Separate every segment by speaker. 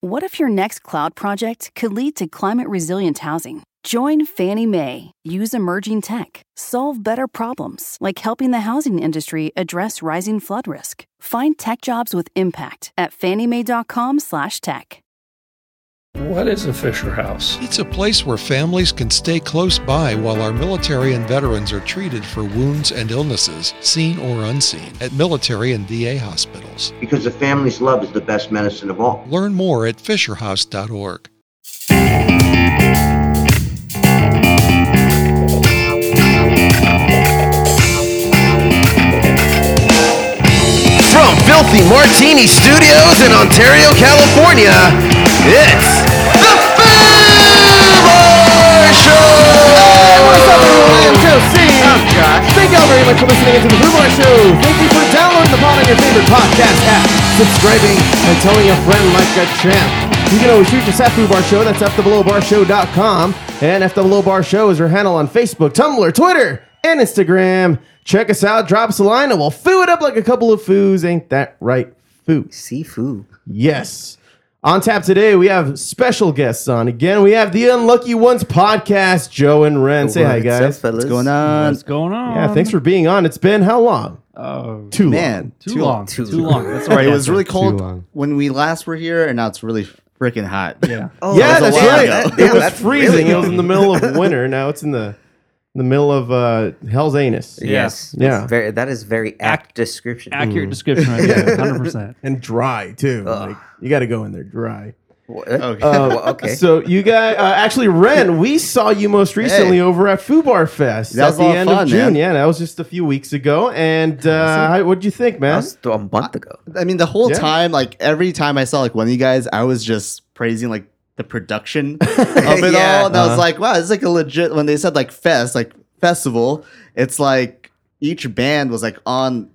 Speaker 1: What if your next cloud project could lead to climate resilient housing? Join Fannie Mae. Use emerging tech. Solve better problems, like helping the housing industry address rising flood risk. Find tech jobs with impact at fanniemae.com/tech.
Speaker 2: What is a Fisher House?
Speaker 3: It's a place where families can stay close by while our military and veterans are treated for wounds and illnesses, seen or unseen, at military and VA hospitals.
Speaker 4: Because the family's love is the best medicine of all.
Speaker 3: Learn more at FisherHouse.org.
Speaker 5: From Filthy Martini Studios in Ontario, California, it's the Foobar Show!
Speaker 6: What's up, everyone? I'm Joe C.
Speaker 5: I'm Josh.
Speaker 6: Thank y'all very much for listening in to the Boomer Show. Thank you for downloading the pod on your favorite podcast app, subscribing, and telling a friend like a champ. You can always reach us at Foo Bar Show. That's FTheBlowBarShow.com. And F The Below Bar Show is our handle on Facebook, Tumblr, Twitter, and Instagram. Check us out. Drop us a line and we'll foo it up like a couple of foos. Ain't that right, foos?
Speaker 4: Seafood.
Speaker 6: Yes. On tap today, we have special guests on. Again, we have the Unlucky Ones podcast, Joe and Ren. Say hi, guys.
Speaker 4: What's
Speaker 7: going on?
Speaker 2: What's going on?
Speaker 6: Yeah, thanks for being on. It's been how long?
Speaker 2: Oh,
Speaker 6: Too
Speaker 7: Man,
Speaker 2: too, long. Too, long. That's
Speaker 7: All
Speaker 2: right.
Speaker 7: right, it was really cold
Speaker 6: long.
Speaker 7: when we last were here, and now it's really freaking hot.
Speaker 2: Yeah.
Speaker 6: long. Yeah,
Speaker 7: Oh, that was
Speaker 6: that's
Speaker 7: a while
Speaker 6: right.
Speaker 7: ago.
Speaker 6: It was freezing. it was in the middle of winter. Now it's in the in the middle of uh, Hell's Anus.
Speaker 2: Yes.
Speaker 6: Yeah.
Speaker 4: Very, that is very apt description.
Speaker 2: Accurate description right there. 100%.
Speaker 6: And dry, too. Like, you got to go in there dry.
Speaker 4: What?
Speaker 7: Oh, Okay.
Speaker 4: Well, okay.
Speaker 6: So you guys, uh, actually, Ren, we saw you most recently
Speaker 7: Hey.
Speaker 6: over at Fubar Fest
Speaker 7: That
Speaker 6: at
Speaker 7: was a
Speaker 6: the
Speaker 7: lot of
Speaker 6: end of
Speaker 7: fun,
Speaker 6: June.
Speaker 7: man.
Speaker 6: Yeah, that was just a few weeks ago. And uh, how- what'd you think,
Speaker 4: That
Speaker 6: man?
Speaker 4: was a month ago.
Speaker 7: I mean, the whole
Speaker 6: Yeah.
Speaker 7: time, like every time I saw like one of you guys, I was just praising like the production of it
Speaker 4: Yeah.
Speaker 7: all, and
Speaker 6: Uh-huh.
Speaker 7: I was like, wow, it's like a legit. When they said like fest, like festival, it's like each band was like on.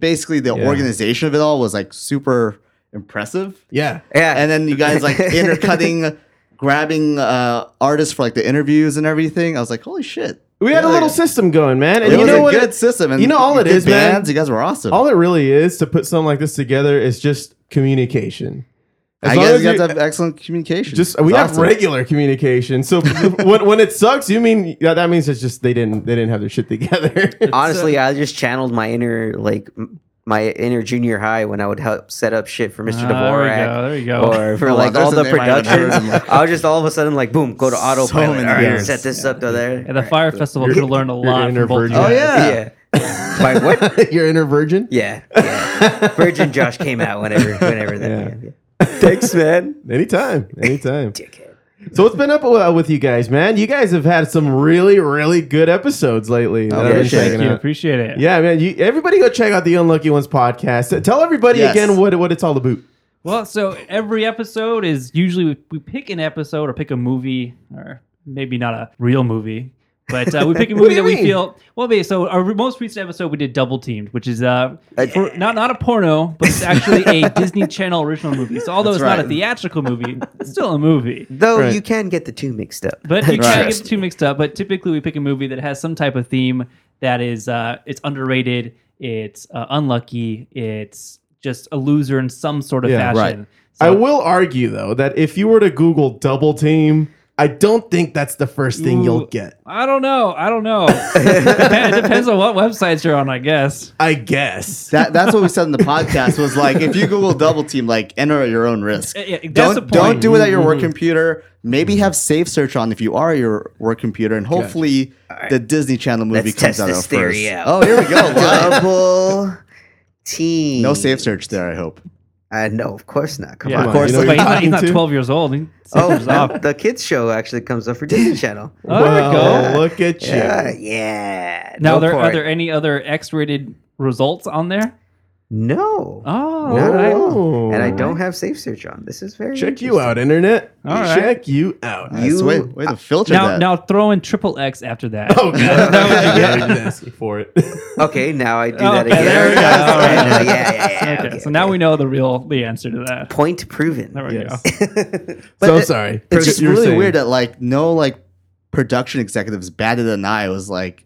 Speaker 7: Basically, the
Speaker 6: Yeah.
Speaker 7: organization of it all was like super impressive.
Speaker 6: Yeah,
Speaker 4: Yeah.
Speaker 7: and then you guys like intercutting, grabbing uh, artists for like the interviews and everything. I was like, holy shit!
Speaker 6: we had a
Speaker 7: Yeah.
Speaker 6: little system going, man. And
Speaker 7: It
Speaker 6: you
Speaker 7: was
Speaker 6: know
Speaker 7: a
Speaker 6: what?
Speaker 7: good
Speaker 6: It-
Speaker 7: system. And
Speaker 6: you know all
Speaker 7: you
Speaker 6: it
Speaker 7: did
Speaker 6: is, man?
Speaker 7: bands. You guys were awesome.
Speaker 6: all it really is to put something like this together is just communication. As
Speaker 7: I
Speaker 6: long
Speaker 7: guess
Speaker 6: as
Speaker 7: you guys
Speaker 6: you-
Speaker 7: have excellent communication.
Speaker 6: just we
Speaker 7: It's
Speaker 6: have
Speaker 7: awesome.
Speaker 6: regular communication. So when, when it sucks, you mean that, that means it's just they didn't they didn't have their shit together.
Speaker 4: Honestly, I just channeled my inner like m- my inner junior high when I would help set up shit for Mr.
Speaker 2: Ah,
Speaker 4: Dvorak
Speaker 2: there you go. There you go.
Speaker 4: or for
Speaker 7: Oh, wow,
Speaker 4: like all
Speaker 7: there's
Speaker 4: the
Speaker 7: an air
Speaker 4: productions.
Speaker 7: version, like-
Speaker 4: I was just all of a sudden like boom, go to autopilot.
Speaker 7: many
Speaker 4: All right,
Speaker 7: years.
Speaker 4: set this up to there.
Speaker 2: At the Fire Festival, could have learned a lot.
Speaker 6: inner
Speaker 2: From both
Speaker 6: virgin.
Speaker 2: you
Speaker 7: Oh
Speaker 2: guys.
Speaker 7: yeah.
Speaker 4: Yeah. By what?
Speaker 6: your inner virgin.
Speaker 4: Yeah. yeah. Virgin Josh came out whenever whenever that.
Speaker 6: Yeah.
Speaker 4: Yeah. Thanks, man.
Speaker 6: Anytime, anytime.
Speaker 4: Dickhead.
Speaker 6: So what's been up uh, with you guys, man? You guys have had some really, really good episodes lately. that I've been
Speaker 7: yeah, thank
Speaker 6: checking
Speaker 2: Thank you.
Speaker 6: out.
Speaker 2: Appreciate it.
Speaker 6: Yeah, man. You, everybody go check out the Unlucky Ones podcast. Tell everybody
Speaker 7: Yes.
Speaker 6: again what what it's all about.
Speaker 2: Well, so every episode is usually we, we pick an episode or pick a movie or maybe not a real movie, but uh, we pick a
Speaker 6: What do
Speaker 2: movie
Speaker 6: you
Speaker 2: that we
Speaker 6: mean?
Speaker 2: feel well. Be so our most recent episode we did Double Teamed, which is uh, for- not not a porno, but it's actually a Disney Channel original movie. So although
Speaker 7: That's
Speaker 2: it's not a
Speaker 7: right.
Speaker 2: theatrical movie, it's still a movie.
Speaker 4: Though
Speaker 6: Right.
Speaker 4: you can get the two mixed up.
Speaker 2: But you can't get
Speaker 7: Trust
Speaker 2: the two mixed up. But typically, we pick a movie that has some type of theme that is uh, it's underrated, it's uh, unlucky, it's just a loser in some sort of
Speaker 6: Yeah,
Speaker 2: fashion.
Speaker 6: I will argue though that if you were to Google double team, I don't think that's the first thing you'll
Speaker 2: Ooh.
Speaker 6: get.
Speaker 2: I don't know. I don't know. Dep- it depends on what websites you're on, I guess.
Speaker 6: I guess.
Speaker 7: That, that's what we said in the podcast was like if you Google double team, like enter at your own risk.
Speaker 2: Yeah, yeah, that's
Speaker 7: don't
Speaker 2: the
Speaker 7: don't
Speaker 2: point.
Speaker 7: do it at your work
Speaker 6: Mm-hmm.
Speaker 7: computer. Maybe have safe search on if you are at your work computer, and hopefully the Disney Channel movie
Speaker 4: Let's
Speaker 7: comes
Speaker 4: test
Speaker 7: out
Speaker 4: this
Speaker 7: first.
Speaker 4: theory out.
Speaker 7: Oh, here we go. live.
Speaker 4: Double team.
Speaker 7: No safe search there, I hope.
Speaker 4: Uh, no, of course not. Come
Speaker 2: Yeah,
Speaker 4: on.
Speaker 2: of
Speaker 6: Come
Speaker 2: course.
Speaker 6: you know
Speaker 2: but
Speaker 6: you're
Speaker 2: he's not,
Speaker 6: talking
Speaker 2: he's not
Speaker 6: to?
Speaker 2: 12 years old. He-
Speaker 4: Oh, no, the kids show actually comes up for Disney Channel.
Speaker 2: Oh, there we go.
Speaker 6: Well, look at you.
Speaker 4: Yeah, yeah.
Speaker 2: Now,
Speaker 4: Go
Speaker 2: there,
Speaker 4: for
Speaker 2: are
Speaker 4: it.
Speaker 2: there any other X-rated results on there?
Speaker 4: No. Not
Speaker 2: Oh,
Speaker 4: at
Speaker 2: all right.
Speaker 4: all. And I
Speaker 6: Oh.
Speaker 4: don't have Safe Search on. This is very
Speaker 6: Check you out, internet.
Speaker 2: All right.
Speaker 6: Check you out.
Speaker 4: You-
Speaker 7: Nice. way, way to filter
Speaker 2: Now,
Speaker 7: that.
Speaker 2: now throw in triple X after that.
Speaker 6: Oh god,
Speaker 2: That
Speaker 6: Yeah, you asked me for it.
Speaker 4: interesting. Okay, now I do
Speaker 2: Oh,
Speaker 4: that
Speaker 2: okay,
Speaker 4: again.
Speaker 2: there we go. All right.
Speaker 4: I know, yeah, yeah, yeah.
Speaker 2: okay, so now we know the real the answer to that.
Speaker 4: Point proven.
Speaker 2: There we
Speaker 6: Yes.
Speaker 2: go.
Speaker 7: But
Speaker 6: so I'm
Speaker 7: it-
Speaker 6: sorry.
Speaker 7: It's just
Speaker 6: You were
Speaker 7: really
Speaker 6: saying-
Speaker 7: weird that like no like production executives batted an eye was like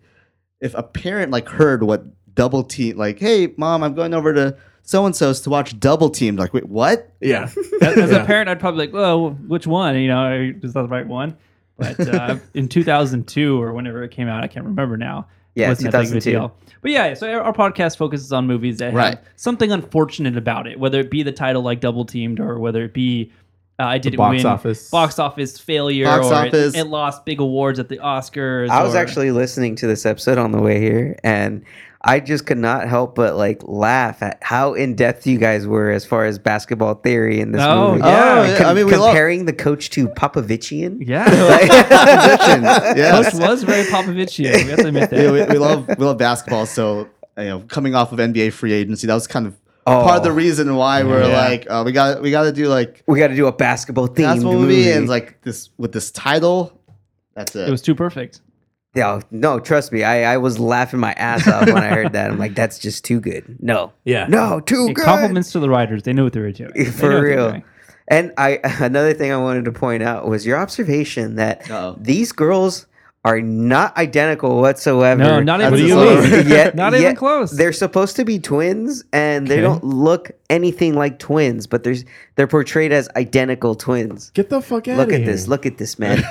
Speaker 7: if a parent like heard what double team like hey mom I'm going over to so and so's to watch Double Team. Like, wait, what?
Speaker 8: Yeah.
Speaker 2: As, as
Speaker 8: Yeah.
Speaker 2: a parent, I'd probably like, well, which one? You know, is that the right one? But uh, in 2002 or whenever it came out, I can't remember now. it
Speaker 4: Yeah,
Speaker 2: wasn't that big of a
Speaker 4: 2002.
Speaker 2: deal. But yeah, so our our podcast focuses on movies that
Speaker 7: Right.
Speaker 2: have something unfortunate about it, whether it be the title like Double Teamed or whether it be uh, I didn't
Speaker 8: box
Speaker 2: win
Speaker 8: office.
Speaker 2: box office failure
Speaker 7: Box
Speaker 2: or it-
Speaker 7: office.
Speaker 2: It, lost big awards at the Oscars.
Speaker 4: I was
Speaker 2: or-
Speaker 4: actually listening to this episode on the way here, and I just could not help but like laugh at how in depth you guys were as far as basketball theory in this
Speaker 2: Oh,
Speaker 4: movie.
Speaker 2: yeah.
Speaker 7: Oh, yeah, I mean, we love-
Speaker 4: comparing the coach to Popovichian.
Speaker 2: yeah.
Speaker 7: Positions.
Speaker 2: Coach
Speaker 7: yes.
Speaker 2: was very Popovichian. We have to admit that.
Speaker 7: yeah, we, we love we love basketball. So you know, coming off of NBA free agency, that was kind of
Speaker 4: Oh.
Speaker 7: part of the reason why we're like, uh, we got we got to do like
Speaker 4: We got to do a basketball themed
Speaker 7: basketball
Speaker 4: movie.
Speaker 7: movie and like this with this title. That's it.
Speaker 2: it was too perfect.
Speaker 4: yeah, no, trust me, I, I was laughing my ass off when I heard that. I'm like, that's just too good. No,
Speaker 8: Yeah.
Speaker 4: no, too
Speaker 2: Hey,
Speaker 4: good.
Speaker 2: compliments to the writers. They knew what they were doing. They knew what
Speaker 4: for
Speaker 2: they were
Speaker 4: real.
Speaker 2: doing.
Speaker 4: And I another thing I wanted to point out was your observation that
Speaker 7: Uh-oh.
Speaker 4: these girls are not identical whatsoever.
Speaker 2: No, not even
Speaker 7: What do you
Speaker 2: close.
Speaker 7: mean?
Speaker 4: Yet-
Speaker 2: not even
Speaker 4: yet
Speaker 2: close.
Speaker 4: They're supposed to be twins, and they
Speaker 2: Okay.
Speaker 4: don't look anything like twins. But there's they're portrayed as identical twins.
Speaker 8: Get the fuck out
Speaker 4: Look
Speaker 8: of
Speaker 4: at
Speaker 8: here.
Speaker 4: this! Look at this man.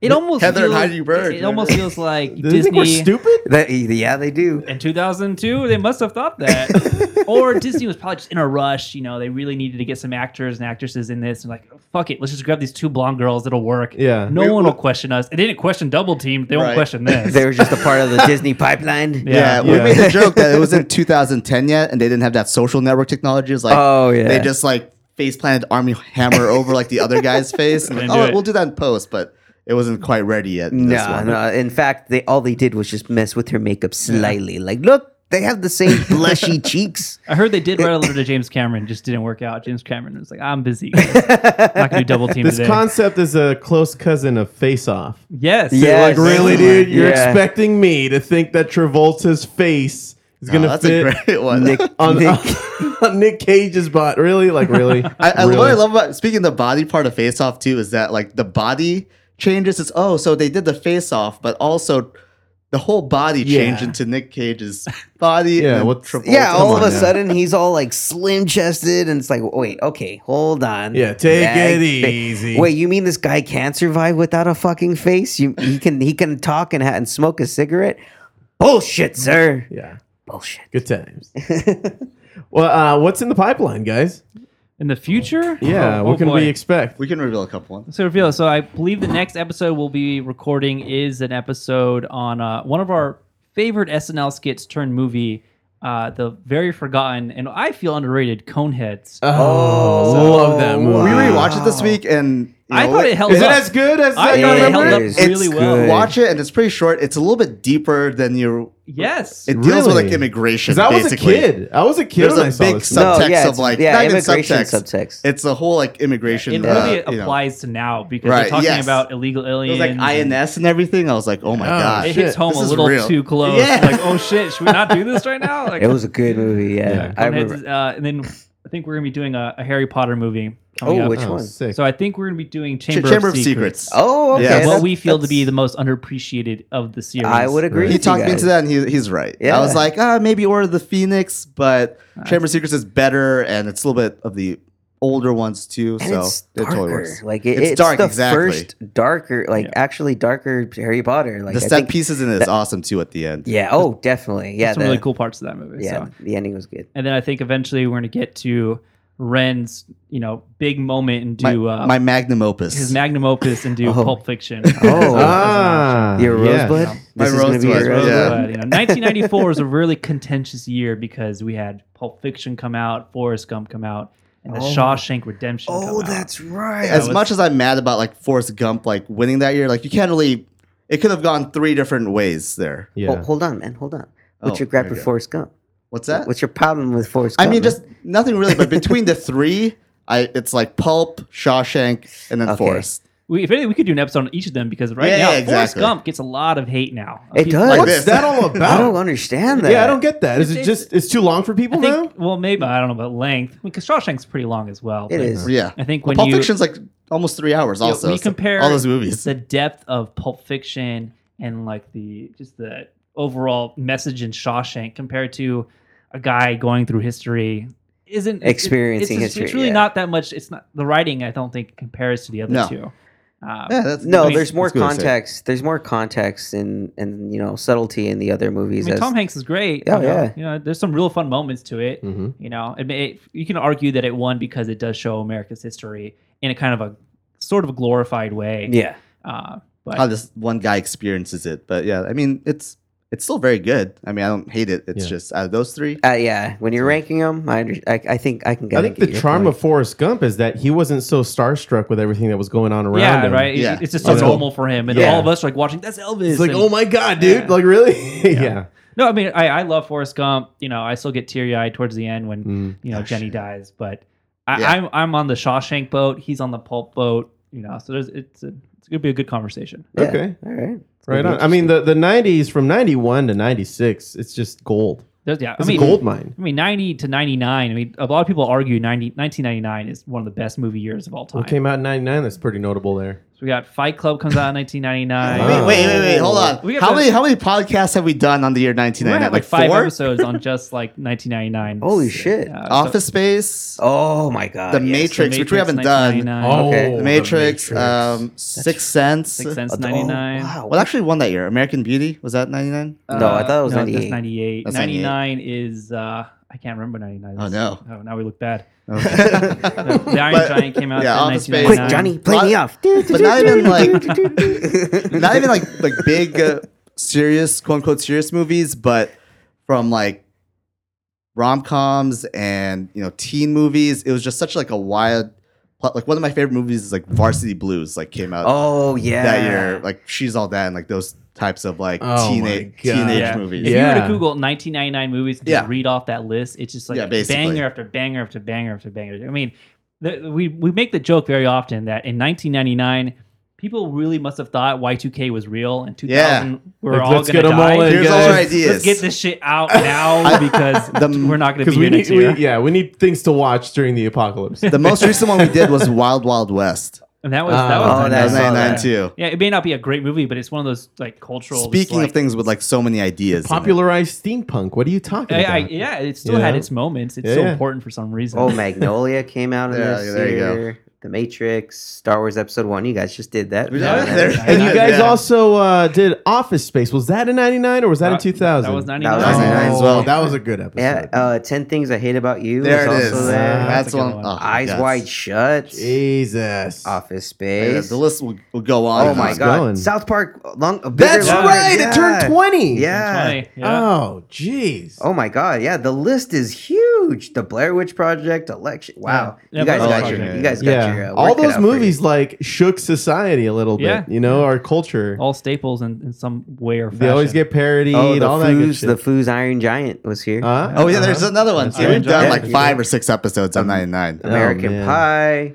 Speaker 2: It almost
Speaker 7: Heather and
Speaker 2: feels,
Speaker 7: Heidi Berg,
Speaker 2: It
Speaker 7: right?
Speaker 2: almost feels like
Speaker 8: Do they think we're
Speaker 2: Disney
Speaker 8: stupid?
Speaker 4: That- yeah, they do.
Speaker 2: in 2002. They must have thought that, or Disney was probably just in a rush. You know, they really needed to get some actors and actresses in this, and like, oh, fuck it, let's just grab these two blonde girls. It'll work.
Speaker 8: Yeah.
Speaker 2: no
Speaker 7: We-
Speaker 2: one
Speaker 7: we-
Speaker 2: will question us. They didn't question Double Team. They
Speaker 7: Right.
Speaker 2: won't question this.
Speaker 4: They were just a part of the Disney pipeline.
Speaker 7: yeah,
Speaker 8: yeah.
Speaker 7: we made the joke that it was in 2010 yet, and they didn't have that social network technology. It's like,
Speaker 4: Oh, yeah.
Speaker 7: they just like face planted Army Hammer over like the other guy's face. And like,
Speaker 2: Didn't do
Speaker 7: oh,
Speaker 2: it.
Speaker 7: we'll do that in post, but it wasn't quite ready yet. in this
Speaker 4: No,
Speaker 7: one.
Speaker 4: no. In fact, they all they did was just mess with her makeup slightly. Like, look, they have the same blushy cheeks.
Speaker 2: I heard they did write a letter to James Cameron, just didn't work out. James Cameron was like, I'm busy. guys. I'm not gonna do Double Team
Speaker 8: This
Speaker 2: today.
Speaker 8: concept is a close cousin of Face Off.
Speaker 2: yes.
Speaker 4: Yeah.
Speaker 8: Like,
Speaker 4: Yes.
Speaker 8: really, dude? You're
Speaker 4: Yeah.
Speaker 8: expecting me to think that Travolta's face is
Speaker 7: Oh,
Speaker 8: going to
Speaker 7: that's
Speaker 8: fit
Speaker 7: a great one.
Speaker 4: Nick,
Speaker 8: on,
Speaker 4: Nick,
Speaker 8: on Nick Cage's butt? Really? Like, really?
Speaker 7: I, I,
Speaker 8: really?
Speaker 7: What I love about speaking of the body part of Face Off too is that like the body changes. It's oh, so they did the Face Off, but also the whole body
Speaker 8: Yeah.
Speaker 7: changed into Nick Cage's body.
Speaker 8: Yeah,
Speaker 7: and then
Speaker 8: what's-
Speaker 7: Travolta.
Speaker 4: yeah, all
Speaker 8: Oh,
Speaker 4: of
Speaker 8: on
Speaker 4: a
Speaker 8: now.
Speaker 4: sudden he's all like slim chested, and it's like, wait, okay, hold on.
Speaker 8: Yeah, take it
Speaker 4: ba-
Speaker 8: easy.
Speaker 4: Wait, you mean this guy can't survive without a fucking face? You, he can, he can talk and, ha- and smoke a cigarette. Bullshit, sir.
Speaker 8: Yeah.
Speaker 4: Bullshit.
Speaker 8: Good times. well, uh, what's in the pipeline, guys?
Speaker 2: In the future?
Speaker 8: Yeah,
Speaker 2: Oh,
Speaker 8: what
Speaker 2: oh
Speaker 8: can
Speaker 2: boy.
Speaker 8: we expect?
Speaker 7: we can reveal a couple ones.
Speaker 2: So reveal. So I believe the next episode we'll be recording is an episode on uh, one of our favorite SNL skits turned movie, uh, the very forgotten and I feel underrated Coneheads.
Speaker 6: Uh,
Speaker 8: Oh, love that movie.
Speaker 7: We rewatched it this week, and you
Speaker 2: I
Speaker 7: know,
Speaker 2: thought it held
Speaker 8: Is it
Speaker 2: up.
Speaker 8: as good as
Speaker 2: I
Speaker 8: I
Speaker 2: thought it
Speaker 4: Yeah,
Speaker 2: held
Speaker 8: remember?
Speaker 2: up
Speaker 4: it's
Speaker 2: really well.
Speaker 4: good.
Speaker 7: Watch it, and it's pretty short. It's a little bit deeper than you.
Speaker 2: Yes.
Speaker 7: It deals with like
Speaker 8: Really?
Speaker 7: immigration.
Speaker 8: Because I was a
Speaker 7: basically.
Speaker 8: kid. I was a kid
Speaker 7: There's
Speaker 8: when I
Speaker 7: a
Speaker 8: saw
Speaker 7: big
Speaker 8: this movie.
Speaker 4: No,
Speaker 7: subtext
Speaker 4: yeah,
Speaker 7: of
Speaker 4: it's-
Speaker 7: like
Speaker 4: yeah,
Speaker 7: not even
Speaker 4: immigration subtext.
Speaker 7: It's a whole like immigration.
Speaker 2: It
Speaker 7: uh,
Speaker 2: really
Speaker 7: you know.
Speaker 2: applies to now because
Speaker 7: Right,
Speaker 2: we're talking
Speaker 7: yes.
Speaker 2: about illegal
Speaker 7: It was
Speaker 2: aliens.
Speaker 7: like
Speaker 2: and-
Speaker 7: INS and everything. I was like, oh my
Speaker 8: Oh,
Speaker 7: gosh.
Speaker 2: It hits
Speaker 8: Shit,
Speaker 2: home
Speaker 7: this
Speaker 2: a
Speaker 7: is
Speaker 2: little
Speaker 7: real.
Speaker 2: too close.
Speaker 7: Yeah.
Speaker 2: Like, oh shit, should we not do this right now? Like,
Speaker 4: It was a good movie. Yeah,
Speaker 8: Yeah.
Speaker 4: I
Speaker 2: Coneheads
Speaker 4: remember.
Speaker 2: is, uh, and then I think we're gonna be doing a, a Harry Potter movie. coming
Speaker 4: oh,
Speaker 2: up.
Speaker 4: which
Speaker 8: Oh,
Speaker 4: one?
Speaker 8: sick.
Speaker 2: So I think we're gonna be doing
Speaker 7: Ch-
Speaker 2: Chamber,
Speaker 7: Chamber
Speaker 2: of
Speaker 7: of
Speaker 2: Secrets.
Speaker 7: Secrets.
Speaker 4: Oh, okay.
Speaker 7: Yeah.
Speaker 2: And
Speaker 7: That's-
Speaker 2: what we feel to be the most underappreciated of the series.
Speaker 4: I would agree.
Speaker 7: He
Speaker 4: with you
Speaker 7: talked me
Speaker 4: guys.
Speaker 7: into that, and he, he's right.
Speaker 4: Yeah.
Speaker 7: I was like, ah, maybe Order of the Phoenix, but Chamber of Secrets is better, and it's a little bit of the older ones too.
Speaker 4: And
Speaker 7: so
Speaker 4: it's
Speaker 7: it
Speaker 4: darker.
Speaker 7: totally works.
Speaker 4: Like it-
Speaker 7: It's
Speaker 4: it's,
Speaker 7: dark,
Speaker 4: the
Speaker 7: exactly.
Speaker 4: first darker, like actually darker Harry Potter. Like
Speaker 7: the
Speaker 4: I
Speaker 7: set
Speaker 4: think-
Speaker 7: pieces in it is awesome too at the end.
Speaker 4: Yeah. Oh, definitely. Yeah.
Speaker 2: some
Speaker 4: the,
Speaker 2: really cool parts of that movie.
Speaker 4: Yeah.
Speaker 2: So.
Speaker 4: The ending was good.
Speaker 2: And then I think eventually we're gonna get to Ren's, you know, big moment and
Speaker 7: My,
Speaker 2: do uh,
Speaker 7: my magnum opus.
Speaker 2: his magnum opus and do
Speaker 4: Oh.
Speaker 2: Pulp Fiction.
Speaker 8: Ah,
Speaker 4: Your
Speaker 8: yeah.
Speaker 4: Rosebud.
Speaker 7: Uh, My
Speaker 4: This is gonna be
Speaker 7: Rosebud,
Speaker 4: your Rosebud.
Speaker 7: yeah.
Speaker 2: But, you know, 1994 is a really contentious year because we had Pulp Fiction come out, Forrest Gump come out, and The Shawshank Redemption. come
Speaker 4: Oh,
Speaker 2: out.
Speaker 4: that's right.
Speaker 7: as
Speaker 2: was-
Speaker 7: much as I'm mad about like Forrest Gump like winning that year, like you can't really. It could have gone three different ways there.
Speaker 8: Yeah.
Speaker 4: Ho- Oh, hold on, man. Hold on. What's
Speaker 7: Oh,
Speaker 4: your gripe
Speaker 7: there you
Speaker 4: with
Speaker 7: go.
Speaker 4: Forrest Gump?
Speaker 7: What's that?
Speaker 4: What's your problem with Forrest
Speaker 7: I
Speaker 4: Gump?
Speaker 7: mean,
Speaker 4: man?
Speaker 7: just nothing really. But between the three, I it's like Pulp, Shawshank, and then
Speaker 4: Okay.
Speaker 7: Forrest.
Speaker 2: We, if anything, we could do an episode on each of them because right
Speaker 7: Yeah,
Speaker 2: now,
Speaker 7: yeah,
Speaker 2: Forrest
Speaker 7: exactly.
Speaker 2: Gump gets a lot of hate now.
Speaker 4: It
Speaker 2: People-
Speaker 4: does.
Speaker 7: Like
Speaker 8: What's
Speaker 7: this.
Speaker 8: that all about?
Speaker 4: I don't understand that.
Speaker 8: Yeah, I don't get that. Is it
Speaker 2: It's-
Speaker 8: just it's too long for
Speaker 2: I
Speaker 8: people now?
Speaker 2: think, well, maybe I don't know about length because Shawshank's pretty long as well.
Speaker 4: It
Speaker 2: but
Speaker 4: is.
Speaker 7: Yeah,
Speaker 2: I think
Speaker 7: Well,
Speaker 2: when
Speaker 7: Pulp
Speaker 2: you
Speaker 7: Fiction's like almost three hours.
Speaker 2: you know,
Speaker 7: Also,
Speaker 2: we
Speaker 7: so
Speaker 2: compare
Speaker 7: all those movies.
Speaker 2: the depth of Pulp Fiction and like the just the overall message in Shawshank compared to a guy going through history isn't it-
Speaker 4: Experiencing
Speaker 2: it's,
Speaker 4: history,
Speaker 2: It's really
Speaker 4: yeah.
Speaker 2: not that much. It's not the writing. I don't think compares to the other
Speaker 7: No.
Speaker 2: two. Uh,
Speaker 7: Yeah, that's
Speaker 4: No,
Speaker 7: I mean,
Speaker 4: there's more
Speaker 7: that's good to say.
Speaker 4: context. There's more context and and you know subtlety in the other
Speaker 2: I
Speaker 4: movies.
Speaker 2: mean,
Speaker 4: as-
Speaker 2: Tom Hanks is great.
Speaker 4: Yeah,
Speaker 7: Oh,
Speaker 2: you know,
Speaker 4: yeah.
Speaker 2: You know, there's some real fun moments to it.
Speaker 6: Mhm.
Speaker 2: You know, it, may- it, you can argue that it won because it does show America's history in a kind of a sort of a glorified way.
Speaker 4: yeah,
Speaker 2: Uh, but
Speaker 7: How this one guy experiences it, but yeah, I mean, it's it's still very good. I mean, I don't hate it. It's
Speaker 6: Yeah.
Speaker 7: just out of those three,
Speaker 4: uh, yeah. When you're ranking them, I, under, I I think I can.
Speaker 6: I
Speaker 4: kinda
Speaker 6: think
Speaker 4: get
Speaker 6: the
Speaker 4: your
Speaker 6: charm
Speaker 4: point.
Speaker 6: of Forrest Gump is that he wasn't so starstruck with everything that was going on around
Speaker 2: yeah,
Speaker 6: him.
Speaker 2: right. It-
Speaker 7: Yeah.
Speaker 2: It's just
Speaker 6: You
Speaker 2: so
Speaker 6: know?
Speaker 2: normal for him, and
Speaker 6: Yeah.
Speaker 2: all of us are like watching. That's Elvis.
Speaker 6: It's like,
Speaker 2: and-
Speaker 6: oh my god, dude!
Speaker 2: Yeah.
Speaker 6: Like, really? yeah.
Speaker 2: No, I mean, I, I love Forrest Gump. You know, I still get teary eyed towards the end when
Speaker 6: Mm.
Speaker 2: you know
Speaker 7: Oh,
Speaker 2: Jenny
Speaker 7: shit.
Speaker 2: dies, but I,
Speaker 7: Yeah.
Speaker 2: I'm I'm on the Shawshank boat. He's on the Pulp boat. You know, so there's it's a, it's gonna be a good conversation.
Speaker 4: Yeah,
Speaker 6: Okay.
Speaker 4: all right, It's gonna
Speaker 6: Right
Speaker 4: be
Speaker 6: on. I mean, the, the 90s from 91 to 96, it's just gold.
Speaker 2: There's, yeah, I
Speaker 6: It's
Speaker 2: mean,
Speaker 6: a gold mine.
Speaker 2: I mean, 90 to 99. I mean, a lot of people argue 90, 1999 is one of the best movie years of all time.
Speaker 6: What came out in 99? That's pretty notable there.
Speaker 2: So we got Fight Club comes out in 1999.
Speaker 6: Wow.
Speaker 7: Wait, wait, wait, wait, hold on.
Speaker 2: We got
Speaker 7: How
Speaker 2: the-
Speaker 7: many how many podcasts have we done on the year
Speaker 2: We had
Speaker 7: 1999?
Speaker 2: like, five episodes on just like 1999.
Speaker 4: Holy shit.
Speaker 2: Uh, so-
Speaker 7: Office Space,
Speaker 4: Oh my god.
Speaker 2: Uh,
Speaker 7: The
Speaker 4: yes.
Speaker 7: Matrix, which we haven't done.
Speaker 2: 1999,
Speaker 4: Okay.
Speaker 7: The Matrix, um, Sixth Sense.
Speaker 2: Sixth Sense
Speaker 4: Oh,
Speaker 2: 99.
Speaker 4: wow.
Speaker 7: What actually won that year? American Beauty was that 99?
Speaker 4: No, I thought it was
Speaker 2: Uh, no,
Speaker 4: 98.
Speaker 2: That's 98.
Speaker 7: That's 98.
Speaker 2: 99 is, uh, I can't remember 99.
Speaker 7: Oh,
Speaker 2: That's-
Speaker 7: no.
Speaker 2: Oh, now we look bad.
Speaker 7: Okay.
Speaker 2: The Iron
Speaker 7: But-
Speaker 2: Giant came out
Speaker 7: yeah,
Speaker 2: in
Speaker 7: Office Space.
Speaker 4: Quick,
Speaker 2: 1999.
Speaker 4: Johnny, play
Speaker 7: Lot-
Speaker 4: me off.
Speaker 7: but not even like not even like like big uh, serious quote unquote serious movies, but from like rom coms and you know teen movies. It was just such like a wild. pl- Like one of my favorite movies is like Varsity Blues, like came out
Speaker 4: Oh yeah.
Speaker 7: that year. Like she's all that and like those types of like
Speaker 6: Oh my
Speaker 7: teenage
Speaker 6: God.
Speaker 7: teenage
Speaker 2: Yeah.
Speaker 7: movies.
Speaker 2: If
Speaker 6: Yeah.
Speaker 2: you were to Google 1999 movies and just
Speaker 7: Yeah.
Speaker 2: read off that list, it's just like
Speaker 7: Yeah, basically.
Speaker 2: banger after banger after banger after banger. I mean, the, we we make the joke very often that in 1999, people really must have thought Y2K was real, and 2000 we're
Speaker 6: Like,
Speaker 2: all
Speaker 6: let's
Speaker 2: gonna
Speaker 6: get 'em
Speaker 2: die.
Speaker 6: all in,
Speaker 7: Here's all
Speaker 6: guys.
Speaker 7: our ideas.
Speaker 2: Let's get this shit out now because
Speaker 7: The-
Speaker 2: we're not going to
Speaker 6: Because
Speaker 2: be
Speaker 6: we
Speaker 2: here
Speaker 6: need,
Speaker 2: next
Speaker 6: we,
Speaker 2: year.
Speaker 6: yeah, we need things to watch during the apocalypse.
Speaker 7: The most recent one we did was Wild Wild West.
Speaker 2: And that was that was,
Speaker 4: Oh,
Speaker 7: That
Speaker 4: that
Speaker 7: was
Speaker 4: I saw
Speaker 7: 99
Speaker 4: that.
Speaker 7: too.
Speaker 2: yeah. It may not be a great movie, but it's one of those like cultural. just,
Speaker 7: Speaking
Speaker 2: like-
Speaker 7: of things with like so many ideas. in it.
Speaker 6: Popularized steampunk. What are you talking
Speaker 2: I,
Speaker 6: about?
Speaker 2: I, yeah, it still had
Speaker 6: Yeah.
Speaker 2: its moments. It's
Speaker 6: Yeah,
Speaker 2: so
Speaker 6: yeah.
Speaker 2: important for some reason.
Speaker 4: Oh, Magnolia came out in
Speaker 7: Yeah,
Speaker 4: this
Speaker 7: there you go.
Speaker 4: year. The Matrix, Star Wars Episode One. You guys just did that.
Speaker 7: We
Speaker 2: Yeah,
Speaker 7: did.
Speaker 2: there-
Speaker 6: And you guys
Speaker 7: Yeah.
Speaker 6: also uh, did Office Space. Was that in 99 or was that in
Speaker 2: Uh, That-
Speaker 6: 2000?
Speaker 2: That was 99.
Speaker 4: was
Speaker 6: Oh,
Speaker 7: 99 as well.
Speaker 6: That was a good episode.
Speaker 4: Yeah, uh, Ten Things I Hate About You.
Speaker 7: There
Speaker 4: was
Speaker 7: it is.
Speaker 4: also
Speaker 6: Uh,
Speaker 4: There.
Speaker 7: That's,
Speaker 2: That's a good
Speaker 7: one.
Speaker 2: one.
Speaker 7: Oh,
Speaker 4: Eyes
Speaker 7: yes.
Speaker 4: Wide Shut.
Speaker 6: Jesus.
Speaker 2: Uh,
Speaker 4: Office
Speaker 7: Yeah,
Speaker 4: Space.
Speaker 7: the list will, will go on.
Speaker 4: oh my
Speaker 6: It's
Speaker 4: God!
Speaker 6: going.
Speaker 4: South Park. Long. a
Speaker 6: That's
Speaker 4: bigger, longer.
Speaker 6: right. It turned
Speaker 4: Yeah.
Speaker 6: 20.
Speaker 4: Yeah.
Speaker 2: Funny, yeah.
Speaker 6: Oh, jeez.
Speaker 4: Oh my God! Yeah, the list is huge. The Blair Witch Project, election. Wow,
Speaker 2: Yeah,
Speaker 4: you guys
Speaker 7: Blair Witch
Speaker 4: got your,
Speaker 7: Project.
Speaker 4: you guys got
Speaker 6: yeah.
Speaker 4: your. Uh,
Speaker 6: All
Speaker 4: work cut out
Speaker 6: those
Speaker 4: for you.
Speaker 6: movies like shook society a little bit,
Speaker 2: Yeah.
Speaker 6: you know, our culture.
Speaker 2: all staples in, in some way or fashion.
Speaker 6: they always get parodied,
Speaker 4: Oh, the
Speaker 6: all that good
Speaker 4: Foos,
Speaker 6: shit.
Speaker 4: the Foos Iron Giant was here.
Speaker 6: Huh?
Speaker 7: Oh yeah, there's another one. See,
Speaker 2: Iron
Speaker 7: we've done
Speaker 6: Giant.
Speaker 7: like five or six episodes on 99.
Speaker 6: Yeah.
Speaker 4: American
Speaker 6: oh, man.
Speaker 4: Pie,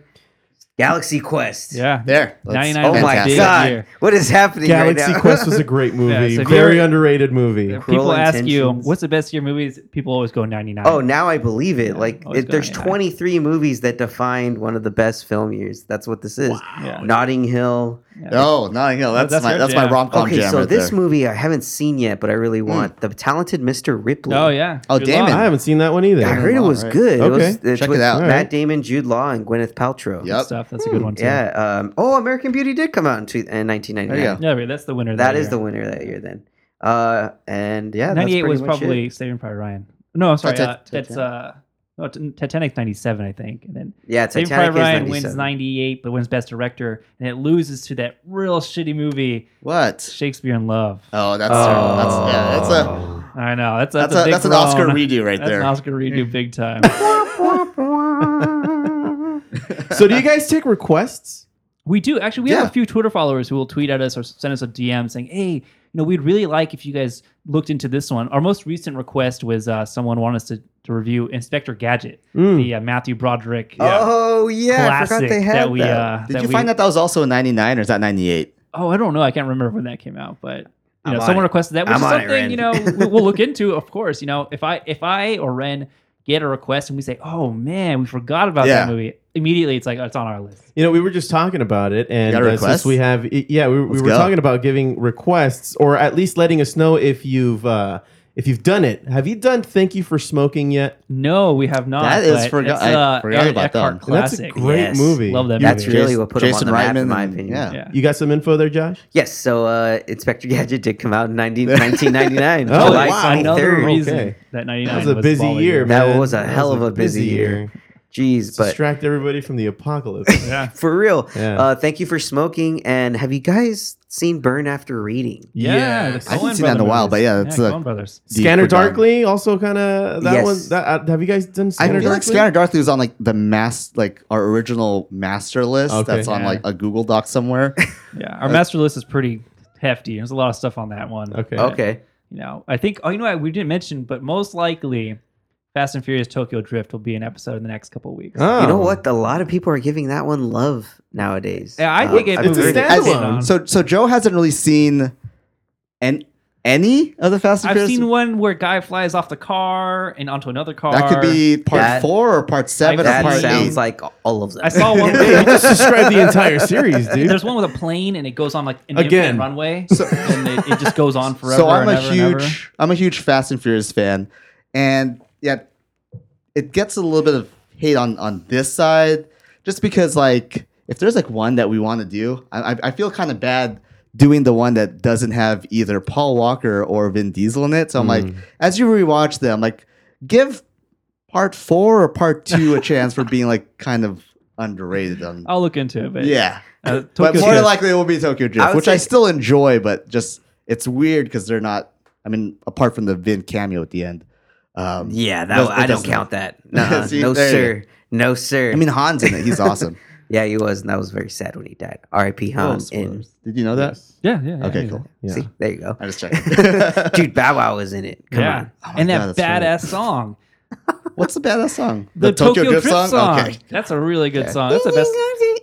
Speaker 4: Galaxy Quest.
Speaker 2: yeah.
Speaker 7: There. That's
Speaker 2: 99
Speaker 4: Oh my
Speaker 7: fantastic.
Speaker 2: Fantastic.
Speaker 4: god!
Speaker 2: Yeah.
Speaker 4: What is happening right
Speaker 6: Galaxy
Speaker 4: now?
Speaker 6: Quest was a great movie.
Speaker 2: so if
Speaker 6: Very
Speaker 2: you're-
Speaker 6: underrated movie.
Speaker 2: If
Speaker 4: Cruel
Speaker 2: people ask you
Speaker 4: Intentions.
Speaker 2: what's the best year movies, people always go 99.
Speaker 4: Oh, now I believe it. like,
Speaker 2: always
Speaker 4: it, there's
Speaker 2: going, yeah.
Speaker 4: 23 movies that defined one of the best film years. That's what this is.
Speaker 2: Yeah.
Speaker 4: Notting Hill.
Speaker 7: Oh, Notting Hill. That's,
Speaker 2: That's
Speaker 7: my
Speaker 2: your
Speaker 7: that's my
Speaker 2: jam.
Speaker 7: rom com
Speaker 4: Okay,
Speaker 7: jam
Speaker 4: so
Speaker 7: right
Speaker 4: this
Speaker 7: there.
Speaker 4: movie I haven't seen yet, but I really want The Talented Mr. Ripley.
Speaker 2: Hmm. Oh yeah.
Speaker 7: Oh,
Speaker 2: Good
Speaker 7: Damon.
Speaker 2: luck.
Speaker 6: I haven't seen that one
Speaker 4: I
Speaker 6: either.
Speaker 4: heard it
Speaker 7: Law,
Speaker 4: was
Speaker 7: right?
Speaker 4: good.
Speaker 6: Okay.
Speaker 4: It was,
Speaker 7: Check it
Speaker 4: with
Speaker 7: out.
Speaker 4: Matt
Speaker 6: Alright.
Speaker 4: Damon, Jude Law, and Gwyneth Paltrow.
Speaker 7: Yep.
Speaker 2: stuff. That's a good one too.
Speaker 4: Yeah. Um, oh, American Beauty did come out in, two, in 1999.
Speaker 7: There you go.
Speaker 2: Yeah, but that's the winner.
Speaker 4: That is the winner that year then. Uh, and yeah, that's
Speaker 2: 98
Speaker 4: pretty
Speaker 2: was
Speaker 4: much it. Oh,
Speaker 2: probably Saving Private Ryan. No, I'm sorry.
Speaker 7: Tit-
Speaker 2: uh, that's uh, no, T- Titanic's 97, I think, and then
Speaker 4: yeah.
Speaker 2: Saving
Speaker 4: Titanic
Speaker 2: Private
Speaker 4: is
Speaker 2: Ryan wins
Speaker 4: 97.
Speaker 2: 98, but wins Best Director, and it loses to that real shitty movie
Speaker 7: What?
Speaker 2: Shakespeare in Love.
Speaker 7: Oh, that's
Speaker 4: Oh.
Speaker 7: that's yeah, that's a
Speaker 2: I know that's
Speaker 7: that's,
Speaker 2: that's,
Speaker 7: a,
Speaker 2: big
Speaker 7: that's an Oscar
Speaker 2: groan.
Speaker 7: redo right
Speaker 2: That's
Speaker 7: there.
Speaker 2: an Oscar
Speaker 4: Hmm.
Speaker 2: redo, big time.
Speaker 6: so do you guys take requests?
Speaker 2: We do actually. We have
Speaker 7: Yeah.
Speaker 2: a few Twitter followers who will tweet at us or send us a DM saying, "Hey, you know, we'd really like if you guys looked into this one." Our most recent request was uh, someone wanted us to, to review Inspector Gadget,
Speaker 6: Hmm.
Speaker 2: the uh, Matthew Broderick
Speaker 4: Hmm. Oh yeah, I
Speaker 2: classic
Speaker 4: forgot they had
Speaker 2: that we.
Speaker 4: that.
Speaker 2: Uh,
Speaker 7: Did
Speaker 2: that
Speaker 7: you
Speaker 2: we-
Speaker 7: find that that was also a 99 or is that 98?
Speaker 2: Oh, I don't know. I can't remember when that came out, but. You
Speaker 4: I'm
Speaker 2: know,
Speaker 4: on
Speaker 2: someone
Speaker 4: it.
Speaker 2: requested that, which
Speaker 4: I'm
Speaker 2: is
Speaker 4: on it,
Speaker 2: something you know
Speaker 4: Ren.
Speaker 2: we- we'll look into, of course. You know, if I if I or Ren get a request and we say, "Oh man, we forgot about
Speaker 7: Yeah.
Speaker 2: that movie," immediately it's like oh, it's on our list.
Speaker 6: You know, we were just talking about it, and
Speaker 7: You got
Speaker 6: uh, since
Speaker 7: requests?
Speaker 6: we have, yeah, we, we
Speaker 7: Let's
Speaker 6: were
Speaker 7: go.
Speaker 6: talking about giving requests, or at least letting us know if you've uh, if you've done it, have you done Thank You for Smoking yet?
Speaker 2: No, we have not.
Speaker 7: That is
Speaker 2: but
Speaker 7: forgot-
Speaker 2: it's,
Speaker 7: I forgot
Speaker 2: Aaron
Speaker 7: about that one.
Speaker 2: Eckhart
Speaker 6: And that's a
Speaker 2: Classic.
Speaker 6: great
Speaker 4: Yes.
Speaker 6: movie.
Speaker 2: Love that
Speaker 6: You-
Speaker 4: That's
Speaker 2: movie.
Speaker 4: really what put
Speaker 7: Jason
Speaker 4: him on the map,
Speaker 7: Reitman
Speaker 4: in my
Speaker 7: and-
Speaker 4: opinion.
Speaker 7: yeah.
Speaker 2: Yeah.
Speaker 6: You got some info there, Josh?
Speaker 4: Yes, so uh, Inspector Gadget did come out in 19, 1999.
Speaker 6: Oh,
Speaker 4: July
Speaker 6: wow.
Speaker 2: Another
Speaker 4: 23rd.
Speaker 2: reason
Speaker 6: Okay.
Speaker 2: that 99
Speaker 6: That was a busy
Speaker 2: balling.
Speaker 6: year,
Speaker 4: That
Speaker 6: man.
Speaker 4: was a hell of a busy year. Jeez, but
Speaker 6: Distract everybody from the apocalypse.
Speaker 2: Yeah.
Speaker 4: for real,
Speaker 6: Yeah.
Speaker 4: uh, thank you for smoking. And have you guys seen Burn After Reading?
Speaker 2: Yeah.
Speaker 6: Yeah.
Speaker 2: the
Speaker 7: I haven't
Speaker 2: Coen
Speaker 7: seen that in a
Speaker 2: Brothers.
Speaker 7: while, but yeah, it's
Speaker 2: yeah,
Speaker 7: a
Speaker 2: Coen Brothers.
Speaker 7: deep
Speaker 6: Scanner
Speaker 7: regard.
Speaker 6: Darkly also kind of that
Speaker 4: Yes.
Speaker 6: one. That, uh, have you guys done
Speaker 7: I
Speaker 6: Scanner
Speaker 7: feel
Speaker 6: Darkly?
Speaker 7: like Scanner Darkly was on like the mass, like our original master list
Speaker 6: Okay.
Speaker 7: that's on
Speaker 2: Yeah.
Speaker 7: like a Google Doc somewhere.
Speaker 2: Yeah. Our master list is pretty hefty. There's a lot of stuff on that one.
Speaker 6: Okay.
Speaker 4: Okay.
Speaker 2: You know, I think, oh, you know what? We didn't mention, but most likely Fast and Furious Tokyo Drift will be an episode in the next couple of weeks.
Speaker 6: Oh.
Speaker 4: You know what? A lot of people are giving that one love nowadays.
Speaker 2: Yeah, I think
Speaker 4: Uh,
Speaker 2: it
Speaker 6: It's a
Speaker 2: movie-
Speaker 7: As-
Speaker 6: standalone.
Speaker 7: so, so Joe hasn't really seen an, any of the Fast and
Speaker 2: I've
Speaker 7: Furious.
Speaker 2: seen one where guy flies off the car and onto another car.
Speaker 7: that could be part
Speaker 4: That-
Speaker 7: four or part seven or
Speaker 4: that
Speaker 7: part
Speaker 4: sounds
Speaker 7: eight.
Speaker 4: like all of them.
Speaker 2: I saw one.
Speaker 6: Hey, you just described the entire series, dude.
Speaker 2: There's one with a plane and it goes on like an
Speaker 6: Again.
Speaker 2: infinite runway, and it, it just goes on forever.
Speaker 7: so I'm
Speaker 2: and
Speaker 7: a
Speaker 2: ever and ever.
Speaker 7: huge, I'm a huge Fast and Furious fan, and yet it gets a little bit of hate on on this side, just because like if there's like one that we want to do, I, I- I feel kind of bad doing the one that doesn't have either Paul Walker or Vin Diesel in it. So I'm
Speaker 2: Mm.
Speaker 7: like, as you rewatch them, like give part four or part two a chance for being like kind of underrated on.
Speaker 2: I'll look into it. But
Speaker 7: yeah,
Speaker 2: uh,
Speaker 7: but
Speaker 2: Tokyo
Speaker 7: more
Speaker 2: Drift.
Speaker 7: likely it will be Tokyo Drift,
Speaker 4: I would
Speaker 7: which
Speaker 4: say-
Speaker 7: I still enjoy, but just it's weird because they're not. I mean, apart from the Vin cameo at the end. Um,
Speaker 4: Yeah, that
Speaker 7: Does-
Speaker 4: I
Speaker 7: it
Speaker 4: don't
Speaker 7: doesn't-
Speaker 4: count that. Nuh-uh.
Speaker 7: See,
Speaker 4: no
Speaker 7: there you
Speaker 4: sir, no sir.
Speaker 7: I mean, Han's in it. He's awesome.
Speaker 4: yeah, he was, and that was very sad when he died. R.I.P.
Speaker 7: Oh,
Speaker 4: Han. in,
Speaker 7: spoilers. Did you know that?
Speaker 2: Yeah, yeah. yeah,
Speaker 7: Okay,
Speaker 2: yeah.
Speaker 7: cool.
Speaker 6: Yeah.
Speaker 4: See, there you go.
Speaker 7: I just checked.
Speaker 4: Dude, Bow Wow was in it. Come
Speaker 2: yeah,
Speaker 4: on.
Speaker 2: and that
Speaker 7: Oh God, that's
Speaker 2: badass song,
Speaker 7: What's the badass song?
Speaker 2: the, Tokyo, Drift song.
Speaker 7: Okay.
Speaker 2: That's a really good song. That's the best.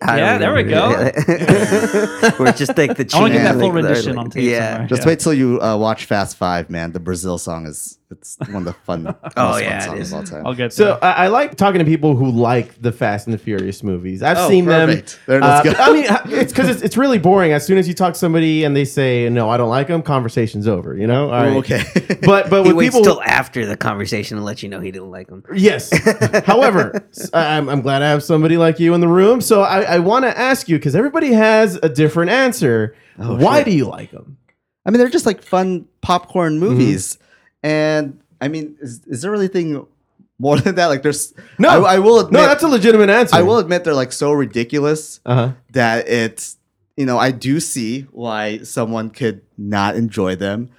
Speaker 4: I
Speaker 2: Yeah,
Speaker 4: don't
Speaker 2: there we
Speaker 4: remember. We're just like the.
Speaker 2: I want to get
Speaker 7: Yeah.
Speaker 2: that full
Speaker 4: like,
Speaker 2: rendition
Speaker 4: like-
Speaker 2: on tape.
Speaker 4: Yeah.
Speaker 2: somewhere.
Speaker 7: Just
Speaker 2: Yeah.
Speaker 7: wait till you uh, watch Fast Five, man. The Brazil song is it's one of the fun, most
Speaker 4: Oh,
Speaker 7: fun
Speaker 4: yeah, it
Speaker 7: songs
Speaker 4: is.
Speaker 7: of all time.
Speaker 2: I'll get
Speaker 6: So
Speaker 2: there.
Speaker 6: I, I like talking to people who like the Fast and the Furious movies. I've
Speaker 7: Oh,
Speaker 6: seen
Speaker 7: perfect.
Speaker 6: them. uh,
Speaker 7: There,
Speaker 2: uh,
Speaker 7: let's go.
Speaker 6: I mean, it's because it's, it's really boring. As soon as you talk to somebody and they say no, I don't like them, conversation's over. You know? All right.
Speaker 7: Okay.
Speaker 6: But but
Speaker 4: He
Speaker 6: with
Speaker 4: waits
Speaker 6: people,
Speaker 4: till after the conversation to let you know he didn't like him.
Speaker 6: yes. However, s- I- I'm, I'm glad I have somebody like you in the room. So I, I want to ask you because everybody has a different answer.
Speaker 7: Oh,
Speaker 6: Why do you like them?
Speaker 7: I mean, they're just like fun popcorn
Speaker 6: Mm-hmm.
Speaker 7: movies. And I mean, is, is there anything more than that? Like, there's
Speaker 6: No,
Speaker 7: I, I will admit,
Speaker 6: no, that's a legitimate answer.
Speaker 7: I will admit they're like so ridiculous
Speaker 6: Uh huh.
Speaker 7: that it's you know I do see why someone could not enjoy them,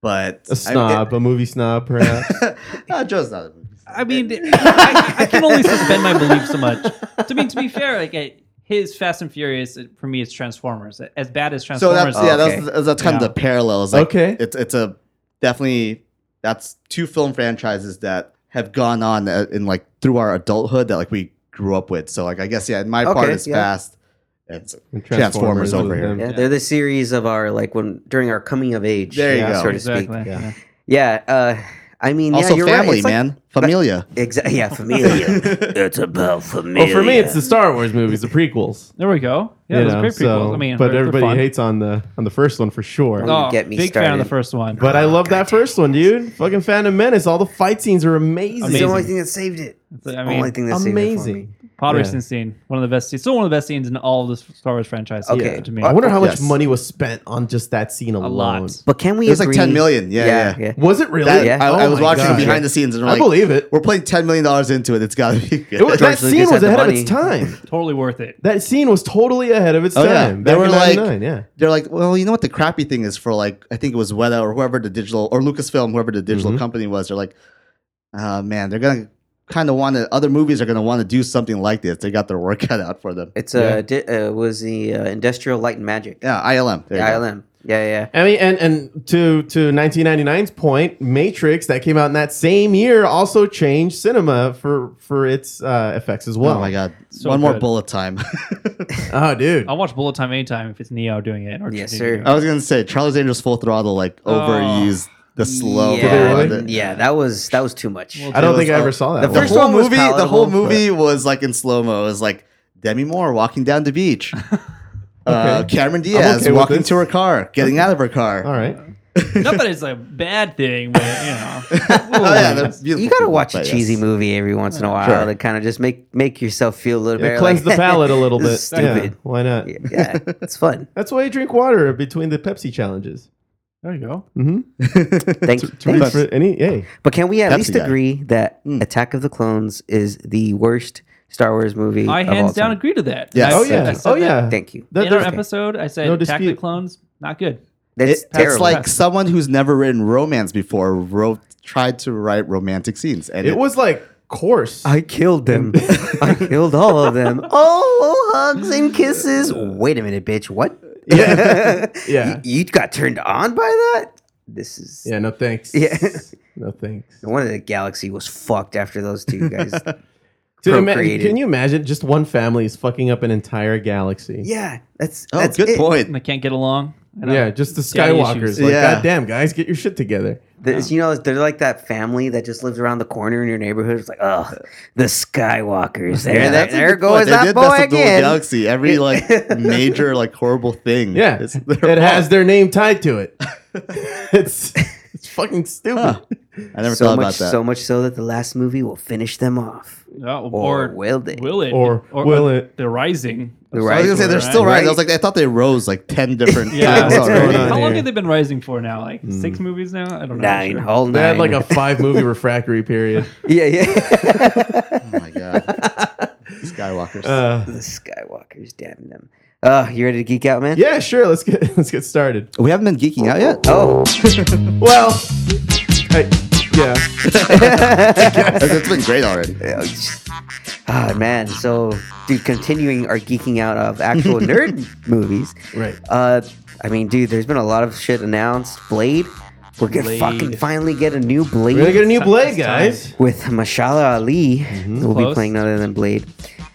Speaker 7: but
Speaker 6: A snob, a movie snob, perhaps.
Speaker 7: I, Ah, Joe's not. a-
Speaker 2: I mean, I, I can only suspend my belief so much. To mean, to be fair, like I, his Fast and Furious it- for me, it's Transformers. As bad as
Speaker 7: So
Speaker 2: Transformers,
Speaker 7: that's yeah,
Speaker 4: okay.
Speaker 7: that's that's kind
Speaker 2: Yeah.
Speaker 7: of the parallels. Like,
Speaker 6: Okay.
Speaker 7: it's it's a definitely that's two film franchises that have gone on uh, in like through our adulthood that like we grew up with. So like I guess yeah, in my part
Speaker 4: Okay,
Speaker 7: it's
Speaker 4: yeah.
Speaker 7: fast. It's Transformers over
Speaker 6: with
Speaker 7: here.
Speaker 6: them.
Speaker 4: Yeah, they're the series of our like when during our coming of age,
Speaker 7: There you
Speaker 4: yeah,
Speaker 7: go.
Speaker 4: so to
Speaker 2: exactly.
Speaker 4: speak.
Speaker 2: yeah.
Speaker 4: Yeah, uh, I mean,
Speaker 7: also
Speaker 4: yeah, you're right.
Speaker 7: family,
Speaker 4: It's like-
Speaker 7: man. Familia.
Speaker 4: Exactly. Yeah, familia. it's about familia.
Speaker 6: Well, for me, it's the Star Wars movies, the prequels.
Speaker 2: There we go. Yeah,
Speaker 6: you
Speaker 2: there's
Speaker 6: know,
Speaker 2: great prequels.
Speaker 6: so-
Speaker 2: I mean,
Speaker 6: but
Speaker 2: they're- they're
Speaker 6: everybody
Speaker 2: fun.
Speaker 6: hates on the on the first one for sure.
Speaker 4: Oh. Get me
Speaker 2: big fan of
Speaker 4: started.
Speaker 2: the first one.
Speaker 6: But I love that first one, dude. Fucking Phantom Menace. All the fight scenes are amazing.
Speaker 4: It's the only
Speaker 2: amazing.
Speaker 4: thing that saved it. It's
Speaker 2: I
Speaker 4: the
Speaker 2: mean,
Speaker 4: only thing that saved it. for me.
Speaker 6: Amazing.
Speaker 2: pod
Speaker 6: Yeah.
Speaker 2: racing scene, one of the best scenes, still one of the best scenes in all of the Star Wars franchise.
Speaker 4: Okay.
Speaker 2: to me,
Speaker 6: I wonder how much
Speaker 7: Yes.
Speaker 6: money was spent on just that scene alone.
Speaker 2: a lot.
Speaker 4: But can we?
Speaker 7: It was like
Speaker 4: agree-
Speaker 7: 10 million. Yeah, yeah.
Speaker 6: Was it really?
Speaker 7: That-
Speaker 4: yeah.
Speaker 7: I,
Speaker 6: Oh
Speaker 7: I was
Speaker 6: my
Speaker 7: watching
Speaker 6: God.
Speaker 7: behind the scenes and I'm
Speaker 6: I
Speaker 7: like,
Speaker 6: believe it.
Speaker 7: We're playing ten million dollars into it. It's got to be good.
Speaker 6: It was, that
Speaker 4: George
Speaker 6: scene
Speaker 4: Lucas
Speaker 6: was
Speaker 4: had the
Speaker 6: ahead of its
Speaker 4: money.
Speaker 6: time.
Speaker 2: totally worth it.
Speaker 6: That scene was totally ahead of its
Speaker 7: Oh, yeah.
Speaker 6: time.
Speaker 7: They
Speaker 6: Back
Speaker 7: were
Speaker 6: in
Speaker 7: like-
Speaker 6: 99, yeah.
Speaker 7: They're like, well, you know what the crappy thing is for like I think it was Weta or whoever the digital or Lucasfilm, whoever the digital
Speaker 6: Mhm.
Speaker 7: company was. They're like, oh man, they're gonna kind of want to. Other movies are gonna want to do something like this. They got their work cut out for them.
Speaker 4: It's uh, di- uh was the uh, Industrial Light and Magic
Speaker 7: Yeah, ILM. There you go.
Speaker 4: ILM. Yeah, yeah.
Speaker 6: I mean, and and to to 1999's point, Matrix that came out in that same year also changed cinema for for its uh, effects as well.
Speaker 7: Oh my god,
Speaker 2: So
Speaker 7: one more
Speaker 2: good.
Speaker 7: bullet time.
Speaker 6: Oh, dude.
Speaker 2: I'll watch Bullet Time anytime if it's Neo doing it. Or
Speaker 4: Yes,
Speaker 2: Trinity.
Speaker 4: sir.
Speaker 7: I was gonna say Charlie's Angels Full Throttle like overused the slow.
Speaker 6: Oh.
Speaker 4: Yeah,
Speaker 6: Did
Speaker 7: one.
Speaker 6: they really?
Speaker 4: yeah, that was that was too much.
Speaker 2: Well,
Speaker 6: I don't think I
Speaker 7: uh,
Speaker 6: ever saw that.
Speaker 4: the
Speaker 6: one.
Speaker 7: The
Speaker 4: first
Speaker 7: whole
Speaker 4: one was
Speaker 7: movie, the whole
Speaker 4: palatable,
Speaker 7: movie was like in slow mo. It was like Demi Moore walking down the beach, uh, Cameron Diaz
Speaker 6: okay with
Speaker 7: walking
Speaker 6: this.
Speaker 7: to her car, getting out of her car.
Speaker 6: All right.
Speaker 2: Not that it's a bad thing, but you know.
Speaker 7: oh yeah, they're beautiful
Speaker 4: You gotta
Speaker 7: people,
Speaker 4: watch a
Speaker 7: but
Speaker 4: cheesy
Speaker 7: yes.
Speaker 4: movie every once in a while
Speaker 7: Sure.
Speaker 4: to kind of just make make yourself feel a little
Speaker 8: Yeah,
Speaker 4: better.
Speaker 8: cleanse
Speaker 4: like,
Speaker 8: the palate a little bit.
Speaker 4: this is
Speaker 8: Yeah,
Speaker 4: Stupid.
Speaker 8: why not?
Speaker 4: Yeah. it's fun.
Speaker 8: That's why you drink water between the Pepsi challenges.
Speaker 2: There you go.
Speaker 8: Mm-hmm.
Speaker 4: Thank you.
Speaker 8: But
Speaker 4: Thanks.
Speaker 8: for any, hey,
Speaker 4: But can we at
Speaker 7: Pepsi
Speaker 4: least
Speaker 7: guy.
Speaker 4: agree that Attack of the Clones is the worst Star Wars movie?
Speaker 2: I
Speaker 4: of all
Speaker 2: hands down
Speaker 4: time?
Speaker 2: agree to that.
Speaker 7: Yes.
Speaker 2: I-
Speaker 8: oh
Speaker 7: Thank
Speaker 8: yeah,
Speaker 2: I said
Speaker 8: oh
Speaker 2: that
Speaker 8: yeah.
Speaker 4: Thank you.
Speaker 8: That-
Speaker 2: in our
Speaker 8: there's-
Speaker 2: episode, I said
Speaker 8: No
Speaker 2: Attack the
Speaker 8: dispute.
Speaker 2: Clones, not good.
Speaker 4: That's
Speaker 7: It-
Speaker 4: terrible.
Speaker 7: It's like someone who's never written romance before wrote tried to write romantic scenes, and
Speaker 8: it was like coarse.
Speaker 4: I killed them. Mm. I killed all of them. Oh, hugs and kisses. Wait a minute, bitch. What?
Speaker 8: Yeah. Yeah.
Speaker 4: You, you got turned on by that? This is.
Speaker 8: yeah, no thanks.
Speaker 4: Yeah.
Speaker 8: no thanks.
Speaker 4: No wonder the galaxy was fucked after those two guys.
Speaker 8: Dude, ima-
Speaker 4: procreated.
Speaker 8: can you imagine just one family is fucking up an entire galaxy?
Speaker 4: yeah, that's
Speaker 7: oh,
Speaker 4: that's
Speaker 7: good
Speaker 4: it.
Speaker 2: And
Speaker 7: point.
Speaker 2: they can't get along. you know?
Speaker 8: Yeah, just the
Speaker 2: uh, Daddy
Speaker 8: Skywalkers.
Speaker 2: issues.
Speaker 8: Like,
Speaker 7: Yeah.
Speaker 8: goddamn, guys, get your shit together.
Speaker 4: There's- you know, they're like that family that just lives around the corner in your neighborhood. It's like, oh, the Skywalkers. There,
Speaker 7: Yeah,
Speaker 4: there,
Speaker 7: that's a
Speaker 4: there
Speaker 7: good point.
Speaker 4: goes
Speaker 7: They
Speaker 4: that
Speaker 7: did
Speaker 4: boy
Speaker 7: mess up the whole
Speaker 4: again.
Speaker 7: Galaxy, every like major like horrible thing.
Speaker 8: Yeah,
Speaker 7: is
Speaker 8: it
Speaker 7: their
Speaker 8: has
Speaker 7: fault.
Speaker 8: their name tied to it. it's it's fucking stupid.
Speaker 7: I never
Speaker 4: so
Speaker 7: thought
Speaker 4: much,
Speaker 7: about that.
Speaker 4: so much so that the last movie will finish them off.
Speaker 2: Oh,
Speaker 4: Or
Speaker 2: or,
Speaker 4: will they?
Speaker 2: Will it?
Speaker 8: Or will it?
Speaker 2: They're rising.
Speaker 4: The
Speaker 7: I was gonna say they're
Speaker 2: Right.
Speaker 7: still rising. I was
Speaker 4: Right.
Speaker 7: like, I thought they rose like ten different
Speaker 2: Yeah.
Speaker 7: times
Speaker 8: what's
Speaker 7: already.
Speaker 8: going on
Speaker 2: How long
Speaker 8: here?
Speaker 2: have they been rising for now? Like six movies now? I don't know.
Speaker 4: nine,
Speaker 2: Sure.
Speaker 4: all nine.
Speaker 8: They had like a five movie refractory period.
Speaker 4: yeah, yeah.
Speaker 7: Oh my god, Skywalkers.
Speaker 8: Uh,
Speaker 4: the Skywalkers, damn them. Oh, you ready to geek out, man?
Speaker 8: yeah, sure. Let's get let's get started.
Speaker 7: we haven't been geeking out yet.
Speaker 4: Oh,
Speaker 8: Well, I, yeah,
Speaker 7: it's been great already.
Speaker 4: oh, just- ah, man. So, dude, continuing our geeking out of actual nerd movies.
Speaker 8: right.
Speaker 4: Uh, I mean, dude, there's been a lot of shit announced. Blade, we're gonna
Speaker 2: Blade.
Speaker 4: fucking finally get a new Blade.
Speaker 8: We're gonna get a new blade,
Speaker 2: It's time.
Speaker 8: guys.
Speaker 4: with Mashallah Ali, who will be
Speaker 2: Close.
Speaker 4: playing none other than Blade.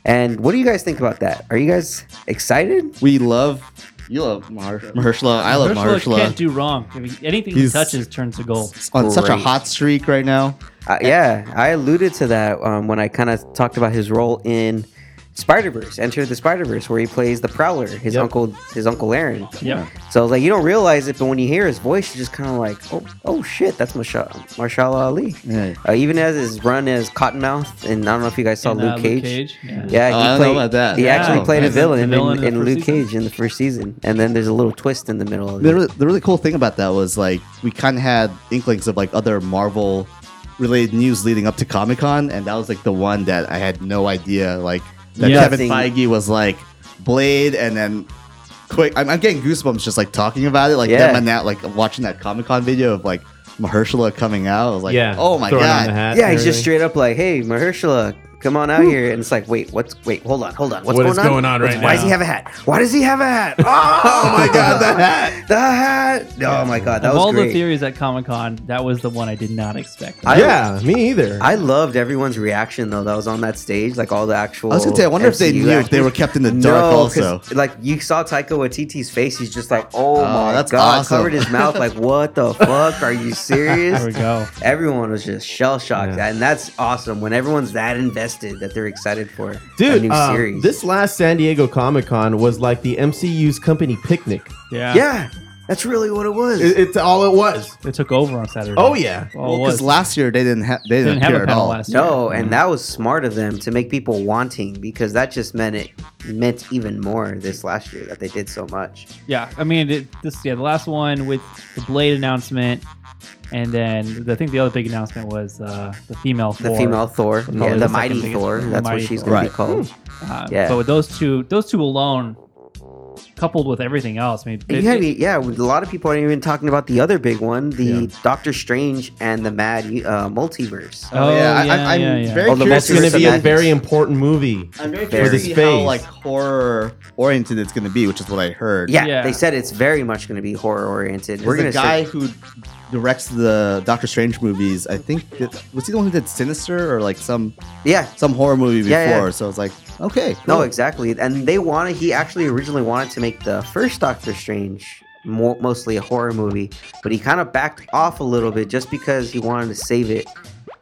Speaker 4: And what do you guys think about that? Are you guys excited?
Speaker 7: We love you. Love Mar- Mahershala. I love
Speaker 2: Ursula
Speaker 7: Mahershala.
Speaker 2: can't do wrong. I mean, anything he
Speaker 7: He's-
Speaker 2: touches turns to gold.
Speaker 7: on such a
Speaker 4: Great.
Speaker 7: hot streak right now.
Speaker 4: Uh, yeah, I alluded to that um, when I kind of talked about his role in Spider Verse, Enter the Spider Verse, where he plays the Prowler, his
Speaker 8: Yep.
Speaker 4: uncle, his uncle Aaron.
Speaker 2: Yeah.
Speaker 4: So like you don't realize it, but when you hear his voice, you're just kind of like, oh, oh shit, that's Masha- Marshala Ali.
Speaker 7: Yeah.
Speaker 4: Uh, even as his run as Cottonmouth, and I don't know if you guys saw
Speaker 2: And, uh,
Speaker 4: Luke, Cage.
Speaker 2: Yeah.
Speaker 4: Yeah,
Speaker 7: Oh,
Speaker 4: he
Speaker 7: I don't know
Speaker 4: played,
Speaker 7: about that.
Speaker 4: He
Speaker 7: Yeah.
Speaker 4: actually played a
Speaker 2: As the- the
Speaker 4: villain,
Speaker 2: villain
Speaker 4: in,
Speaker 2: in the
Speaker 4: in
Speaker 2: first
Speaker 4: Luke
Speaker 2: season.
Speaker 4: Cage in the first season, and then there's a little twist in the middle of
Speaker 7: The,
Speaker 4: it.
Speaker 7: re- the really cool thing about that was like we kind of had inklings of like other Marvel related news leading up to Comic Con, and that was like the one that I had no idea like that
Speaker 2: Yeah.
Speaker 7: Kevin
Speaker 4: Nothing.
Speaker 7: Feige was like Blade, and then quick. I'm, I'm getting goosebumps just like talking about it, like
Speaker 4: Yeah.
Speaker 7: them and that, like watching that Comic Con video of like Mahershala coming out. I was like,
Speaker 8: yeah.
Speaker 7: oh my
Speaker 8: throwing on the
Speaker 7: god,
Speaker 8: hat
Speaker 4: yeah,
Speaker 8: and
Speaker 4: he's just
Speaker 8: everything.
Speaker 4: straight up like, "Hey, Mahershala, come on out here," and it's like, "Wait, what's wait? Hold on, hold on, what's
Speaker 8: What
Speaker 4: going
Speaker 8: is
Speaker 4: on?
Speaker 8: going on
Speaker 4: What's-
Speaker 8: right
Speaker 4: Why does he
Speaker 8: now?"
Speaker 4: have a hat? Why does he have a hat? Oh my god, the hat! The hat! Oh my god, that
Speaker 2: Of
Speaker 4: was
Speaker 2: all
Speaker 4: great.
Speaker 2: the theories at Comic Con, that was the one I did not expect.
Speaker 4: I-
Speaker 8: Yeah, me either.
Speaker 4: I loved everyone's reaction though. That was on that stage, like all the actual.
Speaker 7: I was gonna say, I wonder if they
Speaker 4: MCU
Speaker 7: knew if
Speaker 4: actors.
Speaker 7: they were kept in the dark.
Speaker 4: No,
Speaker 7: also,
Speaker 4: 'cause, like you saw Taika Waititi's face, he's just like, "Oh, my
Speaker 7: that's
Speaker 4: god!"
Speaker 7: awesome.
Speaker 4: Covered his mouth, like, "What the fuck? Are you serious?"
Speaker 2: there we go.
Speaker 4: Everyone was just shell shocked,
Speaker 8: Yeah.
Speaker 4: and that's awesome. When everyone's that invested, that they're excited for
Speaker 8: Dude,
Speaker 4: a new
Speaker 8: um,
Speaker 4: series.
Speaker 8: this last San Diego Comic Con was like the MCU's company picnic.
Speaker 2: Yeah.
Speaker 4: yeah, that's really what it was.
Speaker 8: It- it's all it was.
Speaker 2: It took over on Saturday.
Speaker 8: Oh yeah.
Speaker 2: Well, it
Speaker 7: because
Speaker 2: was.
Speaker 7: last year they didn't have they
Speaker 2: They
Speaker 7: didn't,
Speaker 2: didn't have
Speaker 7: appear
Speaker 2: a
Speaker 7: at
Speaker 2: panel
Speaker 7: all.
Speaker 2: last year.
Speaker 4: no, and that was smart of them to make people wanting because that just meant it meant even more this last year that they did so much.
Speaker 2: Yeah, I mean, it, this yeah the last one with the Blade announcement, and then the, I think the other big announcement was uh, the female
Speaker 4: The
Speaker 2: Thor.
Speaker 4: female Thor, yeah,
Speaker 2: the
Speaker 4: the
Speaker 2: second
Speaker 4: mighty
Speaker 2: biggest-
Speaker 4: Thor.
Speaker 2: the
Speaker 4: That's
Speaker 2: mighty
Speaker 4: what she's
Speaker 2: Thor.
Speaker 4: going to
Speaker 7: Right.
Speaker 4: be called.
Speaker 2: Uh,
Speaker 4: yeah.
Speaker 2: But with those two, those two alone, coupled with everything else, I mean, it-
Speaker 4: yeah, I
Speaker 2: it-
Speaker 4: mean, yeah. with- A lot of people aren't even talking about the other big one, the Doctor Strange and the Mad uh, Multiverse.
Speaker 2: oh yeah,
Speaker 7: I- I, I'm
Speaker 2: yeah, yeah.
Speaker 7: very
Speaker 4: Oh, the
Speaker 7: curious.
Speaker 8: That's
Speaker 4: Multiverse
Speaker 8: going
Speaker 4: of
Speaker 8: to be a
Speaker 4: Madness.
Speaker 8: very important movie.
Speaker 7: I'm
Speaker 8: to
Speaker 7: very
Speaker 4: curious
Speaker 7: curious
Speaker 8: see
Speaker 7: to
Speaker 8: space.
Speaker 7: how like horror oriented it's going to be, which is what I heard.
Speaker 4: yeah,
Speaker 2: yeah.
Speaker 4: they said it's very much going to be horror oriented. We're
Speaker 7: We're
Speaker 4: going
Speaker 7: the
Speaker 4: to
Speaker 7: guy who directs the Doctor Strange movies, I think, did, was he the one who did Sinister or like some
Speaker 4: yeah,
Speaker 7: some horror movie before?
Speaker 4: Yeah, yeah.
Speaker 7: So I was like, okay,
Speaker 4: No,
Speaker 7: cool.
Speaker 4: exactly. And they wanted, he actually originally wanted to make the first Doctor Strange mo mostly a horror movie, but he kind of backed off a little bit just because he wanted to save it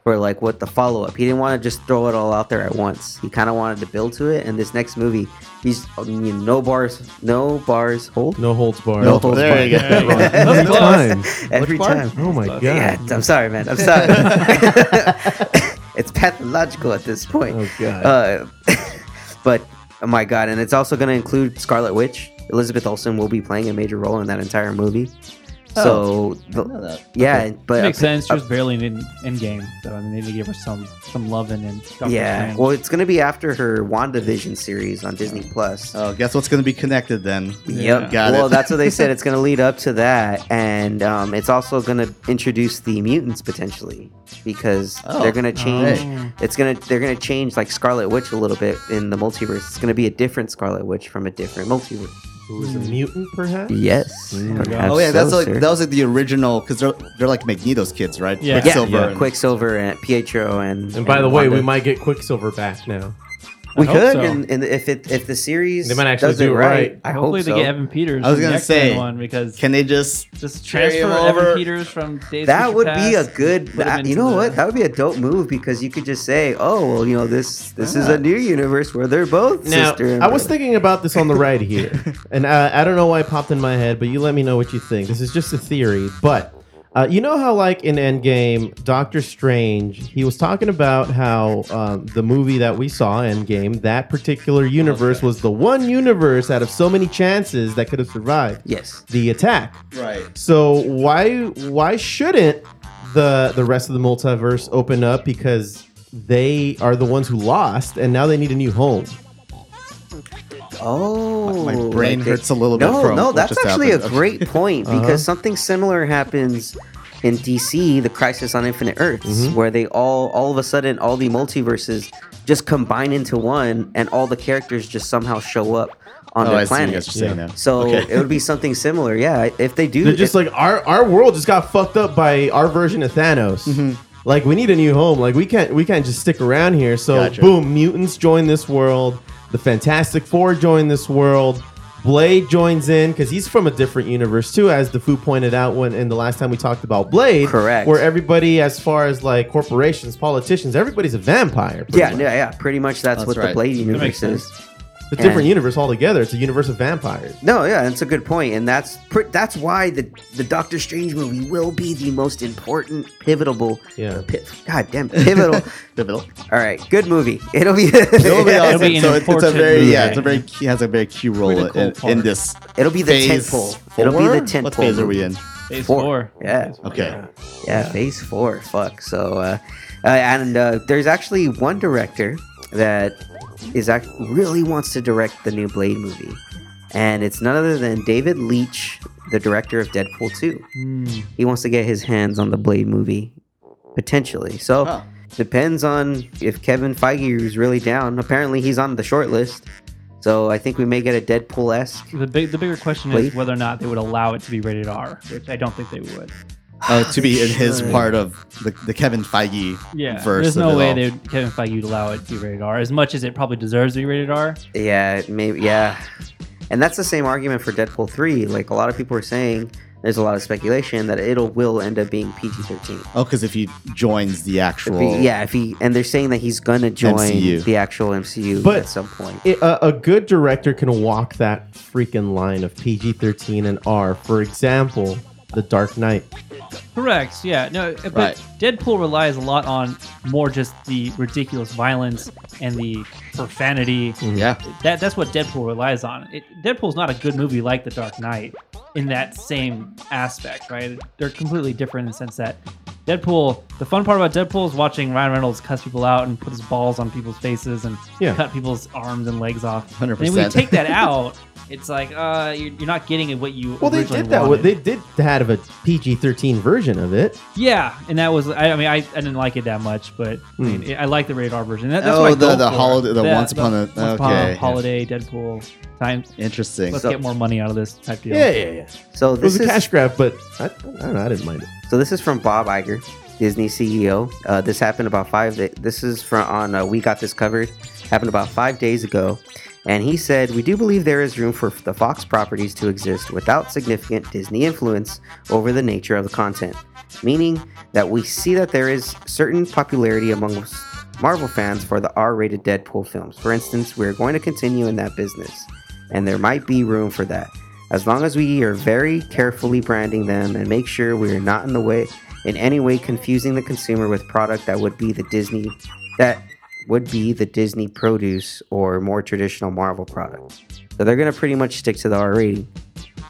Speaker 4: or like what the follow up. He didn't want to just throw it all out there at once. He kind of wanted to build to it. And this next movie, he's I mean, no bars, no bars hold.
Speaker 6: No holds barred.
Speaker 4: No holds
Speaker 7: There you go.
Speaker 6: Every time.
Speaker 4: Every
Speaker 7: bar?
Speaker 4: time.
Speaker 6: Oh my god.
Speaker 4: Yeah, I'm sorry, man. I'm sorry. it's pathological at this point.
Speaker 6: Oh, God.
Speaker 4: Uh, but oh my god, and it's also going to include Scarlet Witch. Elizabeth Olsen will be playing a major role in that entire movie. So, the- yeah, but
Speaker 2: Oh. makes sense. She
Speaker 4: uh,
Speaker 2: was barely in in game, so I mean, they need to give her some some loving and Dr.
Speaker 4: yeah,
Speaker 2: Strange.
Speaker 4: well, it's going to be after her WandaVision series on Disney Plus.
Speaker 7: Oh, guess what's going to be connected then?
Speaker 4: Yep.
Speaker 7: Got
Speaker 4: well,
Speaker 7: it.
Speaker 4: that's what they said. It's going to lead up to that, and um, it's also going to introduce the mutants potentially because
Speaker 7: Oh.
Speaker 4: they're going to change. It's going to they're going to change like Scarlet Witch a little bit in the multiverse. It's going to be a different Scarlet Witch from a different multiverse.
Speaker 6: Who is a mutant, perhaps?
Speaker 4: Yes. perhaps
Speaker 7: Oh yeah, that's
Speaker 4: so,
Speaker 7: like
Speaker 4: sir.
Speaker 7: that was like the original because they're they're like Magneto's kids, right?
Speaker 2: Yeah.
Speaker 4: yeah,
Speaker 7: Quicksilver.
Speaker 4: yeah,
Speaker 7: and-
Speaker 4: Quicksilver and Pietro and.
Speaker 6: And by the way, we
Speaker 4: Wanda.
Speaker 6: might get Quicksilver back now.
Speaker 4: we
Speaker 2: I hope
Speaker 4: could,
Speaker 2: so.
Speaker 4: and, and if it if the series
Speaker 6: They might actually
Speaker 4: does
Speaker 6: do it
Speaker 4: right,
Speaker 6: right.
Speaker 4: I
Speaker 2: Hopefully
Speaker 4: hope
Speaker 2: they
Speaker 4: so.
Speaker 2: get Evan Peters.
Speaker 7: I was
Speaker 2: for the
Speaker 7: gonna
Speaker 2: X-Men
Speaker 7: say,
Speaker 2: one because
Speaker 7: Can they just
Speaker 2: just
Speaker 7: carry
Speaker 2: transfer
Speaker 7: him
Speaker 2: Evan
Speaker 7: over?
Speaker 2: Peters from Days of
Speaker 4: That
Speaker 2: Future
Speaker 4: would be a
Speaker 2: Past,
Speaker 4: good.
Speaker 2: put him
Speaker 4: that- you
Speaker 2: into
Speaker 4: know
Speaker 2: the-
Speaker 4: what? That would be a dope move because you could just say, "Oh, well, you know this. This is a new universe where they're both
Speaker 6: Now,
Speaker 4: sister." And
Speaker 6: I was
Speaker 4: brother.
Speaker 6: thinking about this on the ride here, and uh, I don't know why it popped in my head, but you let me know what you think. This is just a theory, but uh, you know how, like in Endgame, Doctor Strange, he was talking about how um, the movie that we saw, Endgame, that particular universe was the one universe out of so many chances that could have survived
Speaker 4: yes.
Speaker 6: the attack.
Speaker 7: right?
Speaker 6: So why why shouldn't the the rest of the multiverse open up because they are the ones who lost and now they need a new home.
Speaker 4: Oh,
Speaker 7: My- my brain
Speaker 4: they-
Speaker 7: hurts a little bit
Speaker 4: No,
Speaker 7: from
Speaker 4: no,
Speaker 7: what
Speaker 4: that's
Speaker 7: just
Speaker 4: actually a
Speaker 7: happened. Uh-huh.
Speaker 4: great point because something similar happens in DC, the Crisis on Infinite Earths,
Speaker 7: Mm-hmm.
Speaker 4: where they all, all of a sudden, all the multiverses just combine into one, and all the characters just somehow show up on
Speaker 7: Oh,
Speaker 4: their
Speaker 7: I see what you
Speaker 4: planet.
Speaker 7: guys are saying now.
Speaker 4: So
Speaker 7: Okay.
Speaker 4: it would be something similar, yeah. If they do,
Speaker 6: They're just
Speaker 4: it-
Speaker 6: like our our world just got fucked up by our version of Thanos.
Speaker 4: Mm-hmm.
Speaker 6: Like we need a new home. Like we can't we can't just stick around here. So
Speaker 7: Gotcha.
Speaker 6: boom, mutants join this world. The Fantastic Four join this world. Blade joins in because he's from a different universe too, as the Foo pointed out when in the last time we talked about Blade.
Speaker 4: Correct.
Speaker 6: Where everybody, as far as like corporations, politicians, everybody's a vampire. pretty
Speaker 4: yeah,
Speaker 6: much.
Speaker 4: yeah, yeah, pretty much that's,
Speaker 7: That's
Speaker 4: what the
Speaker 7: right.
Speaker 4: Blade
Speaker 2: That makes
Speaker 4: universe
Speaker 2: sense.
Speaker 4: is.
Speaker 6: It's a different universe altogether. It's a universe of vampires.
Speaker 4: No, yeah, that's a good point, and that's pr- that's why the the Doctor Strange movie will be the most important, pivotal.
Speaker 6: Yeah.
Speaker 4: Pi- God damn, pivotal.
Speaker 7: Pivotal.
Speaker 4: All right, good movie. It'll be
Speaker 7: It'll be
Speaker 4: it'll
Speaker 7: awesome.
Speaker 2: be an
Speaker 7: so it's, it's a
Speaker 2: important
Speaker 7: very
Speaker 2: movie.
Speaker 7: yeah, it's a very key, has a very key role
Speaker 2: Pretty cool
Speaker 7: in,
Speaker 2: part.
Speaker 7: in this.
Speaker 4: be the
Speaker 7: phase
Speaker 4: tentpole. It'll be the
Speaker 7: four?
Speaker 4: tentpole.
Speaker 7: What phase are we in?
Speaker 2: Phase
Speaker 4: Four.
Speaker 2: four.
Speaker 4: Yeah.
Speaker 7: Okay.
Speaker 4: Yeah, phase four. Fuck. So, uh, uh, and uh, there's actually one director that is act- really wants to direct the new Blade movie, and it's none other than David Leitch, the director of Deadpool two.
Speaker 2: Hmm.
Speaker 4: He wants to get his hands on the Blade movie, potentially. So.
Speaker 7: Huh.
Speaker 4: Depends on if Kevin Feige is really down. Apparently, he's on the short list, so I think we may get a Deadpool esque.
Speaker 2: The big, the bigger question
Speaker 4: Wait.
Speaker 2: is whether or not they would allow it to be rated R, which I don't think they would.
Speaker 7: Oh, to be in his
Speaker 4: Sure.
Speaker 7: part of the, the Kevin Feige
Speaker 2: Yeah,
Speaker 7: verse.
Speaker 2: there's
Speaker 7: of
Speaker 2: no
Speaker 7: it
Speaker 2: way
Speaker 7: all.
Speaker 2: they would, Kevin Feige would allow it to be rated R, as much as it probably deserves to be rated R.
Speaker 4: Yeah, maybe. Yeah, and that's the same argument for Deadpool three. Like a lot of people are saying, there's a lot of speculation that it'll will end up being PG thirteen.
Speaker 7: Oh, because if he joins the actual.
Speaker 4: Yeah, if he and they're saying that he's gonna join
Speaker 7: MCU.
Speaker 4: the actual MCU
Speaker 6: But-
Speaker 4: at some point.
Speaker 6: it, uh, a, a good director can walk that freaking line of PG 13 and R. For example, The Dark Knight.
Speaker 2: Correct. Yeah. No. uh, But
Speaker 7: Right.
Speaker 2: Deadpool relies a lot on more just the ridiculous violence and the profanity.
Speaker 7: Mm-hmm. Yeah.
Speaker 2: That that's what Deadpool relies on. It, Deadpool's not a good movie like The Dark Knight in that same aspect, right? They're completely different in the sense that Deadpool. The fun part about Deadpool is watching Ryan Reynolds cuss people out and put his balls on people's faces and
Speaker 6: Yeah.
Speaker 2: cut people's arms and legs off.
Speaker 7: 100%.
Speaker 2: And when you take that out, it's like uh, you're, you're not getting what you.
Speaker 6: Well, they
Speaker 2: originally
Speaker 6: did that.
Speaker 2: wanted.
Speaker 6: with They did have a PG 13 version of it.
Speaker 2: Yeah, and that was I, I mean I, I didn't like it that much, but I mean
Speaker 6: Hmm.
Speaker 2: I like the radar version. That, that's
Speaker 7: Oh,
Speaker 2: what I
Speaker 7: the-
Speaker 2: go
Speaker 7: the
Speaker 2: for.
Speaker 7: holiday- the
Speaker 2: That-
Speaker 7: Once Upon a-
Speaker 2: Once Upon a
Speaker 7: okay, yeah.
Speaker 2: holiday Deadpool time.
Speaker 7: Interesting.
Speaker 2: Let's
Speaker 7: So-
Speaker 2: get more money out of this type deal.
Speaker 6: yeah, yeah.
Speaker 4: So
Speaker 6: It was
Speaker 4: this
Speaker 6: a
Speaker 4: is
Speaker 6: cash grab, but I, I don't know. I didn't mind it.
Speaker 4: so this is from Bob Iger, Disney CEO. Uh, this happened about five. da- This is from on uh, We Got This Covered. Happened about five days ago, and he said we do believe there is room for the Fox properties to exist without significant Disney influence over the nature of the content. meaning that we see that there is certain popularity among Marvel fans for the R-rated Deadpool films. For instance, we're going to continue in that business, and there might be room for that. As long as we are very carefully branding them and make sure we are not in the way in any way confusing the consumer with product that would be the Disney that would be the Disney produce or more traditional Marvel product. So they're gonna pretty much stick to the R rating.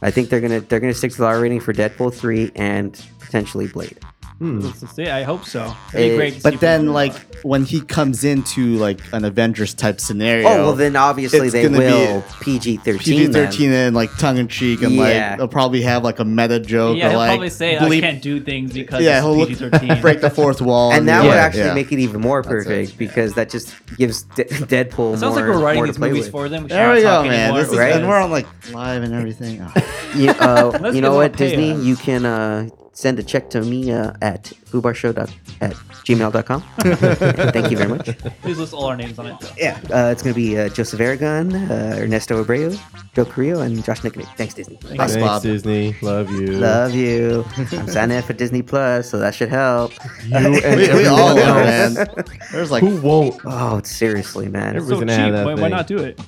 Speaker 4: I think they're gonna they're gonna stick to the R rating for Deadpool three and potentially Blade.
Speaker 2: Let's see. I hope so. Hmm. It'd be
Speaker 4: Eh,
Speaker 2: great to see
Speaker 7: But then,
Speaker 2: Blade.
Speaker 7: like when he comes into like an Avengers type scenario,
Speaker 4: Oh well, then obviously
Speaker 7: it's
Speaker 4: they
Speaker 7: gonna be
Speaker 4: will PG thirteen.
Speaker 7: PG thirteen and like tongue in cheek and
Speaker 4: Yeah.
Speaker 7: like they'll probably have like a meta joke
Speaker 2: yeah,
Speaker 7: or
Speaker 2: he'll
Speaker 7: like
Speaker 2: probably say I
Speaker 7: bleep-
Speaker 2: can't do things because
Speaker 7: yeah,
Speaker 2: yeah,
Speaker 7: he'll
Speaker 2: it's
Speaker 7: look,
Speaker 2: PG-13.
Speaker 7: break the fourth wall,
Speaker 4: And that
Speaker 7: yeah,
Speaker 4: would actually
Speaker 7: yeah.
Speaker 4: make it even more perfect
Speaker 7: yeah.
Speaker 4: because that just gives De- Deadpool
Speaker 2: Sounds
Speaker 4: more,
Speaker 2: like we're writing
Speaker 4: more to
Speaker 2: these
Speaker 4: play
Speaker 2: movies
Speaker 4: with.
Speaker 2: for them. We
Speaker 7: There we
Speaker 2: should not
Speaker 7: go,
Speaker 2: talk
Speaker 7: man.
Speaker 2: anymore
Speaker 7: This is,
Speaker 4: right?
Speaker 7: And we're on like live and everything. Oh.
Speaker 4: you, uh, you
Speaker 2: give
Speaker 4: know
Speaker 2: them a
Speaker 4: what,
Speaker 2: payout.
Speaker 4: Disney? You can uh, send a check to me uh, at foobarshow dot at gmail.com. Thank you very much.
Speaker 2: Please list all our names on it. though.
Speaker 4: Yeah. Uh, it's going to be uh, Joseph Aragon, uh, Ernesto Abreu, Joe Carrillo, and Josh Nickney. Thanks, Disney. Bye.
Speaker 7: Thanks,
Speaker 6: Thanks,
Speaker 7: Bob.
Speaker 6: Disney. Love you.
Speaker 4: Love you. I'm signing up for Disney Plus, so that should help.
Speaker 6: you and
Speaker 7: We, we
Speaker 6: everyone
Speaker 7: all know,
Speaker 6: else.
Speaker 7: man. There's like
Speaker 6: Who won't?
Speaker 4: Oh, seriously, man.
Speaker 2: It's so
Speaker 6: Everybody's
Speaker 2: cheap.
Speaker 6: gonna have that
Speaker 2: Why, why
Speaker 6: thing.
Speaker 2: not do it?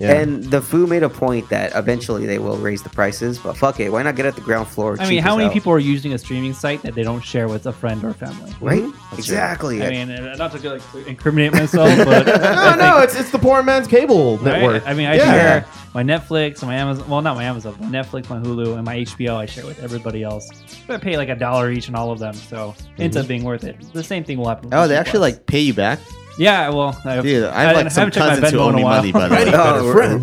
Speaker 6: Yeah.
Speaker 4: And the Foo made a point that eventually they will raise the prices, but fuck it. Why not get at the ground floor?
Speaker 2: I
Speaker 4: cheap
Speaker 2: mean, how
Speaker 4: as
Speaker 2: many
Speaker 4: hell?
Speaker 2: people are using a streaming site that they don't share with a friend or family?
Speaker 4: Right? Exactly.
Speaker 2: I mean, uh, not to go, like, incriminate myself, but
Speaker 6: no, no, it's it's the poor man's cable
Speaker 2: Right?
Speaker 6: network.
Speaker 2: I mean, I
Speaker 6: yeah.
Speaker 2: share my Netflix, my Amazon. Well, not my Amazon, my Netflix, my Hulu, and my HBO. I share with everybody else. But I pay like a dollar each on all of them, so it ends up
Speaker 6: Mhm.
Speaker 2: being worth it. The same thing will happen. with
Speaker 7: oh, they
Speaker 2: Disney
Speaker 7: actually
Speaker 2: Plus.
Speaker 7: like pay you back.
Speaker 2: Yeah, well, I,
Speaker 7: Dude, I
Speaker 2: I
Speaker 7: have like
Speaker 2: haven't
Speaker 7: some
Speaker 2: checked my
Speaker 7: cousins who
Speaker 2: Venmo in
Speaker 7: owe
Speaker 2: a
Speaker 7: me
Speaker 2: while.
Speaker 7: money, by the way.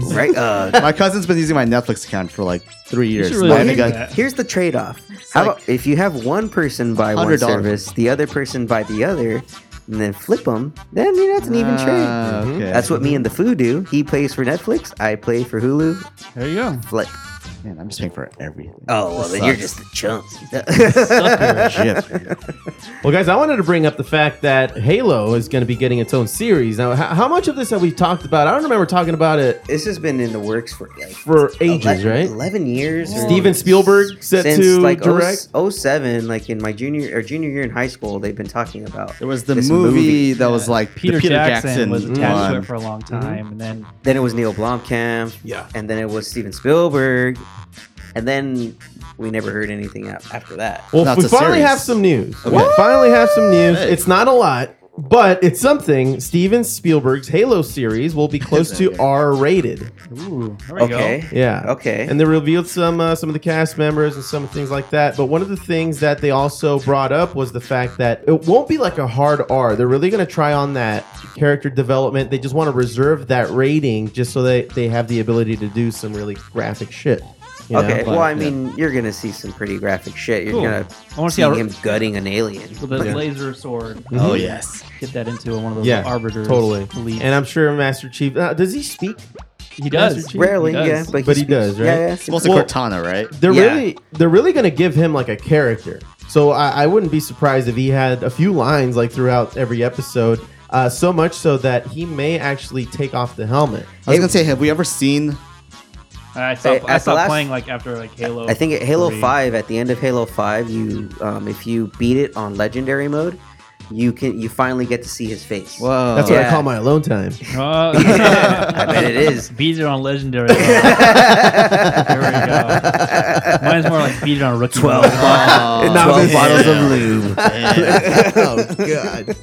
Speaker 4: oh, right. Uh,
Speaker 7: My cousin's been using my Netflix account for like three years.
Speaker 2: should really
Speaker 7: Now
Speaker 2: look
Speaker 7: they
Speaker 2: into
Speaker 7: got-
Speaker 2: that.
Speaker 4: Here's the trade-off. How
Speaker 7: like-
Speaker 4: about if you have one person buy one
Speaker 7: $100.
Speaker 4: service, the other person buy the other, and then flip them, then you know it's an even
Speaker 6: Uh,
Speaker 4: trade.
Speaker 7: Ah, okay.
Speaker 4: That's what me and the Foo do. He plays for Netflix. I play for Hulu.
Speaker 2: there you go.
Speaker 4: Flip.
Speaker 7: Man, I'm just paying for everything.
Speaker 4: Oh, well,
Speaker 7: This
Speaker 4: then you're
Speaker 7: sucks.
Speaker 4: just a chump.
Speaker 7: Shit, man.
Speaker 6: Well, guys, I wanted to bring up the fact that Halo is going to be getting its own series. Now, how, how much of this have we talked about? I don't remember talking about it
Speaker 4: this has been in the works for like
Speaker 6: for ages,
Speaker 4: 11,
Speaker 6: right?
Speaker 4: 11 years. or-
Speaker 6: Steven Spielberg set
Speaker 4: Since
Speaker 6: to
Speaker 4: like
Speaker 6: direct.
Speaker 4: 07, like in my junior or junior year in high school, they've been talking about.
Speaker 7: There was the
Speaker 4: this
Speaker 7: movie, that was like the
Speaker 2: Peter, Jackson, was attached to
Speaker 7: one.
Speaker 2: it for a long
Speaker 6: Mm-hmm.
Speaker 2: time, and then
Speaker 4: Then it was Neil Blomkamp.
Speaker 6: Yeah.
Speaker 4: And then it was Steven Spielberg. And then we never heard anything a- after that.
Speaker 6: Well,
Speaker 7: That's
Speaker 6: we
Speaker 7: a
Speaker 6: finally
Speaker 7: series.
Speaker 6: have some news. We finally have some news.
Speaker 7: Hey.
Speaker 6: It's not a lot, but it's something. Steven Spielberg's Halo series will be close to R rated.
Speaker 2: ooh, there we
Speaker 4: Okay.
Speaker 2: go.
Speaker 6: Yeah.
Speaker 4: Okay.
Speaker 6: And they revealed some uh, some of the cast members and some things like that. But one of the things that they also brought up was the fact that it won't be like a hard R. They're really going to try on that character development. They just want to reserve that rating just so they they have the ability to do some really graphic shit. you know?
Speaker 4: okay.
Speaker 6: But-
Speaker 4: well, I mean, you're gonna see some pretty graphic shit. You're
Speaker 2: Cool.
Speaker 4: gonna
Speaker 2: I want to
Speaker 4: see
Speaker 2: see how
Speaker 4: him gutting an alien.
Speaker 2: with the laser sword.
Speaker 7: Oh yes.
Speaker 2: Get that into one of those
Speaker 6: yeah,
Speaker 2: arbiters.
Speaker 6: totally.
Speaker 2: elite-
Speaker 6: And I'm sure Master Chief uh, does he speak?
Speaker 2: he does.
Speaker 6: Master Chief?
Speaker 4: Rarely,
Speaker 2: He does.
Speaker 4: yeah, but,
Speaker 6: But he
Speaker 4: speaks-
Speaker 6: does, right?
Speaker 4: Yeah,
Speaker 7: It's
Speaker 4: yeah.
Speaker 7: supposed to
Speaker 6: Well-
Speaker 7: Cortana, right?
Speaker 6: They're
Speaker 4: Yeah.
Speaker 6: really they're really gonna give him like a character. So I, I wouldn't be surprised if he had a few lines like throughout every episode. Uh, so much so that he may actually take off the helmet.
Speaker 7: I was gonna say, have we ever seen?
Speaker 2: I stopped,
Speaker 4: Hey, at
Speaker 2: I
Speaker 4: the
Speaker 2: stopped
Speaker 4: last-
Speaker 2: playing like after like Halo.
Speaker 4: I think at Halo
Speaker 2: 3.
Speaker 4: Five, at the end of Halo Five, you um, if you beat it on Legendary mode, you can you finally get to see his face.
Speaker 7: Whoa.
Speaker 6: That's what I
Speaker 4: Yeah.
Speaker 6: call my alone time.
Speaker 2: Oh,
Speaker 4: I bet it is.
Speaker 2: Beat it on legendary. mode. there we go. Mine's more like beat it on rookie. Twelve.
Speaker 7: Oh,
Speaker 6: Now
Speaker 4: Twelve
Speaker 6: this-
Speaker 4: bottles of
Speaker 6: oh
Speaker 4: lube.
Speaker 6: god.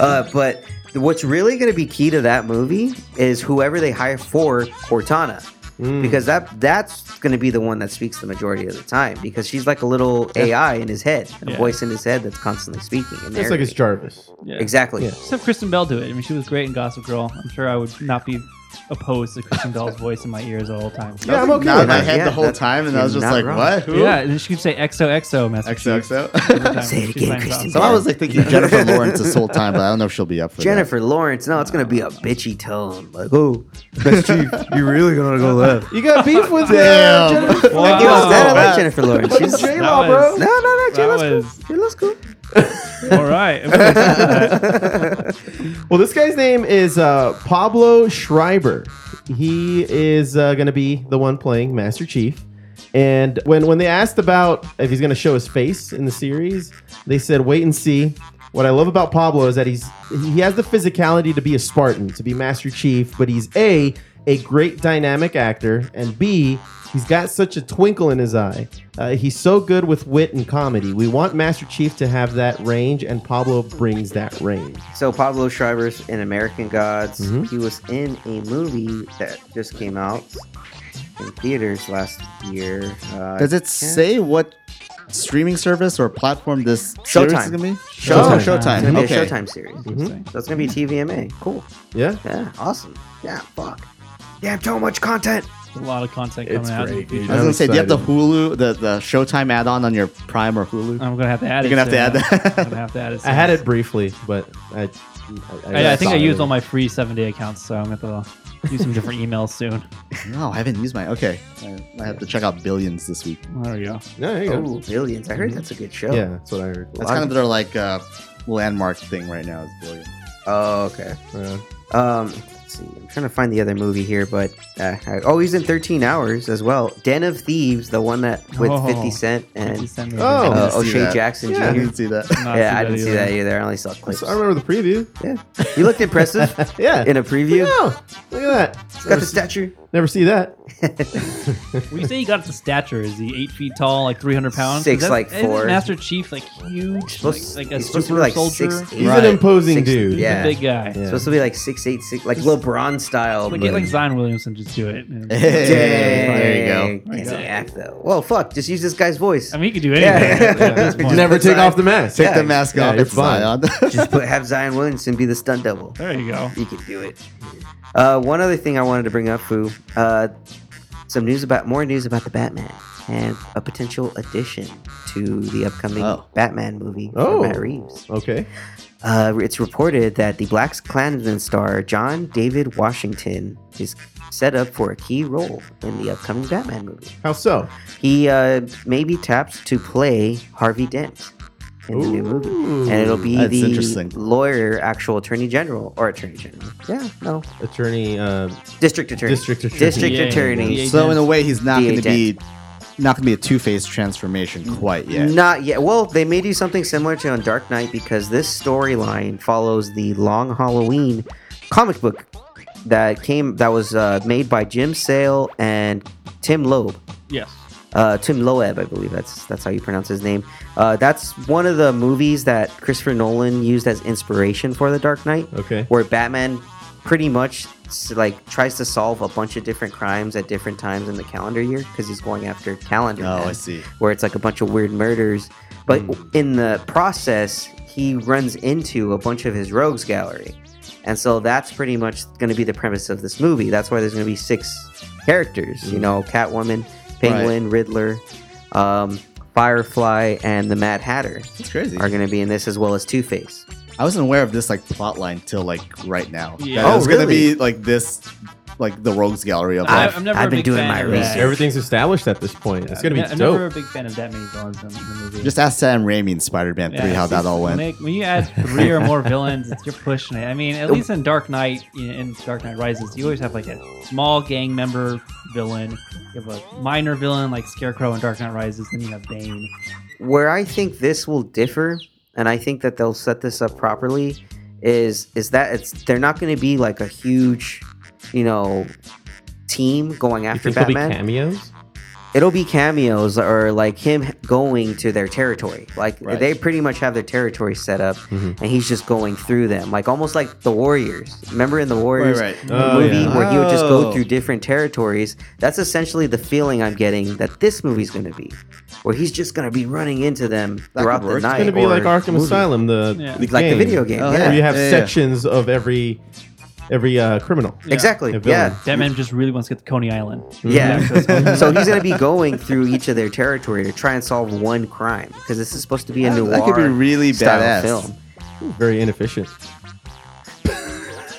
Speaker 4: Uh, but what's really going to be key to that movie is whoever they hire for Cortana,
Speaker 6: Hmm. Mm.
Speaker 4: because that that's going to be the one that speaks the majority of the time because she's like a little AI in his head, a
Speaker 2: Yeah.
Speaker 4: voice in his head that's constantly speaking. And
Speaker 6: It's like it's
Speaker 4: narrating.
Speaker 6: Jarvis.
Speaker 4: exactly.
Speaker 6: Yeah.
Speaker 2: Just have Kristen Bell do it. I mean, she was great in Gossip Girl. I'm sure I would not be opposed to Kristen Bell's voice in my ears all the time.
Speaker 6: Yeah, I'm okay
Speaker 7: Now
Speaker 6: with
Speaker 7: in my
Speaker 6: that.
Speaker 7: head
Speaker 4: Yeah,
Speaker 7: the whole
Speaker 4: that's-
Speaker 7: time, and I was
Speaker 4: you're
Speaker 7: just
Speaker 4: not
Speaker 7: like,
Speaker 4: wrong.
Speaker 7: what? Who?
Speaker 2: Yeah, and then she could say XOXO, Master
Speaker 7: XOXO.
Speaker 2: Chief.
Speaker 4: Say it
Speaker 2: She
Speaker 4: again,
Speaker 2: finds
Speaker 4: Kristen
Speaker 2: out.
Speaker 7: So I was like thinking Jennifer Lawrence this whole time, but I don't know if she'll be up for
Speaker 4: Jennifer Lawrence, no, it's gonna be a bitchy tone. Like, oh, that's chief, you really gonna go left?
Speaker 6: You got beef with uh,
Speaker 7: Damn.
Speaker 6: Jennifer.
Speaker 2: Wow.
Speaker 4: I give us that. I
Speaker 2: That
Speaker 4: like Jennifer Lawrence. She's no,
Speaker 6: J
Speaker 4: no,
Speaker 6: Law,
Speaker 2: was-
Speaker 6: bro.
Speaker 4: no, she looks cool.
Speaker 2: was
Speaker 4: She looks cool.
Speaker 2: all right.
Speaker 4: Mm-hmm.
Speaker 2: Okay.
Speaker 6: Well, this guy's name is uh, Pablo Schreiber. He is uh, going to be the one playing Master Chief. And when when they asked about if he's going to show his face in the series, they said wait and see. What I love about Pablo is that he's he has the physicality to be a Spartan, to be Master Chief, but he's a a great dynamic actor, and B he's got such a twinkle in his eye. Uh, he's so good with wit and comedy. We want Master Chief to have that range, and Pablo brings that range.
Speaker 4: So Pablo Schreiber's in American Gods. He was in a movie that just came out in theaters last year. Uh,
Speaker 7: Does it say what streaming service or platform this series
Speaker 4: Showtime.
Speaker 7: is gonna be?
Speaker 4: Showtime.
Speaker 7: Oh, Showtime.
Speaker 4: It's gonna be
Speaker 7: okay.
Speaker 4: a Showtime series. So it's gonna be TVMA. Cool.
Speaker 6: Yeah.
Speaker 4: Yeah. Awesome. Yeah. Fuck. Damn, so much content.
Speaker 2: A lot of content coming out. in the future.
Speaker 7: I was gonna say, do you have the
Speaker 6: excited.
Speaker 7: Hulu, the, the Showtime add-on on your Prime or Hulu?
Speaker 4: Oh.
Speaker 2: I'm gonna have to add
Speaker 7: You're
Speaker 2: it.
Speaker 7: gonna have to add that.
Speaker 2: I'm gonna have to add it. Oh,
Speaker 6: I had it briefly, but I I,
Speaker 2: I, I think I
Speaker 6: saw it.
Speaker 2: used all my free seven day accounts, so I'm gonna have to use some different emails soon.
Speaker 7: No, I haven't used my. Okay, I have to check out Billions this week.
Speaker 2: There you go.
Speaker 6: No, there you go.
Speaker 4: Oh, billions. I heard that's a good show.
Speaker 6: Yeah, that's what I heard.
Speaker 7: That's kind of their like uh, landmark thing right now is Billions.
Speaker 4: Oh, okay.
Speaker 6: Yeah.
Speaker 4: Um, let's see. I'm trying to find the other movie here, but uh, I, oh, he's in 13 Hours as well. Den of Thieves, the one that with
Speaker 2: Oh,
Speaker 4: 50 Cent and
Speaker 2: Just send me
Speaker 6: Oh.
Speaker 2: the-
Speaker 4: uh,
Speaker 7: didn't see
Speaker 4: O'Shea
Speaker 7: that.
Speaker 4: Jackson
Speaker 7: I
Speaker 4: Jr.
Speaker 7: didn't see that.
Speaker 2: Not
Speaker 4: Yeah, I didn't see
Speaker 2: either.
Speaker 4: that either. I only saw clips.
Speaker 6: So I remember the preview.
Speaker 4: Yeah, he looked impressive
Speaker 6: Yeah.
Speaker 4: in a preview.
Speaker 6: Oh, look at that.
Speaker 4: He's got the stature.
Speaker 6: Never see that.
Speaker 2: When you say he got the stature, is he eight feet tall, like 300 pounds?
Speaker 4: Six,
Speaker 2: Is that-
Speaker 4: like,
Speaker 2: isn't
Speaker 4: four.
Speaker 2: Master Chief, like huge, like,
Speaker 4: Supposed-
Speaker 2: like a
Speaker 4: he's supposed to
Speaker 2: super
Speaker 4: be like
Speaker 2: soldier.
Speaker 4: six, eight.
Speaker 6: He's
Speaker 7: Right.
Speaker 6: an imposing
Speaker 4: Six-
Speaker 6: dude.
Speaker 2: He's
Speaker 4: yeah.
Speaker 2: a big guy.
Speaker 6: Yeah.
Speaker 4: Supposed to be like six eight six, like LeBron style.
Speaker 2: Like, get like
Speaker 4: but-
Speaker 2: Zion Williamson, just do it.
Speaker 7: Hey, there you
Speaker 4: Dang. Act though. Well, fuck. Just use this guy's voice.
Speaker 2: I mean, he could do anything.
Speaker 4: Yeah.
Speaker 2: at this point.
Speaker 6: Never take
Speaker 4: That's
Speaker 6: off the mask.
Speaker 7: Take the mask
Speaker 6: Yeah,
Speaker 7: off.
Speaker 6: you're
Speaker 7: It's Zion.
Speaker 4: just put have Zion Williamson be the stunt double.
Speaker 2: There you go.
Speaker 4: You can do it. Uh, one other thing I wanted to bring up, Foo. Uh, some news about more news about the Batman and a potential addition to the upcoming
Speaker 7: Oh.
Speaker 4: Batman movie
Speaker 6: Oh.
Speaker 4: from Matt Reeves.
Speaker 6: Okay.
Speaker 4: Uh, it's reported that the Black Klansman star John David Washington is set up for a key role in the upcoming Batman movie.
Speaker 6: How so?
Speaker 4: He uh, may be tapped to play Harvey Dent in the new movie, and it'll be
Speaker 7: That's
Speaker 4: the
Speaker 7: interesting.
Speaker 4: lawyer, actual attorney general, or attorney general. Yeah, no,
Speaker 6: Attorney. Uh,
Speaker 4: district attorney.
Speaker 6: District attorney.
Speaker 4: District
Speaker 2: Yeah,
Speaker 4: attorney.
Speaker 2: yeah,
Speaker 7: so in a way, he's not
Speaker 4: DA
Speaker 7: going to be not going to be a two phase transformation quite yet.
Speaker 4: Not yet. Well, they may do something similar to on Dark Knight because this storyline follows the Long Halloween comic book that came that was uh, made by Jim Sale and Tim Loeb.
Speaker 2: Yes.
Speaker 4: uh, Tim Loeb, I believe that's that's how you pronounce his name. Uh, that's one of the movies that Christopher Nolan used as inspiration for The Dark Knight.
Speaker 6: Okay.
Speaker 4: where Batman pretty much s- like tries to solve a bunch of different crimes at different times in the calendar year because he's going after calendar.
Speaker 7: Oh,
Speaker 4: men,
Speaker 7: I see.
Speaker 4: Where it's like a bunch of weird murders, but in the process, he runs into a bunch of his rogues gallery. And so that's pretty much going to be the premise of this movie. That's why there's going to be six characters, you know, Catwoman, Penguin, Riddler, um, Firefly, and the Mad Hatter
Speaker 7: It's crazy.
Speaker 4: are going to be in this as well as Two Face.
Speaker 7: I wasn't aware of this like plot line till like right now.
Speaker 2: Yeah.
Speaker 7: That
Speaker 4: Oh,
Speaker 7: it's going to
Speaker 4: really?
Speaker 7: be like this, like the Rogues Gallery of
Speaker 2: I,
Speaker 7: like
Speaker 2: I'm never
Speaker 4: I've
Speaker 2: a
Speaker 4: been
Speaker 2: big
Speaker 4: doing
Speaker 2: fan
Speaker 4: my
Speaker 2: of that.
Speaker 4: research.
Speaker 6: everything's established at this point. It's gonna be
Speaker 2: Yeah, I'm never a
Speaker 6: dope.
Speaker 2: big fan of that many villains in, in the movie.
Speaker 7: Just ask Sam Raimi in Spider Man
Speaker 2: Yeah,
Speaker 7: Three how
Speaker 2: it's
Speaker 7: that
Speaker 2: just-
Speaker 7: all
Speaker 2: when
Speaker 7: went.
Speaker 2: they- When you add three or more villains, it's, you're pushing it. I mean, at least in Dark Knight, you know, in Dark Knight Rises, you always have like a small gang member villain. You have a minor villain like Scarecrow in Dark Knight Rises. Then you have Bane.
Speaker 4: where I think this will differ, and I think that they'll set this up properly, is is that it's they're not going to be like a huge, you know, team going
Speaker 6: You
Speaker 4: after
Speaker 6: think there'll be
Speaker 4: Batman.
Speaker 6: cameos?
Speaker 4: It'll be cameos or like him going to their territory. Like
Speaker 7: Right.
Speaker 4: they pretty much have their territory set up, and he's just going through them, like almost like the Warriors. Remember in the Warriors,
Speaker 7: right.
Speaker 6: Oh,
Speaker 4: movie
Speaker 6: yeah.
Speaker 4: where he would just go
Speaker 7: Oh.
Speaker 4: through different territories. That's essentially the feeling I'm getting that this movie's going to be, where he's just going to be running into them
Speaker 7: That
Speaker 4: throughout
Speaker 7: could
Speaker 4: the
Speaker 7: work. It's
Speaker 4: night.
Speaker 6: It's gonna be
Speaker 4: or
Speaker 6: like Arkham
Speaker 4: movie.
Speaker 6: Asylum, the,
Speaker 2: Yeah.
Speaker 6: the
Speaker 4: like the
Speaker 6: game,
Speaker 4: video game.
Speaker 7: Oh,
Speaker 4: yeah.
Speaker 6: Where you have
Speaker 7: Yeah, yeah, yeah.
Speaker 6: sections of every every uh, criminal.
Speaker 4: exactly.
Speaker 6: A villain.
Speaker 4: Yeah.
Speaker 2: Batman just really wants to get to Coney Island.
Speaker 4: Yeah. so he's going to be going through each of their territory to try and solve one crime because this is supposed to be a noir
Speaker 7: That could be really
Speaker 4: style
Speaker 7: badass.
Speaker 4: film.
Speaker 6: Very inefficient.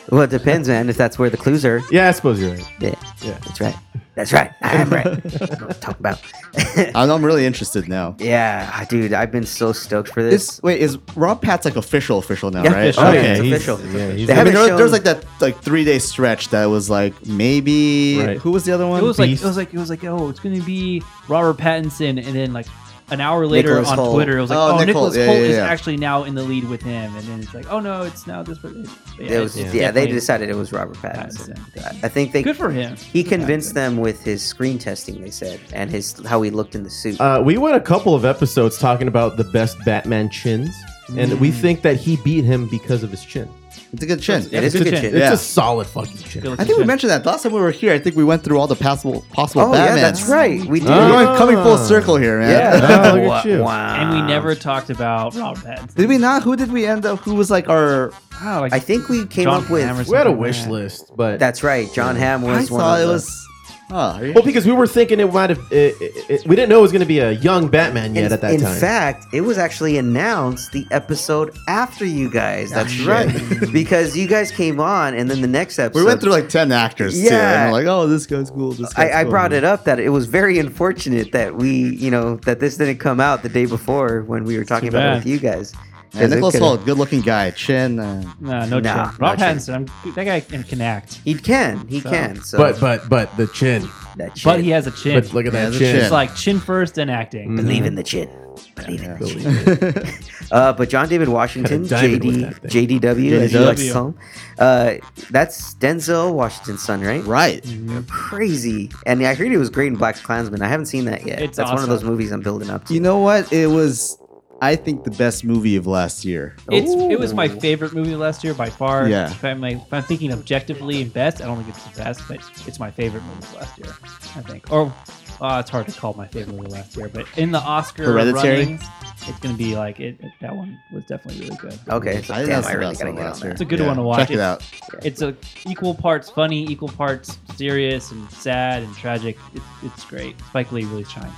Speaker 4: Well, it depends, man, if that's where the clues are.
Speaker 6: Yeah, I suppose you're right.
Speaker 4: Yeah.
Speaker 6: Yeah.
Speaker 4: That's right. That's right. I am right. That's what I'm talking about.
Speaker 7: I'm, I'm really interested now.
Speaker 4: yeah, dude, I've been so stoked for this.
Speaker 7: This wait is Rob Pat's like official official now,
Speaker 4: Yeah,
Speaker 7: right?
Speaker 4: official. Oh, yeah, it's
Speaker 6: he's-
Speaker 4: official. It's
Speaker 6: Yeah,
Speaker 4: official.
Speaker 6: he's
Speaker 4: They
Speaker 7: I mean,
Speaker 4: haven't
Speaker 7: there, was- there was
Speaker 4: shown-
Speaker 7: like that like three day stretch that was like maybe
Speaker 6: Right.
Speaker 7: who was the other one?
Speaker 2: It was like it
Speaker 6: Beast.
Speaker 2: was like it was like oh, it's gonna be Robert Pattinson, and then like an hour later
Speaker 4: Nicholas
Speaker 2: on
Speaker 4: Hoult.
Speaker 2: Twitter, it was like
Speaker 7: Oh,
Speaker 2: oh,
Speaker 7: Nick
Speaker 2: Nicholas
Speaker 7: Hoult. Yeah,
Speaker 2: Holt
Speaker 7: yeah,
Speaker 2: is
Speaker 7: yeah.
Speaker 2: actually now in the lead with him, and then it's like oh no, it's now this person. Yeah,
Speaker 4: It was,
Speaker 2: it's-
Speaker 4: yeah,
Speaker 2: it's
Speaker 4: they
Speaker 2: definitely
Speaker 4: decided it was Robert Pattinson.
Speaker 2: Pattinson.
Speaker 4: I- I think they
Speaker 2: Good for him.
Speaker 4: He convinced them with his screen testing, they said, and his how he looked in the suit.
Speaker 6: Uh, we went a couple of episodes talking about the best Batman chins, and
Speaker 7: Mm.
Speaker 6: we think that he beat him because of his chin.
Speaker 7: it's a good chin.
Speaker 4: it is a
Speaker 2: it's a
Speaker 4: good
Speaker 2: chin.
Speaker 4: chin.
Speaker 7: Yeah.
Speaker 6: It's a solid fucking chin.
Speaker 7: I think we mentioned that last time we were here. I think we went through all the possible possible.
Speaker 4: Oh yeah,
Speaker 7: Batmans.
Speaker 4: that's right. We did.
Speaker 7: We're
Speaker 6: Ah.
Speaker 7: going- coming full circle here, man.
Speaker 4: Yeah.
Speaker 6: Oh, look at you.
Speaker 4: Wow.
Speaker 2: And we never talked about Robert Pattinson.
Speaker 7: Did we not? Who did we end up? Who was like our?
Speaker 2: Wow, like
Speaker 4: I think we came
Speaker 2: John
Speaker 4: up with.
Speaker 2: Cameron.
Speaker 6: We had a wish list, but
Speaker 4: That's right. John Hamm
Speaker 7: I
Speaker 4: was one
Speaker 7: thought
Speaker 4: of
Speaker 7: it
Speaker 4: the-
Speaker 7: was. Oh, are you-
Speaker 6: well, because we were thinking it might have, it, it, it- we didn't know it was going to be a young Batman yet
Speaker 4: in,
Speaker 6: at that
Speaker 4: in
Speaker 6: time.
Speaker 4: fact, it was actually announced the episode after you
Speaker 7: Ah,
Speaker 4: guys. That's right. because you guys came on, and then the next episode.
Speaker 7: we went through like ten actors too,
Speaker 4: Yeah.
Speaker 7: and we're like, oh, this guy's cool. This guy's
Speaker 4: I, I
Speaker 7: cool.
Speaker 4: brought it up that it was very unfortunate that we, you know, that this didn't come out the day before when we were talking about it
Speaker 2: bad.
Speaker 4: with you guys.
Speaker 7: And
Speaker 4: 'Cause it
Speaker 7: Nicholas
Speaker 4: coulda-
Speaker 7: Holt, good looking guy. Chin. Uh,
Speaker 2: Nah, no,
Speaker 4: Nah,
Speaker 2: chance.
Speaker 4: no
Speaker 2: Rob
Speaker 4: chance.
Speaker 2: Pattinson, I'm, that guy can, can act,
Speaker 4: He can. He can. So
Speaker 6: but but but the chin.
Speaker 4: that shit.
Speaker 2: but he has a chin.
Speaker 6: But look at
Speaker 7: Yeah,
Speaker 6: that
Speaker 7: the
Speaker 6: chin. Mm.
Speaker 7: chin.
Speaker 2: It's like chin first and acting.
Speaker 4: Believe in the chin. Believe in the chin. uh, but John David Washington,
Speaker 6: Got a diamond with
Speaker 4: JD,
Speaker 6: that thing.
Speaker 4: JDW, as you like to
Speaker 2: JDW.
Speaker 4: call him, uh, that's Denzel Washington's son, right?
Speaker 7: right.
Speaker 4: Crazy. And I heard he was great in Black Klansman. I haven't seen that yet.
Speaker 2: It's
Speaker 4: that's one of
Speaker 2: awesome.
Speaker 4: those movies I'm building up to.
Speaker 7: You know what? It was, I think, the best movie of last year.
Speaker 2: It's it was my favorite movie last year by far.
Speaker 7: Yeah.
Speaker 2: If I'm, like, if I'm thinking objectively and best, I don't think it's the best, but it's my favorite movie of last year. I think, or uh, it's hard to call my favorite movie last year, but in the Oscar
Speaker 7: Hereditary?
Speaker 2: runnings, it's gonna be like it, it- That one was definitely really good.
Speaker 4: Okay, so
Speaker 7: I think
Speaker 4: damn,
Speaker 7: that's
Speaker 4: I
Speaker 7: the
Speaker 4: really
Speaker 7: best
Speaker 4: gotta
Speaker 7: one
Speaker 4: get on
Speaker 7: last year.
Speaker 4: that.
Speaker 2: It's a good one to watch.
Speaker 7: Check it
Speaker 2: It's-
Speaker 7: out.
Speaker 2: It's a equal parts funny, equal parts serious and sad and tragic. It's, it's great. Spike Lee really shines.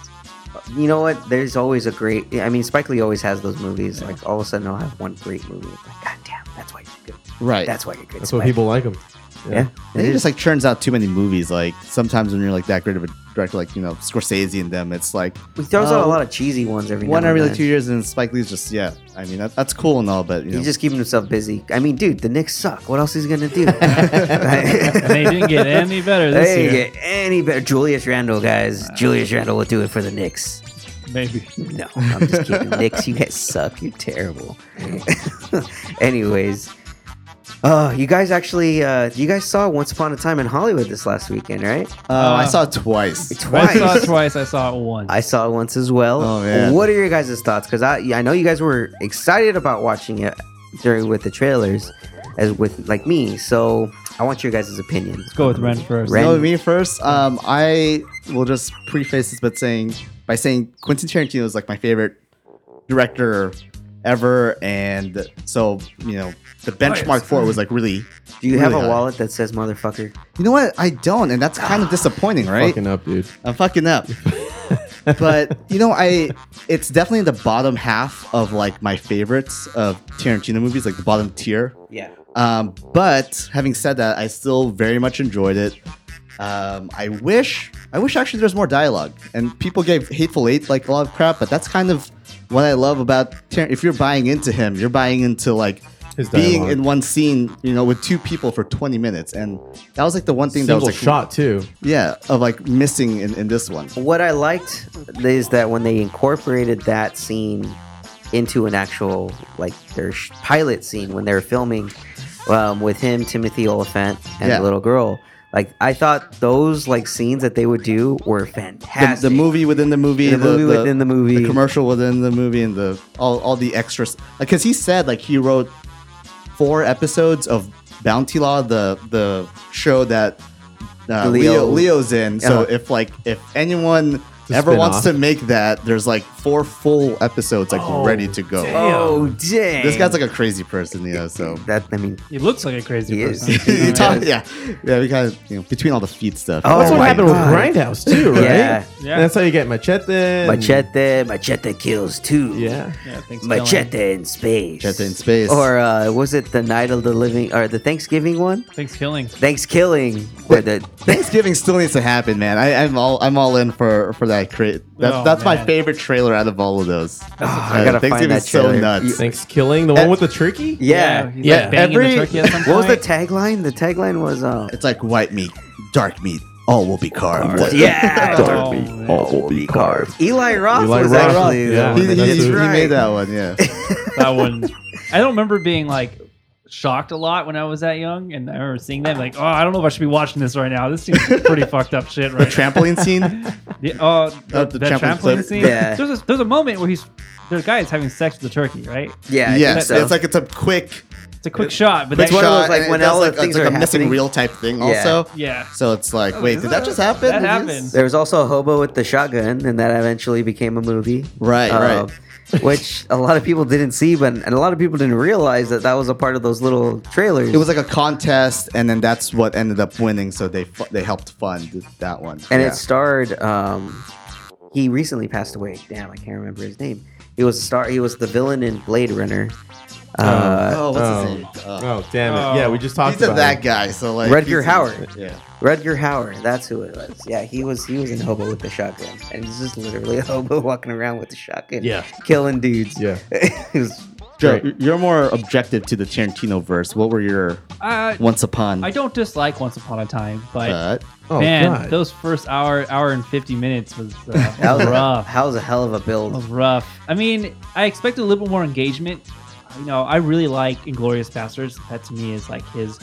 Speaker 4: You know what? There's always a great. I mean, Spike Lee always has those movies. Like all of a sudden, I'll have one great movie. It's like, God damn, that's why you're good.
Speaker 7: Right.
Speaker 4: That's why you're good.
Speaker 6: That's why
Speaker 4: Spike."
Speaker 6: people like him.
Speaker 4: Yeah,
Speaker 7: And
Speaker 4: it
Speaker 7: he
Speaker 4: is.
Speaker 7: just like churns out too many movies. Like sometimes when you're like that great of a director, like you know Scorsese and them, it's like
Speaker 4: He throws out a
Speaker 7: Oh,
Speaker 4: lot of cheesy ones every
Speaker 7: one
Speaker 4: now and
Speaker 7: every like
Speaker 4: then.
Speaker 7: two years, and Spike Lee's just yeah. I mean that, that's cool and all, but you know,
Speaker 4: He's just keeping himself busy. I mean, dude, the Knicks suck. What else is he gonna do? Right?
Speaker 2: And they didn't get any better this
Speaker 4: They
Speaker 2: year.
Speaker 4: didn't get any better. Julius Randle, guys. Julius Randle will do it for the Knicks.
Speaker 2: Maybe.
Speaker 4: No, I'm just kidding. Knicks, you guys suck. You're terrible. Anyways, uh, you guys actually, uh, you guys saw Once Upon a Time in Hollywood this last weekend, right?
Speaker 7: uh, I saw it twice.
Speaker 2: I saw it
Speaker 4: Twice.
Speaker 2: twice. I saw it once.
Speaker 4: I saw it once as well.
Speaker 7: Oh, man.
Speaker 4: What are your guys' thoughts? Because I I know you guys were excited about watching it during with the trailers, as with like me. So I want your guys' opinion.
Speaker 2: Let's go with Ren first.
Speaker 4: Ren.
Speaker 7: No, me first. Um, I will just preface this by saying by saying Quentin Tarantino is like my favorite director ever, and so you know the benchmark for it was like really.
Speaker 4: Do you have
Speaker 7: really
Speaker 4: a
Speaker 7: high.
Speaker 4: wallet that says motherfucker?
Speaker 7: You know what? I don't, and that's kind of disappointing, right?
Speaker 6: Fucking up, dude.
Speaker 7: I'm fucking up. but you know, I it's definitely in the bottom half of like my favorites of Tarantino movies, like the bottom tier.
Speaker 4: Yeah.
Speaker 7: Um, but having said that, I still very much enjoyed it. Um, I wish, I wish actually there's more dialogue. And people gave Hateful Eight like a lot of crap, but that's kind of what I love about. Tar- if you're buying into him, you're buying into like
Speaker 6: His
Speaker 7: being
Speaker 6: dialogue.
Speaker 7: in one scene, you know, with two people for 20 minutes, and that was like the one thing that was
Speaker 6: Single
Speaker 7: like Oh
Speaker 6: shot too.
Speaker 7: yeah, of like missing in, in this one.
Speaker 4: What I liked is that when they incorporated that scene into an actual like their sh- pilot scene when they were filming um, with him, Timothy Oliphant, and
Speaker 7: Yeah.
Speaker 4: the little girl. Like I thought those like scenes that they would do were
Speaker 7: The,
Speaker 4: fantastic.
Speaker 7: the movie within the movie,
Speaker 4: The movie within the movie.
Speaker 7: the commercial within the movie, and the all, all the extras. Because he said like he wrote four episodes of Bounty Law, the the show that uh, Leo.
Speaker 4: Leo.
Speaker 7: Leo's in. So
Speaker 4: Uh-huh.
Speaker 7: if like if anyone
Speaker 6: a
Speaker 7: ever wants
Speaker 6: spin-off.
Speaker 7: to make that, there's like four full episodes like ready to go.
Speaker 4: Oh, dang.
Speaker 7: This guy's like a crazy person, you know. So
Speaker 4: that. I mean,
Speaker 2: He looks like a crazy
Speaker 4: He is.
Speaker 2: person.
Speaker 7: You talk- yeah, yeah. We kind of you know between all the feet stuff.
Speaker 4: Oh,
Speaker 6: That's what
Speaker 4: my
Speaker 6: happened
Speaker 4: God.
Speaker 6: with Grindhouse too, right?
Speaker 4: Yeah.
Speaker 2: Yeah.
Speaker 6: And that's how you get Machete. and-
Speaker 4: machete, machete kills too.
Speaker 6: Yeah.
Speaker 2: Yeah, thanks, Dylan.
Speaker 4: Machete in space.
Speaker 7: Machete in space.
Speaker 4: Or uh, was it the Night of the Living or the Thanksgiving one?
Speaker 2: Thanks, killing.
Speaker 4: Thanksgiving. Where the
Speaker 7: Thanksgiving still needs to happen, man. I, I'm all I'm all in for for that. Cra- that's
Speaker 2: Oh,
Speaker 7: that's my
Speaker 2: man.
Speaker 7: favorite trailer out of all of those.
Speaker 4: oh, I gotta find
Speaker 7: Thanksgiving's
Speaker 4: that trailer.
Speaker 7: Uh, so nuts.
Speaker 6: Thanks, killing the one with the turkey.
Speaker 4: yeah.
Speaker 2: he's
Speaker 6: Yeah,
Speaker 2: like banging
Speaker 6: every-
Speaker 2: the turkey at some
Speaker 4: What was the
Speaker 2: point.
Speaker 4: tagline? The tagline was um.
Speaker 7: It's like white meat, dark meat, all will be carved.
Speaker 4: Yeah.
Speaker 2: Oh, man.
Speaker 4: will be carved. Eli Roth
Speaker 6: Eli
Speaker 4: was
Speaker 6: Roth,
Speaker 4: actually the
Speaker 6: yeah.
Speaker 7: He,
Speaker 4: one
Speaker 7: he-
Speaker 4: that
Speaker 6: That's
Speaker 4: did
Speaker 7: he
Speaker 4: it.
Speaker 7: made that one. Yeah.
Speaker 2: that one. I don't remember being like shocked a lot when I was that young, and I remember seeing that like, oh, I don't know if I should be watching this right now. This seems pretty fucked up shit
Speaker 7: the
Speaker 2: right
Speaker 7: trampoline scene.
Speaker 2: Yeah, uh, the,
Speaker 7: the
Speaker 2: that
Speaker 7: trampoline
Speaker 2: trampoline
Speaker 7: clip.
Speaker 2: scene.
Speaker 4: Yeah.
Speaker 2: There's a, there's a moment where he's there's a guy is having sex with a turkey, right?
Speaker 4: Yeah. I think
Speaker 7: yes,
Speaker 4: so.
Speaker 7: it's like it's a quick.
Speaker 2: It's a quick shot, but
Speaker 7: quick
Speaker 2: that,
Speaker 4: It's one of those,
Speaker 7: shot,
Speaker 4: like,
Speaker 7: and it
Speaker 4: when
Speaker 7: does,
Speaker 4: all the
Speaker 7: like, it's
Speaker 4: things
Speaker 7: like
Speaker 4: are
Speaker 7: a missing
Speaker 4: happening.
Speaker 7: real type thing.
Speaker 4: Yeah.
Speaker 7: Also,
Speaker 2: yeah, Oh,
Speaker 7: So it's like, wait, did that just happen?
Speaker 2: that
Speaker 7: Did this-
Speaker 2: happens.
Speaker 4: There was also Hobo with the Shotgun, and that eventually became a movie. Um,
Speaker 7: Right, right.
Speaker 4: Which a lot of people didn't see, but and a lot of people didn't realize that that was a part of those little trailers.
Speaker 7: It was like a contest, and then that's what ended up winning. So they fu- they helped fund that one.
Speaker 4: and
Speaker 7: Yeah.
Speaker 4: it starred. Um, he recently passed away. Damn, I can't remember his name. He was a star. He was the villain in Blade Runner. Uh,
Speaker 7: oh, what's
Speaker 6: Oh.
Speaker 7: his name? Uh,
Speaker 6: Oh damn it!
Speaker 2: Oh.
Speaker 6: Yeah, we just talked
Speaker 7: he's a
Speaker 6: about
Speaker 7: that
Speaker 6: it.
Speaker 7: guy. So like
Speaker 4: Rutger
Speaker 7: he's-
Speaker 4: Hauer.
Speaker 7: Yeah.
Speaker 4: Rudger Hauer, that's who it was. Yeah, he was he was in Hobo with the shotgun, and he's just literally a hobo walking around with the shotgun,
Speaker 6: Yeah.
Speaker 4: killing dudes.
Speaker 6: Yeah.
Speaker 4: it was
Speaker 7: Joe, you're more objective to the Tarantino verse. What were your
Speaker 2: uh,
Speaker 7: once upon?
Speaker 2: I don't dislike Once Upon a Time, but
Speaker 7: but
Speaker 6: Oh
Speaker 2: man,
Speaker 6: god.
Speaker 2: those first hour hour and fifty minutes was, uh, was
Speaker 4: that was, a,
Speaker 2: rough.
Speaker 4: that was a hell of a
Speaker 2: That was
Speaker 7: Oh,
Speaker 4: build.
Speaker 2: rough. I mean, I expected a little bit more engagement. You know, I really like Inglorious Bastards. That to me is like his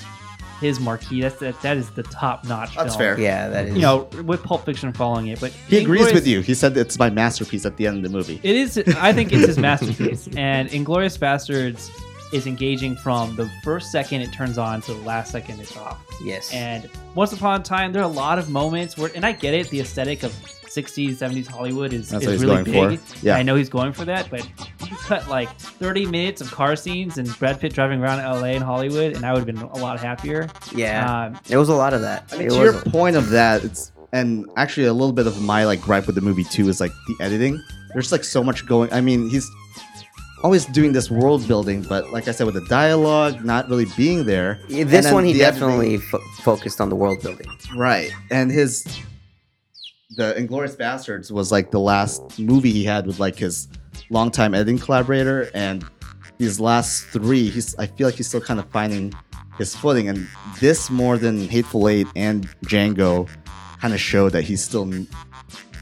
Speaker 2: his marquee. That's that that is the top notch.
Speaker 7: That's fair.
Speaker 4: Yeah, that is.
Speaker 2: You know, with Pulp Fiction following it, but
Speaker 7: he agrees
Speaker 2: Inglourious-
Speaker 7: with you. He said it's my masterpiece at the end of the movie.
Speaker 2: It is. I think it's his masterpiece. and Inglorious Bastards is engaging from the first second it turns on to the last second it's off.
Speaker 4: yes.
Speaker 2: And once upon a time, there are a lot of moments where, and I get it, the aesthetic of 60s, 70s Hollywood is,
Speaker 7: That's
Speaker 2: is
Speaker 7: what he's
Speaker 2: really
Speaker 7: going
Speaker 2: big.
Speaker 7: for. Yeah.
Speaker 2: I know he's going for that, but you could cut like 30 minutes of car scenes and Brad Pitt driving around LA and Hollywood, and I would have been a lot happier.
Speaker 4: yeah,
Speaker 2: Um,
Speaker 4: it was a lot of that.
Speaker 7: I mean,
Speaker 4: it
Speaker 7: to
Speaker 4: was
Speaker 7: your point of that, it's and actually a little bit of my like gripe with the movie too is like the editing. There's like so much going. I mean, he's always doing this world building, but like I said, with the dialogue not really being there.
Speaker 4: Yeah,
Speaker 7: And
Speaker 4: this
Speaker 7: then
Speaker 4: one he
Speaker 7: the
Speaker 4: definitely fo- focused on the world building.
Speaker 7: editing- right, and his the Inglorious Bastards was like the last movie he had with like his longtime editing collaborator, and these last three, he's I feel like he's still kind of finding his footing, and this more than Hateful Eight and Django kind of show that he still n-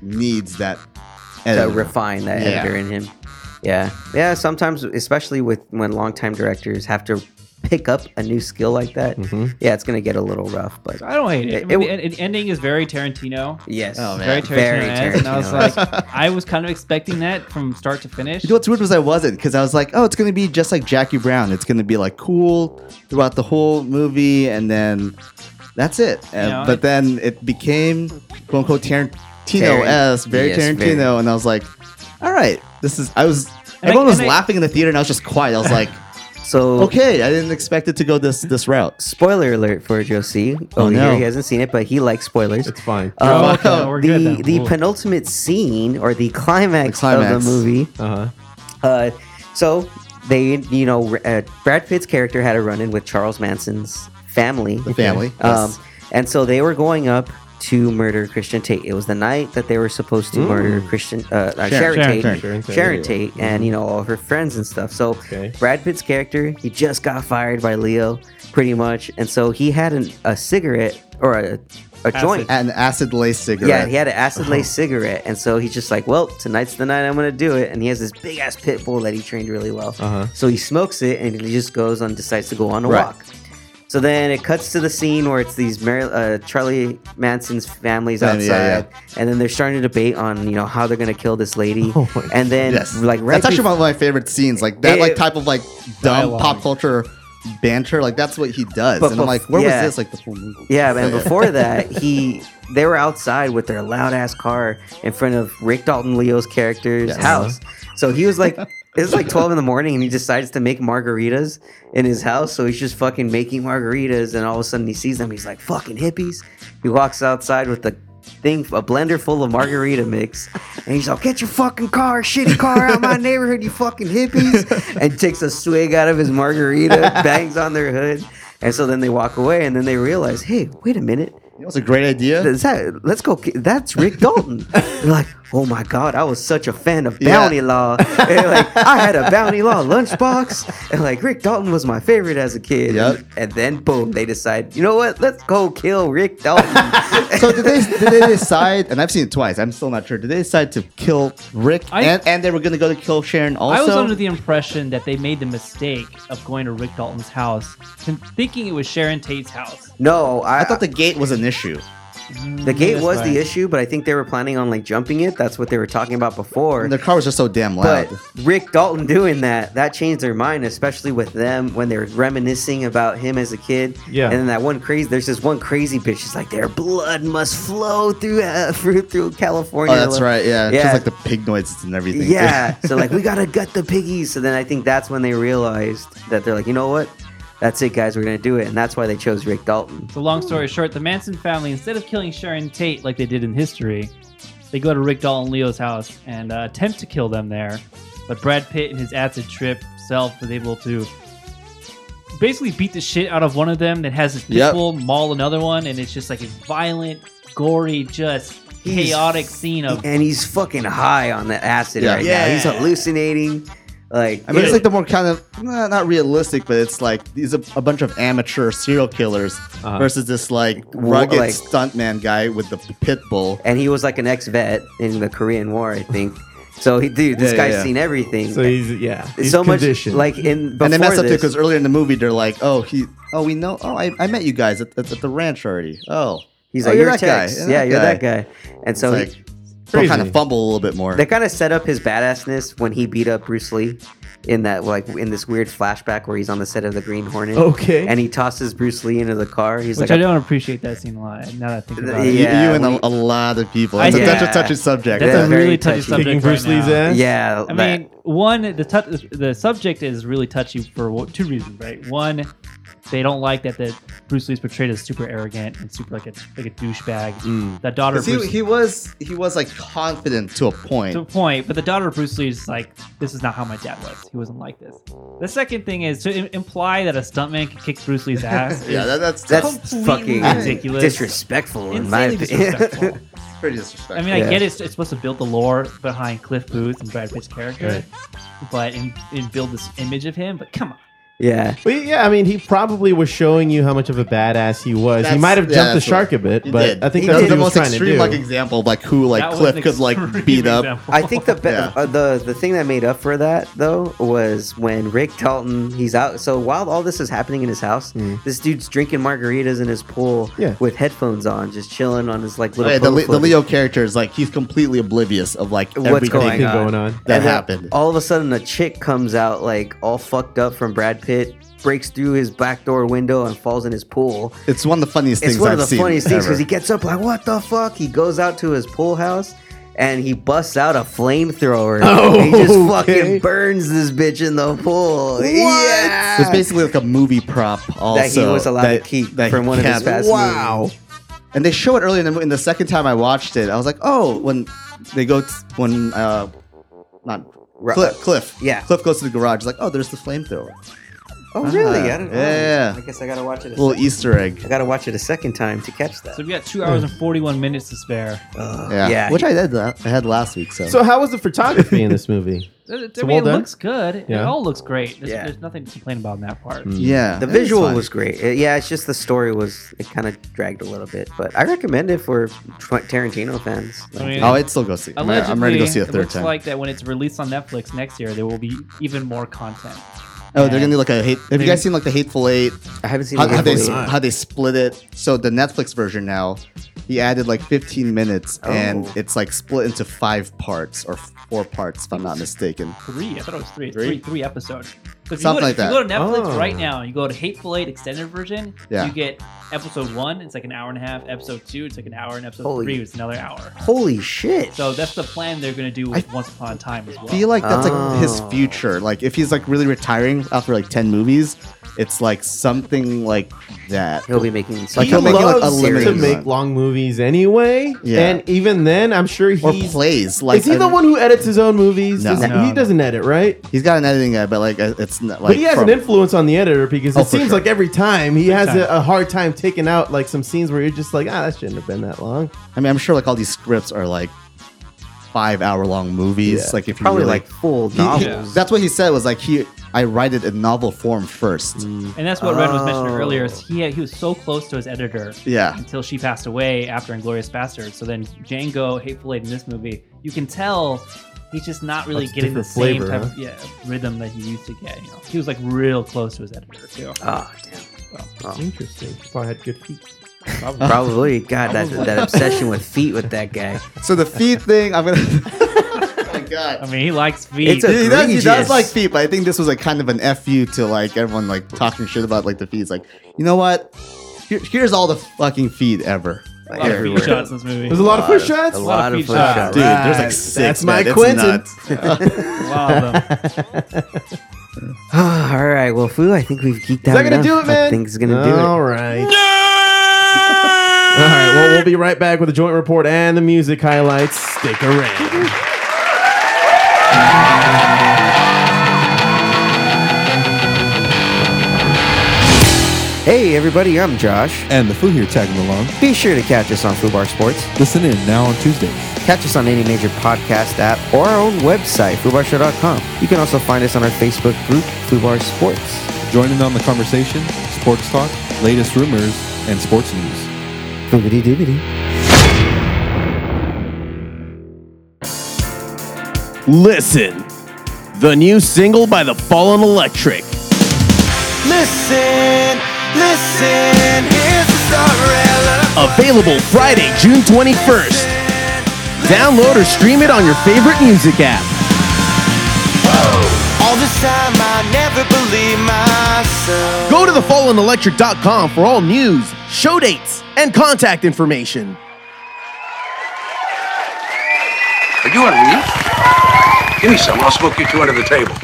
Speaker 7: needs that
Speaker 4: to
Speaker 7: editor.
Speaker 4: refine that
Speaker 7: Yeah.
Speaker 4: editor in him. Yeah, yeah. Sometimes, especially with when longtime directors have to pick up a new skill like that,
Speaker 7: Mm-hmm.
Speaker 4: yeah, it's gonna get a little rough. But
Speaker 2: I don't hate it. I
Speaker 4: It-
Speaker 2: mean,
Speaker 4: it-
Speaker 2: the en- ending is very Tarantino.
Speaker 4: yes,
Speaker 7: Oh, man.
Speaker 2: Very Tarantino.
Speaker 4: Very
Speaker 2: And I was
Speaker 4: Tarantino-esque.
Speaker 2: like, I was kind of expecting that from start to finish.
Speaker 7: You know what's weird was I wasn't because I was like, oh, it's gonna be just like Jackie Brown. It's gonna be like cool throughout the whole movie, and then that's it. And,
Speaker 2: know,
Speaker 7: but
Speaker 2: it-
Speaker 7: then it became quote unquote Tarantino esque, very
Speaker 4: Yes,
Speaker 7: Tarantino,
Speaker 4: very.
Speaker 7: and I was like, all right, this is. I was
Speaker 2: And
Speaker 7: everyone
Speaker 2: I-
Speaker 7: was
Speaker 2: and I-
Speaker 7: laughing in the theater, and I was just quiet. I was like,
Speaker 4: so
Speaker 7: okay, I didn't expect it to go this this route.
Speaker 4: Spoiler alert for Josie. Oh,
Speaker 7: no.
Speaker 4: He hasn't seen it, but he likes spoilers.
Speaker 6: It's fine.
Speaker 4: Uh,
Speaker 2: Oh, okay, we're
Speaker 4: the
Speaker 2: good then.
Speaker 4: the
Speaker 2: Cool.
Speaker 4: penultimate scene or the climax,
Speaker 7: The climax.
Speaker 4: of the movie.
Speaker 6: Uh huh.
Speaker 4: Uh, so they, you know, uh, Brad Pitt's character had a run-in with Charles Manson's family.
Speaker 7: The family,
Speaker 4: Um,
Speaker 7: yes.
Speaker 4: and so they were going up to murder Christian Tate. It was the night that they were supposed to murder Christian uh, uh, Sharon,
Speaker 7: Sharon,
Speaker 4: Tate,
Speaker 7: Sharon,
Speaker 4: Sharon,
Speaker 6: Sharon Tate, yeah.
Speaker 4: Tate, and you know all of her friends and stuff. So
Speaker 6: Okay.
Speaker 4: Brad Pitt's character, he just got fired by Leo, pretty much, and so he had an, a cigarette or a, a joint.
Speaker 7: An acid laced cigarette. Oh.
Speaker 4: Yeah, he had an acid laced cigarette, and so he's just like, "Well, tonight's the night I'm gonna do it." And he has this big ass pit bull that he trained really well.
Speaker 6: Uh-huh.
Speaker 4: So he smokes it, and he just goes and decides to go on a
Speaker 7: Right.
Speaker 4: walk. So then it cuts to the scene where it's these Mar- uh, Charlie Manson's families
Speaker 7: Yeah, yeah,
Speaker 4: outside,
Speaker 7: yeah.
Speaker 4: and then they're starting to debate on you know how they're gonna kill this lady,
Speaker 6: Oh my
Speaker 4: and then
Speaker 7: Yes,
Speaker 4: like right
Speaker 7: that's actually
Speaker 4: bef-
Speaker 7: one of my favorite scenes. Like that,
Speaker 4: It-
Speaker 7: like type of like dumb
Speaker 2: Dialogue.
Speaker 7: pop culture banter. Like that's what he does.
Speaker 4: But
Speaker 7: and I'm
Speaker 4: bef-
Speaker 7: like, where
Speaker 4: yeah.
Speaker 7: was this? Like the whole movie.
Speaker 4: Yeah,
Speaker 7: So,
Speaker 4: man. Before that, he they were outside with their loud ass car in front of Rick Dalton Leo's character's house. So he was like, it's like 12 in the morning and he decides to make margaritas in his house. So he's just fucking making margaritas and all of a sudden he sees them. He's like, fucking hippies. He walks outside with the thing, a blender full of margarita mix. And he's like, get your fucking car, shitty car out of my neighborhood, you fucking hippies. And takes a swig out of his margarita, bangs on their hood. And so then they walk away and then they realize, hey, wait a minute.
Speaker 7: That was a great idea.
Speaker 4: Is that, let's go. ki- That's Rick Dalton. They're like, oh my god, I was such a fan of
Speaker 7: Yeah.
Speaker 4: Bounty Law. And like, I had a Bounty Law lunchbox, and like Rick Dalton was my favorite as a kid.
Speaker 7: Yep.
Speaker 4: And then boom, they decide, you know what? Let's go kill Rick Dalton.
Speaker 7: so did they, did they decide? And I've seen it twice. I'm still not sure. Did they decide to kill Rick?
Speaker 2: I-
Speaker 7: and, and they were gonna go to kill Sharon also.
Speaker 2: I was under the impression that they made the mistake of going to Rick Dalton's house, and thinking it was Sharon Tate's house.
Speaker 4: no, I,
Speaker 7: I thought the gate was an issue.
Speaker 4: the gate
Speaker 2: Mm, that's
Speaker 4: was
Speaker 2: right.
Speaker 4: the issue, but I think they were planning on like jumping it. That's what they were talking about before.
Speaker 7: And the car was just so damn loud.
Speaker 4: But Rick Dalton doing that, that changed their mind, especially with them when they were reminiscing about him as a kid.
Speaker 6: Yeah.
Speaker 4: And then that one crazy, there's this one crazy bitch. She's like, their blood must flow through uh, through, through California.
Speaker 7: oh, that's right. Yeah,
Speaker 4: Yeah.
Speaker 7: just like the pig noises and everything. too.
Speaker 4: Yeah. so like, we gotta gut the piggies. So then I think that's when they realized that they're like, you know what? That's it, guys. We're gonna do it, and that's why they chose Rick Dalton.
Speaker 2: So long story short, the Manson family, instead of killing Sharon Tate like they did in history, they go to Rick Dalton Leo's house and uh, attempt to kill them there. But Brad Pitt and his acid trip self is able to basically beat the shit out of one of them that has his pit
Speaker 7: Yep.
Speaker 2: bull maul another one, and it's just like a violent, gory, just
Speaker 4: He's-
Speaker 2: chaotic scene of
Speaker 4: And he's fucking high on the acid
Speaker 7: Yeah.
Speaker 4: right now.
Speaker 7: Yeah.
Speaker 4: He's hallucinating. Like,
Speaker 7: I mean, it's
Speaker 4: dude.
Speaker 7: like the more kind of nah, not realistic, but it's like these a, a bunch of amateur serial killers
Speaker 2: Uh-huh.
Speaker 7: versus this like
Speaker 4: Wa-
Speaker 7: rugged
Speaker 4: like-
Speaker 7: stuntman guy with the pit bull.
Speaker 4: and he was like an ex-vet in the Korean War, I think. So he, dude, this
Speaker 7: Yeah,
Speaker 4: guy's
Speaker 7: yeah.
Speaker 4: seen everything.
Speaker 6: So he's yeah. He's
Speaker 4: so much
Speaker 6: conditioned.
Speaker 4: like in before
Speaker 7: and they mess up too
Speaker 4: this,
Speaker 7: because earlier in the movie they're like, "Oh, he, oh, we know, oh, I, I met you guys at, at, at the ranch already." Oh,
Speaker 4: he's
Speaker 7: Oh,
Speaker 4: like, "You're, a Tex.
Speaker 7: guy.
Speaker 4: yeah, you're that guy." And so
Speaker 7: It's
Speaker 4: he,
Speaker 7: like, they'll kind
Speaker 6: Crazy.
Speaker 7: of fumble a little bit more.
Speaker 4: they kind of set up his badassness when he beat up Bruce Lee in that like in this weird flashback where he's on the set of the Green Hornet.
Speaker 6: Okay.
Speaker 4: and he tosses Bruce Lee into the car. He's
Speaker 2: which
Speaker 4: like,
Speaker 2: I don't appreciate that scene a lot. Now that I think about
Speaker 4: Yeah,
Speaker 2: it,
Speaker 7: You- you, and
Speaker 4: we-
Speaker 7: a, a lot of people.
Speaker 2: I
Speaker 7: It's a
Speaker 2: think-
Speaker 7: touchy, touchy subject.
Speaker 2: that's
Speaker 4: Yeah,
Speaker 2: a
Speaker 4: very
Speaker 2: really touchy,
Speaker 4: touchy.
Speaker 2: subject.
Speaker 6: Kicking Bruce
Speaker 2: right now.
Speaker 6: Lee's ass.
Speaker 4: "Yeah,
Speaker 2: I
Speaker 4: that-
Speaker 2: mean, one the tu- the subject is really touchy for wo- two reasons, right? One, they don't like that the Bruce Lee's portrayed as super arrogant and super like a like a douchebag. The daughter of
Speaker 7: 'Cause he,
Speaker 2: Bruce
Speaker 7: he was he was like confident to a point.
Speaker 2: to a point, but the daughter of Bruce Lee is like, this is not how my dad was. He wasn't like this. The second thing is to im- imply that a stuntman can kick Bruce Lee's ass.
Speaker 7: yeah,
Speaker 2: is
Speaker 7: that, that's
Speaker 4: that's
Speaker 2: completely
Speaker 4: fucking
Speaker 2: ridiculous.
Speaker 4: disrespectful in my
Speaker 2: insanely
Speaker 4: opinion."
Speaker 2: disrespectful.
Speaker 7: that's pretty disrespectful.
Speaker 2: I mean,
Speaker 4: Yeah.
Speaker 2: I get it's, it's supposed to build the lore behind Cliff Booth and Brad Pitt's character, but and, and build this image of him. But come on.
Speaker 4: yeah,
Speaker 6: Well, yeah, I mean, he probably was showing you how much of a badass he was. he
Speaker 7: That's-
Speaker 6: might have
Speaker 7: yeah,
Speaker 6: jumped the
Speaker 7: that's
Speaker 6: shark a bit,
Speaker 7: He
Speaker 6: but
Speaker 7: did.
Speaker 6: I think
Speaker 7: He
Speaker 6: that's
Speaker 7: did
Speaker 6: what
Speaker 7: the
Speaker 6: he was
Speaker 7: most
Speaker 6: trying to
Speaker 7: extreme
Speaker 6: do.
Speaker 7: like example of like who like
Speaker 2: That was
Speaker 7: Cliff
Speaker 2: an
Speaker 7: could like
Speaker 2: extreme
Speaker 7: beat up.
Speaker 2: example.
Speaker 4: I think the be-
Speaker 7: Yeah.
Speaker 4: uh, the the thing that made up for that though was when Rick Dalton he's out. So while all this is happening in his house,
Speaker 7: Mm-hmm.
Speaker 4: this dude's drinking margaritas in his pool
Speaker 6: Yeah.
Speaker 4: with headphones on, just chilling on his like
Speaker 7: Oh,
Speaker 4: little.
Speaker 7: yeah, the,
Speaker 4: pool
Speaker 7: Le- the
Speaker 4: floaty.
Speaker 7: Leo character is like he's completely oblivious of like
Speaker 4: What's
Speaker 7: everything
Speaker 4: going
Speaker 6: Anything going on?
Speaker 7: that
Speaker 4: And then
Speaker 7: happened.
Speaker 4: All of a sudden, a chick comes out like all fucked up from Brad Pitt, breaks through his back door window and falls in his pool.
Speaker 7: It's one of the funniest
Speaker 4: It's
Speaker 7: things
Speaker 4: one
Speaker 7: I've
Speaker 4: of the
Speaker 7: seen
Speaker 4: funniest things
Speaker 7: ever.
Speaker 4: because he gets up like, "What the fuck?" He goes out to his pool house. And he busts out a flamethrower. Oh, he just fucking burns this bitch in the pool. Yeah.
Speaker 7: It's basically like a movie prop also
Speaker 4: that he was allowed to keep
Speaker 7: that
Speaker 4: from
Speaker 7: he
Speaker 4: one of his
Speaker 7: kept.
Speaker 4: past Wow.
Speaker 7: And they show it early in the movie. And the second time I watched it, I was like, oh, when they go t- when uh, not
Speaker 4: Ru-
Speaker 7: Cliff, Cliff,
Speaker 4: Yeah.
Speaker 7: Cliff goes to the garage. He's like, oh, there's the flamethrower.
Speaker 4: Oh, really? I don't know.
Speaker 7: Yeah.
Speaker 4: I guess I gotta watch it. A
Speaker 7: Little
Speaker 4: sec-
Speaker 7: Easter egg.
Speaker 4: I gotta watch it a second time to catch that. Uh,
Speaker 2: So we got two hours and forty-one minutes to spare.
Speaker 7: Yeah.
Speaker 4: yeah.
Speaker 7: Which I did that I had last week. So,
Speaker 6: So how was the photography in this movie?
Speaker 2: I mean,
Speaker 6: well
Speaker 2: it
Speaker 6: done.
Speaker 2: looks good. It
Speaker 6: Yeah.
Speaker 2: all looks great. There's,
Speaker 4: Yeah.
Speaker 2: there's nothing to complain about in that part.
Speaker 7: yeah,
Speaker 4: The
Speaker 7: it was
Speaker 4: visual
Speaker 7: fun.
Speaker 4: was, great. Uh, yeah, it's just the story was it kind of dragged a little bit, but I recommend it for Tw- Tarantino fans.
Speaker 2: I mean,
Speaker 7: Oh, I'd still go see. it. I'm
Speaker 2: allegedly,
Speaker 7: ready to go see a
Speaker 2: it
Speaker 7: third
Speaker 2: looks
Speaker 7: time.
Speaker 2: like that when it's released on Netflix next year, there will be even more content.
Speaker 7: oh, they're gonna do like a hate. Have you guys seen like the Hateful Eight?
Speaker 4: I haven't seen
Speaker 7: How,
Speaker 4: it.
Speaker 7: how they
Speaker 4: yet.
Speaker 7: how they split it? So the Netflix version now, he added like 15 minutes, and
Speaker 4: Oh.
Speaker 7: it's like split into five parts or four parts, if I'm not mistaken.
Speaker 2: Three, I thought it was three. It's
Speaker 7: Three?
Speaker 2: three, three episodes. But So if
Speaker 7: Something
Speaker 2: you
Speaker 7: like
Speaker 2: go to,
Speaker 7: that.
Speaker 2: If you go to Netflix
Speaker 6: Oh.
Speaker 2: right now, you go to Hateful Eight extended version.
Speaker 7: Yeah.
Speaker 2: You get episode one. It's like an hour and a half. Episode two. It's like an hour. And episode
Speaker 4: Holy-
Speaker 2: three is another hour.
Speaker 4: Holy shit!
Speaker 2: So that's the plan they're going to do with Once Upon a Time as well.
Speaker 7: I feel like that's like his
Speaker 4: Oh.
Speaker 7: future. Like if he's like really retiring after like ten movies, it's like something like that.
Speaker 4: he'll be making.
Speaker 7: Like,
Speaker 4: Like
Speaker 7: he'll
Speaker 6: he
Speaker 7: make it, like, a
Speaker 6: loves
Speaker 7: limited
Speaker 6: to
Speaker 7: run.
Speaker 6: make long movies anyway.
Speaker 7: Yeah.
Speaker 6: And even then, I'm sure he's.
Speaker 7: Or plays. Like
Speaker 6: is he the
Speaker 7: I-
Speaker 6: one who edits his own movies?
Speaker 7: No.
Speaker 6: Does-
Speaker 2: No,
Speaker 6: he
Speaker 2: no.
Speaker 6: doesn't edit, right?
Speaker 7: He's got an editing guy, but like uh, it's not like.
Speaker 6: but he has
Speaker 7: from-
Speaker 6: an influence on the editor because it
Speaker 7: Oh, for
Speaker 6: seems
Speaker 7: sure.
Speaker 6: like every time he has
Speaker 2: time.
Speaker 6: A, a hard time taking out like some scenes where you're just like, ah, that shouldn't have been that long.
Speaker 7: I mean, I'm sure like all these scripts are like five hour long movies.
Speaker 6: Yeah.
Speaker 7: Like if you
Speaker 4: probably
Speaker 7: really,
Speaker 4: like full
Speaker 7: he- he-
Speaker 4: novels.
Speaker 7: that's what he said was like he I write it in novel form first.
Speaker 2: and that's what Red was mentioning
Speaker 4: Oh.
Speaker 2: earlier. Is he he was so close to his editor.
Speaker 7: Yeah.
Speaker 2: until she passed away after Inglorious Bastards. So then Django, Hateful Eight in this movie, you can tell he's just not really
Speaker 6: That's a
Speaker 2: getting the
Speaker 6: different
Speaker 2: same
Speaker 6: flavor,
Speaker 2: type
Speaker 6: huh?
Speaker 2: of yeah, rhythm that he used to get. You know, he was like real close to his editor too.
Speaker 4: Ah, damn.
Speaker 6: Interesting. She probably had good feet.
Speaker 4: Probably. God, that, that obsession with feet with that guy.
Speaker 7: So the feet thing, I'm gonna. oh my god.
Speaker 2: I mean, he likes feet.
Speaker 4: It's a-
Speaker 7: he, does, he does
Speaker 4: egregious.
Speaker 7: like feet, but I think this was like kind of an fu to like everyone like talking shit about like the feet. It's like, you know what? Here, here's all the fucking feet ever. Like,
Speaker 2: lot of feet
Speaker 7: everywhere.
Speaker 2: shots in this movie.
Speaker 6: There's a lot of push
Speaker 4: A
Speaker 6: shots.
Speaker 4: lot of
Speaker 2: feet
Speaker 4: foot
Speaker 2: shots.
Speaker 4: shots.
Speaker 7: Dude, there's like
Speaker 6: Right.
Speaker 7: six.
Speaker 6: That's
Speaker 7: man.
Speaker 6: my
Speaker 7: It's
Speaker 6: Quentin.
Speaker 7: nuts.
Speaker 2: a lot of them.
Speaker 4: all right, well, Foo, I think we've geeked
Speaker 6: Is
Speaker 4: out.
Speaker 6: that gonna
Speaker 4: enough.
Speaker 6: do it,
Speaker 4: I
Speaker 6: man?
Speaker 4: think it's gonna do it.
Speaker 6: All right. All right. Well, we'll be right back with the joint report and the music highlights. Stick around.
Speaker 4: Hey, everybody, I'm Josh.
Speaker 9: And the Foo here tagging along.
Speaker 4: Be sure to catch us on Foo Bar Sports.
Speaker 9: Listen in now on Tuesdays.
Speaker 4: Catch us on any major podcast app or our own website, FooBarShow.com. You can also find us on our Facebook group, FooBar Sports.
Speaker 9: Join in on the conversation, sports talk, latest rumors, and sports news.
Speaker 4: Boobity doobity.
Speaker 5: Listen, the new single by the Fallen Electric.
Speaker 4: Listen, listen, here's the
Speaker 5: Available Friday, June 21st. Download or stream it on your favorite music app.
Speaker 4: All this time I never believe myself.
Speaker 5: Go to thefallenelectric.com for all news, show dates, and contact information.
Speaker 10: Are you on weed? Give me some. I'll smoke you two under the table.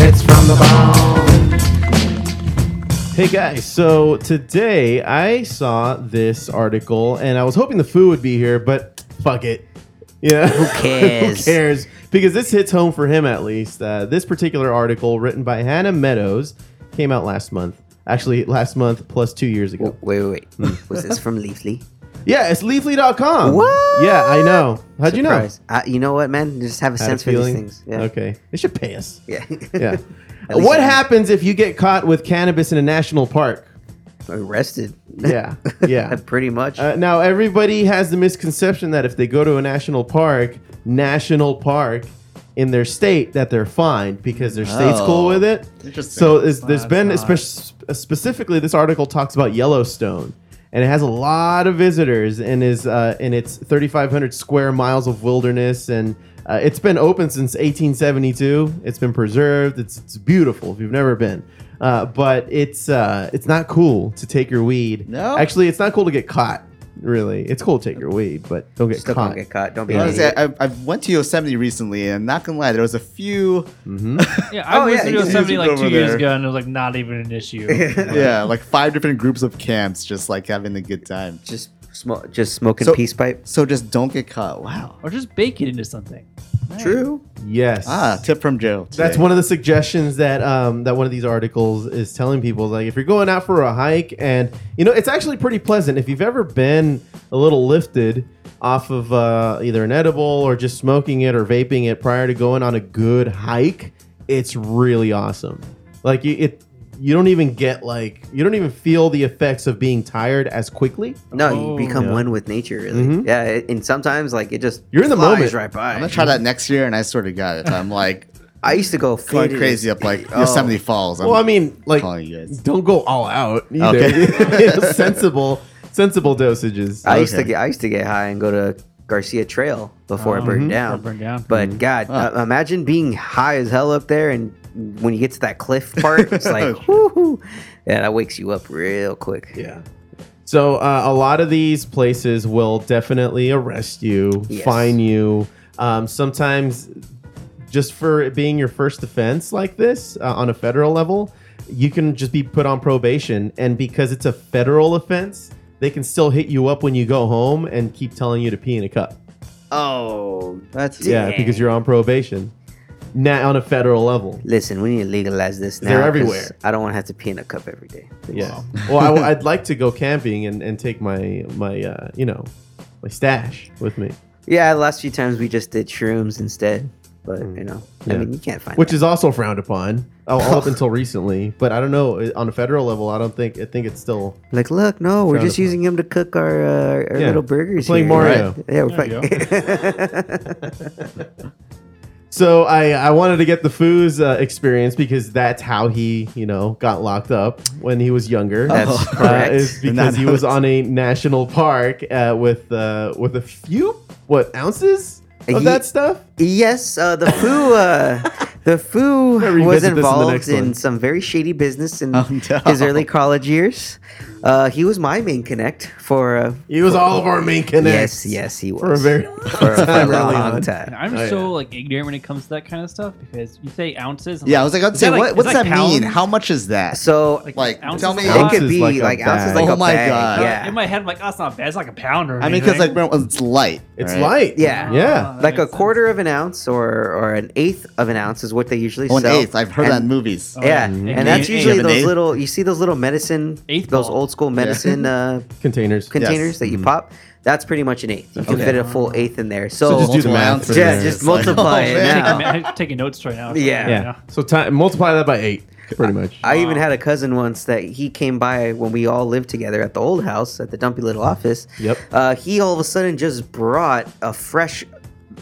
Speaker 4: It's from the ball.
Speaker 6: Hey guys, so today I saw this article and I was hoping the foo would be here, but fuck it. Yeah. Who
Speaker 4: cares?
Speaker 6: Who cares? Because this hits home for him at least. Uh, this particular article, written by Hannah Meadows, came out last month. Actually, last month plus two years ago.
Speaker 4: Wait, wait, wait. Was this from Leafly?
Speaker 6: Yeah, it's leafly.com.
Speaker 4: What?
Speaker 6: Yeah, I know. How'd you know?
Speaker 4: Surprise. Uh, you know what, man? You just have a
Speaker 6: Had a
Speaker 4: sense for these
Speaker 6: feeling?
Speaker 4: things. Yeah.
Speaker 6: Okay. They should pay us.
Speaker 4: Yeah.
Speaker 6: Yeah.
Speaker 4: least
Speaker 6: what
Speaker 4: I-
Speaker 6: happens if you get caught with cannabis in a national park?
Speaker 4: Arrested.
Speaker 6: Yeah. Yeah.
Speaker 4: Pretty much.
Speaker 6: Uh, now everybody has the misconception that if they go to a national park, national park in their state, that they're fine because their state's cool
Speaker 7: Oh.
Speaker 6: with it.
Speaker 7: Interesting.
Speaker 6: So it's, there's
Speaker 2: That's
Speaker 6: been
Speaker 2: not-
Speaker 6: spe- specifically this article talks about Yellowstone, and it has a lot of visitors and is uh, in its 3,500 square miles of wilderness, and uh, it's been open since 1872. It's been preserved. It's, it's beautiful if you've never been. Uh, but it's uh, it's not cool to take your weed.
Speaker 7: No?
Speaker 6: actually, it's not cool to get caught. Really, it's cool to take your weed, but don't get
Speaker 4: Still
Speaker 6: caught.
Speaker 4: can't get caught. Don't be an
Speaker 7: Honestly,
Speaker 4: idiot.
Speaker 7: I, I- I went to Yosemite recently, and not gonna lie, there was a few,
Speaker 2: Yeah, I
Speaker 4: Oh,
Speaker 2: was
Speaker 4: yeah,
Speaker 2: doing
Speaker 4: he's
Speaker 2: somebody like
Speaker 7: over
Speaker 2: two years
Speaker 7: there.
Speaker 2: ago, and it was like not even an issue.
Speaker 7: yeah, like five different groups of camps, just like having a good time.
Speaker 4: just smoke, just smoking
Speaker 7: So-
Speaker 4: peace pipe.
Speaker 7: So just don't get caught. Wow.
Speaker 2: or just bake it into something.
Speaker 4: True.
Speaker 6: Yes.
Speaker 7: Ah, tip from Joe. today.
Speaker 6: That's one of the suggestions that um, that one of these articles is telling people. Like, if you're going out for a hike, and you know, it's actually pretty pleasant. If you've ever been a little lifted off of uh, either an edible or just smoking it or vaping it prior to going on a good hike, it's really awesome. Like, you, it you don't even get like you don't even feel the effects of being tired as quickly.
Speaker 4: No,
Speaker 2: Oh.
Speaker 4: you become
Speaker 6: Yeah.
Speaker 4: one with nature, really.
Speaker 6: Mhm.
Speaker 4: Yeah, it, and sometimes like it just
Speaker 6: You're in the
Speaker 4: flies
Speaker 6: moment.
Speaker 4: right
Speaker 7: I'm
Speaker 4: by.
Speaker 7: gonna try that next year, and I sort of got it. I'm like
Speaker 4: I used to go
Speaker 7: going
Speaker 4: faded
Speaker 7: crazy
Speaker 4: as-
Speaker 7: up like
Speaker 4: Oh.
Speaker 7: Yosemite Falls. I'm
Speaker 6: well, I mean, like,
Speaker 7: calling you guys.
Speaker 6: don't go all out either.
Speaker 7: Okay.
Speaker 6: sensible, sensible dosages.
Speaker 4: I used to
Speaker 7: Okay.
Speaker 4: get I used to get high and go to Garcia Trail
Speaker 6: Oh,
Speaker 4: before it burned
Speaker 6: mm-hmm.
Speaker 4: down.
Speaker 2: before it burned down.
Speaker 4: But God, uh, imagine being high as hell up there, and when you get to that cliff part, it's like, whoo, yeah, that wakes you up real quick.
Speaker 6: Yeah. So uh, a lot of these places will definitely arrest you,
Speaker 4: Yes.
Speaker 6: fine you. Um, sometimes, just for it being your first offense like this uh, on a federal level, you can just be put on probation. And because it's a federal offense, they can still hit you up when you go home and keep telling you to pee in a cup.
Speaker 7: Oh, that's
Speaker 6: Yeah, because you're on probation. Now on a federal level.
Speaker 4: Listen, we need to legalize this now.
Speaker 6: They're
Speaker 4: 'cause
Speaker 6: everywhere.
Speaker 4: I don't want to have to pee in a cup every day.
Speaker 6: Yeah. well, I, would like to go camping and, and take my my uh, you know my stash with me,
Speaker 4: Yeah, the last few times we just did shrooms instead. But, you know, I
Speaker 6: Mm. Yeah.
Speaker 4: mean, you can't find
Speaker 6: which
Speaker 4: that.
Speaker 6: is also frowned upon. Oh, all up until recently, but I don't know uh, on a federal level. I don't think I think it's still
Speaker 4: Like, look, no, we're
Speaker 6: Frowned
Speaker 4: just
Speaker 6: upon.
Speaker 4: using him to cook our, uh, our
Speaker 6: Yeah.
Speaker 4: little burgers.
Speaker 6: Playing
Speaker 4: here.
Speaker 6: Mario.
Speaker 4: Right. Yeah, we're playing.
Speaker 6: So I, I wanted to get the Foo's uh, experience because that's how he, you know, got locked up when he was younger.
Speaker 4: That's
Speaker 6: Uh,
Speaker 4: correct.
Speaker 6: is
Speaker 7: And that
Speaker 6: because he was on a national park uh, with uh, with a few what ounces of
Speaker 4: Ye-
Speaker 6: that stuff.
Speaker 4: yes, uh, the foo. Uh, The foo
Speaker 6: gonna revisit
Speaker 4: was
Speaker 6: this in the
Speaker 4: involved
Speaker 6: next
Speaker 4: in
Speaker 6: one.
Speaker 4: some very shady business in
Speaker 7: Oh, no.
Speaker 4: his early college years. Uh, he was my main connect for uh,
Speaker 6: He was all of our main connects.
Speaker 4: yes, yes, he was
Speaker 6: for a very
Speaker 4: for a- for a
Speaker 6: time early
Speaker 4: long
Speaker 6: on.
Speaker 4: time.
Speaker 2: I'm
Speaker 6: Oh,
Speaker 2: so
Speaker 6: yeah.
Speaker 2: like ignorant when it comes to that kind of stuff because you say ounces. I'm
Speaker 7: Yeah, I was like, I'd
Speaker 2: is
Speaker 7: say,
Speaker 2: that, like-
Speaker 7: what,
Speaker 2: is
Speaker 7: what's that, mean?
Speaker 2: pounds?
Speaker 7: How much is that?
Speaker 4: So
Speaker 2: Like,
Speaker 7: like,
Speaker 2: ounces
Speaker 7: tell
Speaker 2: a
Speaker 7: me-
Speaker 2: lot?
Speaker 4: it could
Speaker 6: Ounces
Speaker 4: be
Speaker 6: like a
Speaker 4: like,
Speaker 6: bag.
Speaker 4: ounces, like
Speaker 7: Oh
Speaker 4: a
Speaker 7: my
Speaker 4: bag.
Speaker 7: God.
Speaker 2: Yeah.
Speaker 4: Yeah,
Speaker 2: In my head, I'm like, oh, that's not bad. It's like a pound or
Speaker 7: I mean, because like
Speaker 2: anything.
Speaker 7: it's light.
Speaker 6: It's
Speaker 7: right?
Speaker 6: light.
Speaker 4: Yeah.
Speaker 6: yeah.
Speaker 2: Ah,
Speaker 4: like a
Speaker 2: that makes sense.
Speaker 4: quarter of an ounce or or an eighth of an ounce is what they usually
Speaker 7: Oh, an
Speaker 4: sell.
Speaker 7: eighth. I've heard
Speaker 4: and,
Speaker 7: that in movies.
Speaker 4: Yeah,
Speaker 2: Oh, yeah.
Speaker 4: and that's
Speaker 2: Eighth.
Speaker 4: usually
Speaker 7: Eighth.
Speaker 4: those
Speaker 7: Eighth.
Speaker 4: little. You see those little medicine,
Speaker 2: Eighth
Speaker 4: those
Speaker 2: ball.
Speaker 4: old school medicine uh,
Speaker 6: Containers.
Speaker 4: containers that you pop. That's pretty much an eighth. You can
Speaker 7: Okay.
Speaker 4: fit a full eighth in there. So,
Speaker 6: So just do the
Speaker 7: Multiple
Speaker 6: math.
Speaker 7: ounces.
Speaker 6: for
Speaker 4: yeah,
Speaker 6: there.
Speaker 4: just
Speaker 7: It's like,
Speaker 4: multiply
Speaker 7: oh,
Speaker 4: it
Speaker 7: man.
Speaker 4: now.
Speaker 2: I'm I'm taking notes right now.
Speaker 4: Yeah.
Speaker 6: yeah. So time multiply that by eight, pretty much.
Speaker 4: I even had a cousin once that he came by when we all lived together at the old house at the dumpy little office.
Speaker 6: Yep.
Speaker 4: Uh, he all of a sudden just brought a fresh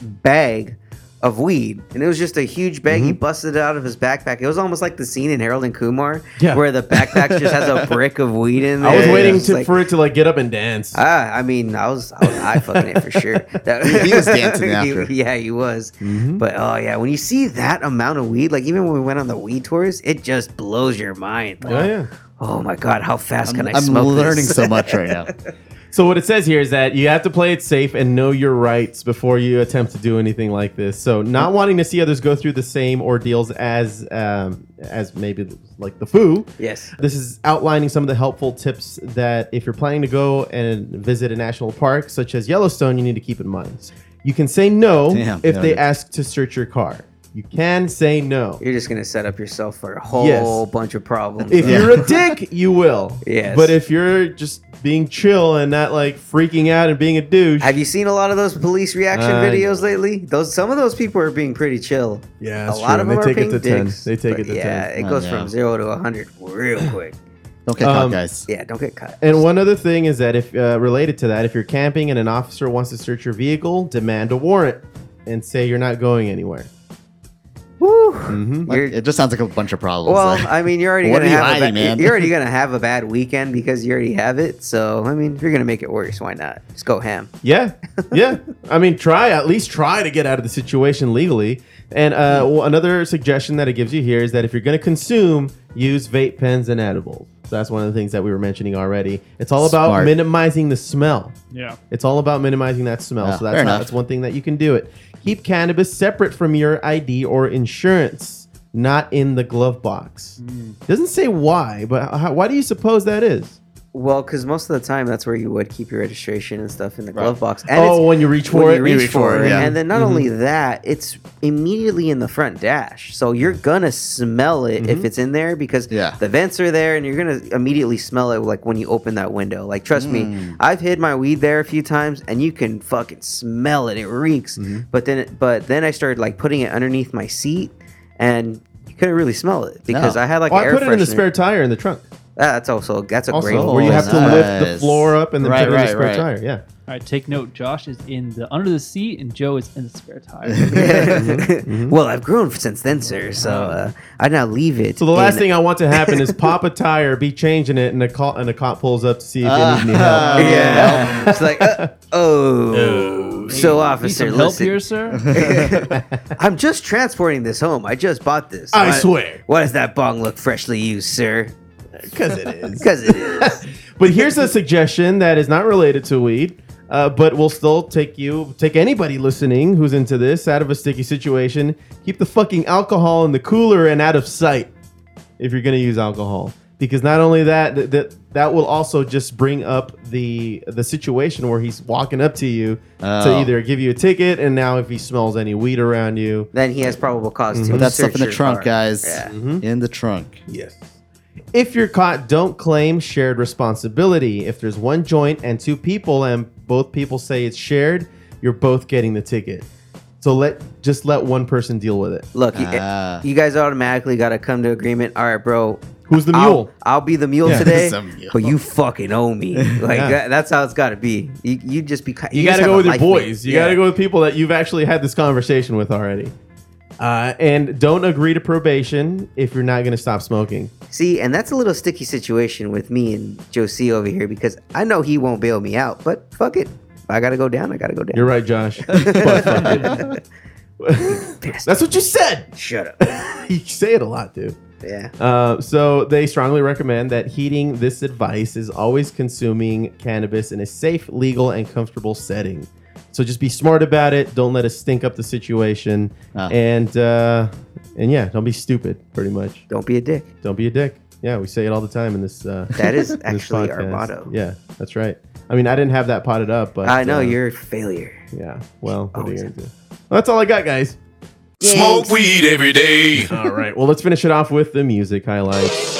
Speaker 4: bag of weed, and it was just a huge bag.
Speaker 7: Mm-hmm.
Speaker 4: He busted it out of his backpack. It was almost like the scene in Harold and Kumar,
Speaker 6: Yeah.
Speaker 4: where the backpack just has a brick of weed in there.
Speaker 6: I was
Speaker 4: and
Speaker 6: waiting
Speaker 4: it's
Speaker 6: to,
Speaker 4: like-
Speaker 6: for it to like get up and dance.
Speaker 4: Ah, I mean, I was, I was eye fucking it for sure. That-
Speaker 7: He- he was dancing
Speaker 4: He-
Speaker 7: after.
Speaker 4: yeah, he was.
Speaker 6: Mm-hmm.
Speaker 4: But oh yeah, when you see that amount of weed, like even when we went on the weed tours, it just blows your mind. Like,
Speaker 6: oh yeah.
Speaker 4: Oh my god, how fast
Speaker 7: I'm,
Speaker 4: can I
Speaker 7: I'm
Speaker 4: smoke
Speaker 7: learning
Speaker 4: this?
Speaker 7: so much right now.
Speaker 6: So what it says here is that you have to play it safe and know your rights before you attempt to do anything like this. So not wanting to see others go through the same ordeals as um, as maybe like the foo.
Speaker 4: yes.
Speaker 6: This is outlining some of the helpful tips that if you're planning to go and visit a national park such as Yellowstone, you need to keep in mind. You can say no
Speaker 7: Damn,
Speaker 6: if
Speaker 7: there
Speaker 6: they
Speaker 7: it is.
Speaker 6: ask to search your car. You can say no.
Speaker 4: You're just gonna set up yourself for a whole
Speaker 6: Yes.
Speaker 4: bunch of problems.
Speaker 6: If
Speaker 4: though.
Speaker 6: you're a dick, you will.
Speaker 4: Yes.
Speaker 6: But if you're just being chill and not like freaking out and being a douche,
Speaker 4: have you seen a lot of those police reaction
Speaker 6: Uh,
Speaker 4: videos lately? Those some of those people are being pretty chill.
Speaker 6: Yeah,
Speaker 4: A
Speaker 6: that's
Speaker 4: lot
Speaker 6: true.
Speaker 4: of
Speaker 6: They
Speaker 4: them are
Speaker 6: take it
Speaker 4: being
Speaker 6: to 10.
Speaker 4: dicks,
Speaker 6: They take
Speaker 4: but
Speaker 6: it to
Speaker 4: yeah,
Speaker 6: 10.
Speaker 4: it goes
Speaker 7: Oh, yeah.
Speaker 4: from zero to hundred real quick.
Speaker 7: Don't get
Speaker 6: Um,
Speaker 7: caught, guys.
Speaker 4: yeah, don't get cut.
Speaker 6: and one other thing is that if uh, related to that, if you're camping and an officer wants to search your vehicle, demand a warrant and say you're not going anywhere.
Speaker 4: Woo.
Speaker 6: Mm-hmm.
Speaker 7: Like,
Speaker 4: You're-
Speaker 7: it just sounds like a bunch of problems.
Speaker 4: Well,
Speaker 7: Like,
Speaker 4: I mean, you're already
Speaker 7: What
Speaker 4: gonna
Speaker 7: are you
Speaker 4: have a
Speaker 7: hiding,
Speaker 4: ba-
Speaker 7: man?
Speaker 4: you're already gonna have a bad weekend because you already have it. So, I mean, if you're gonna make it worse, why not? Just go ham.
Speaker 6: Yeah, yeah. I mean, try at least try to get out of the situation legally. And uh, well, another suggestion that it gives you here is that if you're going to consume, use vape pens and edibles. That's one of the things that we were mentioning already. It's all about
Speaker 7: Smart.
Speaker 6: minimizing the smell.
Speaker 2: Yeah.
Speaker 6: It's all about minimizing that smell.
Speaker 7: Yeah,
Speaker 6: so
Speaker 7: fair
Speaker 6: that's how,
Speaker 7: enough.
Speaker 6: that's one thing that you can do it. Keep cannabis separate from your ID or insurance, not in the glove box. Doesn't say why, but how, why do you suppose that is?
Speaker 4: Well, because most of the time, that's where you would keep your registration and stuff in the glove box. And
Speaker 6: oh,
Speaker 4: it's-
Speaker 6: when you reach for Mm-hmm.
Speaker 4: when
Speaker 6: it,
Speaker 4: you reach, for it.
Speaker 7: yeah.
Speaker 4: And then not only that, it's immediately in the front dash. So you're gonna smell it
Speaker 6: Mm-hmm.
Speaker 4: if it's in there because
Speaker 7: Yeah.
Speaker 4: the vents are there and you're gonna immediately smell it like when you open that window. Like trust
Speaker 6: Mm.
Speaker 4: me, I've hid my weed there a few times and you can fucking smell it. It reeks.
Speaker 6: Mm-hmm.
Speaker 4: But then it, but then I started like putting it underneath my seat and you couldn't really smell it because
Speaker 7: No.
Speaker 4: I had like
Speaker 6: oh,
Speaker 4: an
Speaker 6: I
Speaker 4: air
Speaker 6: put it in the
Speaker 4: freshener.
Speaker 6: spare tire in the trunk.
Speaker 4: Ah, that's also that's a great
Speaker 6: Also,
Speaker 4: one.
Speaker 6: where you
Speaker 7: Oh,
Speaker 6: have to lift the
Speaker 7: nice.
Speaker 6: floor up and then
Speaker 7: Right,
Speaker 6: put it in the
Speaker 7: right,
Speaker 6: spare
Speaker 7: right.
Speaker 6: tire. Yeah.
Speaker 2: All right, take note. Josh is in the under the seat, and Joe is in the spare tire.
Speaker 6: Mm-hmm.
Speaker 4: well, I've grown since then, sir. So uh, I now leave it.
Speaker 6: So the last
Speaker 4: in-
Speaker 6: thing I want to happen is pop a tire, be changing it, and a cop uh,
Speaker 7: Uh,
Speaker 6: and a cop pulls up to see if you need any help.
Speaker 4: Yeah. it's like, uh, oh, So,
Speaker 2: Need
Speaker 4: officer,
Speaker 2: some help
Speaker 4: listen.
Speaker 2: here, sir?
Speaker 4: I'm just transporting this home. I just bought this.
Speaker 6: I
Speaker 4: Why-
Speaker 6: swear.
Speaker 4: Why does that bong look freshly used, sir?
Speaker 6: Because it is.
Speaker 4: Because it is.
Speaker 6: But here's a suggestion that is not related to weed, uh, but will still take you, take anybody listening who's into this out of a sticky situation. Keep the fucking alcohol in the cooler and out of sight if you're going to use alcohol. Because not only that, that that that will also just bring up the the situation where he's walking up to you to
Speaker 7: Oh.
Speaker 6: either give you a ticket, and now if he smells any weed around you,
Speaker 4: then he has probable cause to.
Speaker 7: Mm, Put that stuff
Speaker 4: search
Speaker 7: in the
Speaker 4: your
Speaker 7: trunk,
Speaker 4: car.
Speaker 7: guys.
Speaker 4: Yeah.
Speaker 6: Mm-hmm.
Speaker 7: In the trunk.
Speaker 6: Yes. If you're caught, don't claim shared responsibility. If there's one joint and two people and both people say it's shared, you're both getting the ticket. So let just let one person deal with it.
Speaker 4: Look, you-
Speaker 7: Ah.
Speaker 4: you, guys automatically got to come to agreement. All right, bro.
Speaker 6: Who's the
Speaker 4: I'll-
Speaker 6: mule?
Speaker 4: I'll, be the mule
Speaker 6: Yeah.
Speaker 4: today,
Speaker 7: The mule.
Speaker 4: but you fucking owe me. Like
Speaker 6: Yeah.
Speaker 4: that, that's how it's got to be. You, you just be. ki-
Speaker 6: You,
Speaker 4: just
Speaker 6: got to
Speaker 4: have
Speaker 6: go
Speaker 4: a
Speaker 6: with your
Speaker 4: life mate.
Speaker 6: boys. You
Speaker 4: Yeah.
Speaker 6: got to go with people that you've actually had this conversation with already. Uh, and don't agree to probation if you're not going to stop smoking.
Speaker 4: See, and that's a little sticky situation with me and Josie over here because I know he won't bail me out, but fuck it. If I got to go down. I got to go down.
Speaker 6: You're right, Josh. But fuck it. That's what you said.
Speaker 4: Shut up.
Speaker 6: You say it a lot, dude.
Speaker 4: Yeah.
Speaker 6: Uh, so they strongly recommend that heeding this advice is always consuming cannabis in a safe, legal, and comfortable setting. So just be smart about it. Don't let us stink up the situation.
Speaker 7: Ah.
Speaker 6: And uh, and yeah, don't be stupid. Pretty much.
Speaker 4: Don't be a dick.
Speaker 6: Don't be a dick. Yeah, we say it all the time in this. Uh,
Speaker 4: That is
Speaker 6: in this
Speaker 4: actually our
Speaker 6: podcast.
Speaker 4: motto.
Speaker 6: Yeah, that's right. I mean, I didn't have that potted up, but
Speaker 4: I know
Speaker 6: uh,
Speaker 4: you're a failure.
Speaker 6: Yeah. Well, what are you
Speaker 4: Always.
Speaker 6: gonna do? Well, that's all I got, guys.
Speaker 9: Smoke weed every day.
Speaker 6: All right. Well, let's finish it off with the music highlights.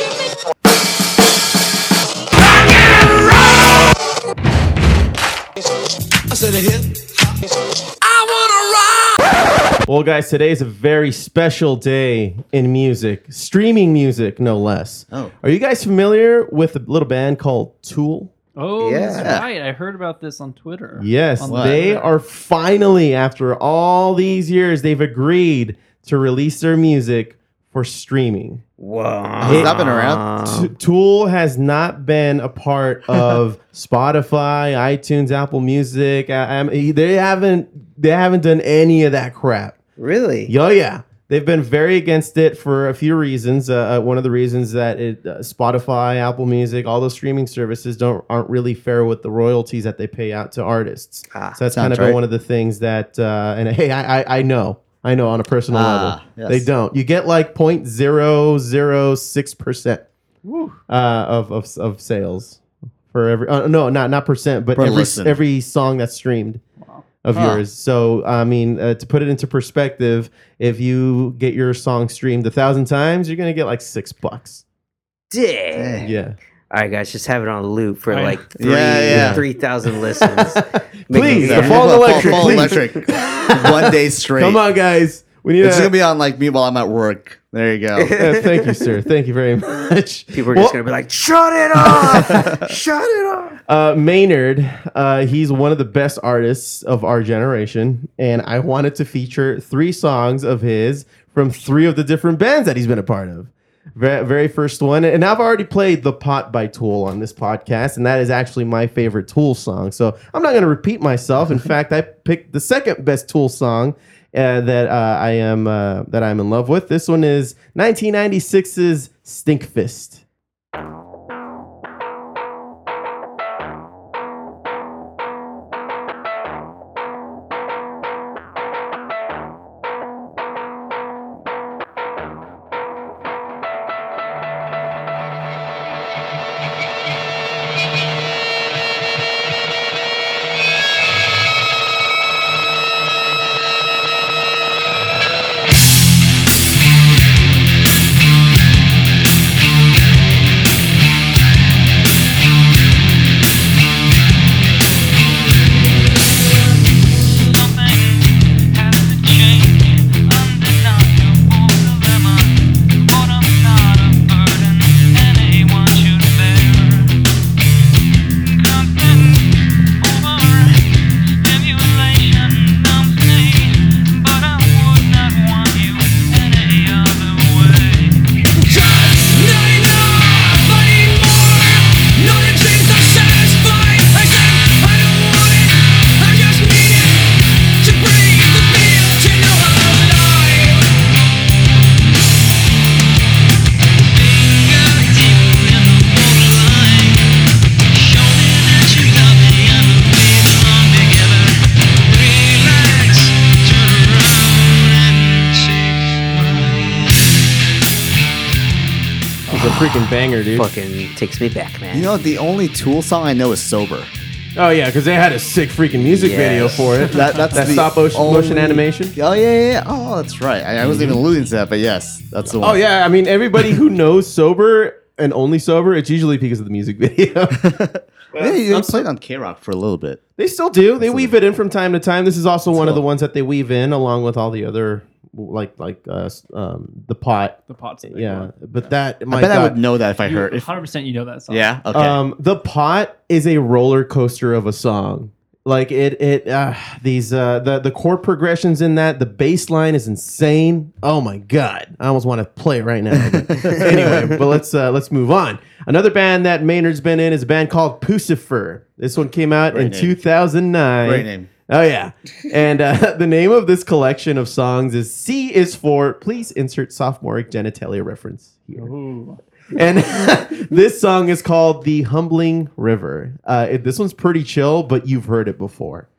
Speaker 6: Well, guys, today is a very special day in music, streaming music, no less.
Speaker 7: Oh.
Speaker 6: Are you guys familiar with a little band called Tool?
Speaker 2: Oh,
Speaker 7: Yeah.
Speaker 2: that's right. I heard about this on Twitter.
Speaker 6: Yes,
Speaker 2: On
Speaker 7: What?
Speaker 6: they
Speaker 2: Twitter.
Speaker 6: are finally, after all these years, they've agreed to release their music for streaming.
Speaker 4: Whoa.
Speaker 7: Has that been around?
Speaker 6: T- Tool has not been a part of Spotify, iTunes, Apple Music. I, I'm- they haven't they haven't done any of that crap.
Speaker 4: Really?
Speaker 6: Yo, yeah. They've been very against it for a few reasons. Uh, uh, one of the reasons that it, uh, Spotify, Apple Music, all those streaming services don't aren't really fair with the royalties that they pay out to artists.
Speaker 4: Ah,
Speaker 6: so that's kind
Speaker 7: sounds
Speaker 6: of been
Speaker 7: right.
Speaker 6: one of the things that. Uh, and hey, I, I I know, I know on a personal
Speaker 7: Ah,
Speaker 6: level,
Speaker 7: yes.
Speaker 6: uh, they don't. You get like point zero zero six percent uh, of of of sales for every. Uh, no, not not percent, but
Speaker 7: Per
Speaker 6: every
Speaker 7: listen.
Speaker 6: every song that's streamed of
Speaker 7: Huh.
Speaker 6: yours. So, I mean, uh, to put it into perspective, if you get your song streamed a thousand times, you're gonna get like six bucks.
Speaker 4: Dang.
Speaker 6: Yeah,
Speaker 4: All right, guys, just have it on loop for
Speaker 6: Oh,
Speaker 2: All right.
Speaker 4: like three
Speaker 7: Yeah, yeah.
Speaker 4: three thousand listens.
Speaker 6: please,
Speaker 4: it
Speaker 6: the
Speaker 4: easier.
Speaker 6: Fall Electric,
Speaker 7: Fall
Speaker 6: please.
Speaker 7: electric. One day straight.
Speaker 6: Come on, guys, we need.
Speaker 7: It's
Speaker 6: A,
Speaker 7: gonna be on like me while I'm at work. There you go.
Speaker 6: Uh, thank you, sir. Thank you very much.
Speaker 4: People are
Speaker 6: Well,
Speaker 4: just gonna be like, "Shut it off! Shut it off!"
Speaker 6: Uh, Maynard, uh, he's one of the best artists of our generation, and I wanted to feature three songs of his from three of the different bands that he's been a part of. Very, very first one, and I've already played "The Pot" by Tool on this podcast, and that is actually my favorite Tool song. So I'm not going to repeat myself. In fact, I picked the second best Tool song uh, that uh, I am uh, that I'm in love with. This one is 1996's "Stink Fist."
Speaker 3: Thank
Speaker 6: freaking banger, dude.
Speaker 4: Fucking takes me back, man.
Speaker 7: You know, the only Tool song I know is "Sober."
Speaker 6: Oh yeah, because they had a sick freaking music
Speaker 4: Yes.
Speaker 6: video for it.
Speaker 7: That, that's
Speaker 6: that
Speaker 7: the
Speaker 6: stop motion, motion
Speaker 7: only-
Speaker 6: animation. Mm-hmm.
Speaker 7: Oh yeah, yeah, yeah. Oh, that's right. I, I wasn't even alluding to that, but yes, that's the one.
Speaker 6: Oh yeah, I mean everybody who knows sober and only sober, it's usually because of the music video.
Speaker 7: yeah. You played on K Rock for a little bit.
Speaker 6: they still do. They weave it in from time to time. This is also one of the ones that they weave in along with all the other like like uh, s- um, the pot.
Speaker 2: The pot's a big
Speaker 6: Yeah,
Speaker 2: one.
Speaker 6: but that Oh my
Speaker 7: I bet
Speaker 6: God.
Speaker 7: I would know that if I
Speaker 2: You,
Speaker 7: heard. If,
Speaker 2: 100% you know that song.
Speaker 7: yeah. Okay.
Speaker 6: Um, the pot is a roller coaster of a song. Like it, it uh, these uh, the the chord progressions in that the bass line is insane. Oh my god, I almost want to play it right now. But anyway, but let's uh, let's move on. Another band that Maynard's been in is a band called Pucifer. This one came out in
Speaker 7: name.
Speaker 6: two thousand nine.
Speaker 7: Great name.
Speaker 6: Oh yeah, and uh, the name of this collection of songs is C is for please insert sophomoric genitalia reference here.
Speaker 2: Ooh.
Speaker 6: And this song is called "The Humbling River." Uh, it- this one's pretty chill, but you've heard it before.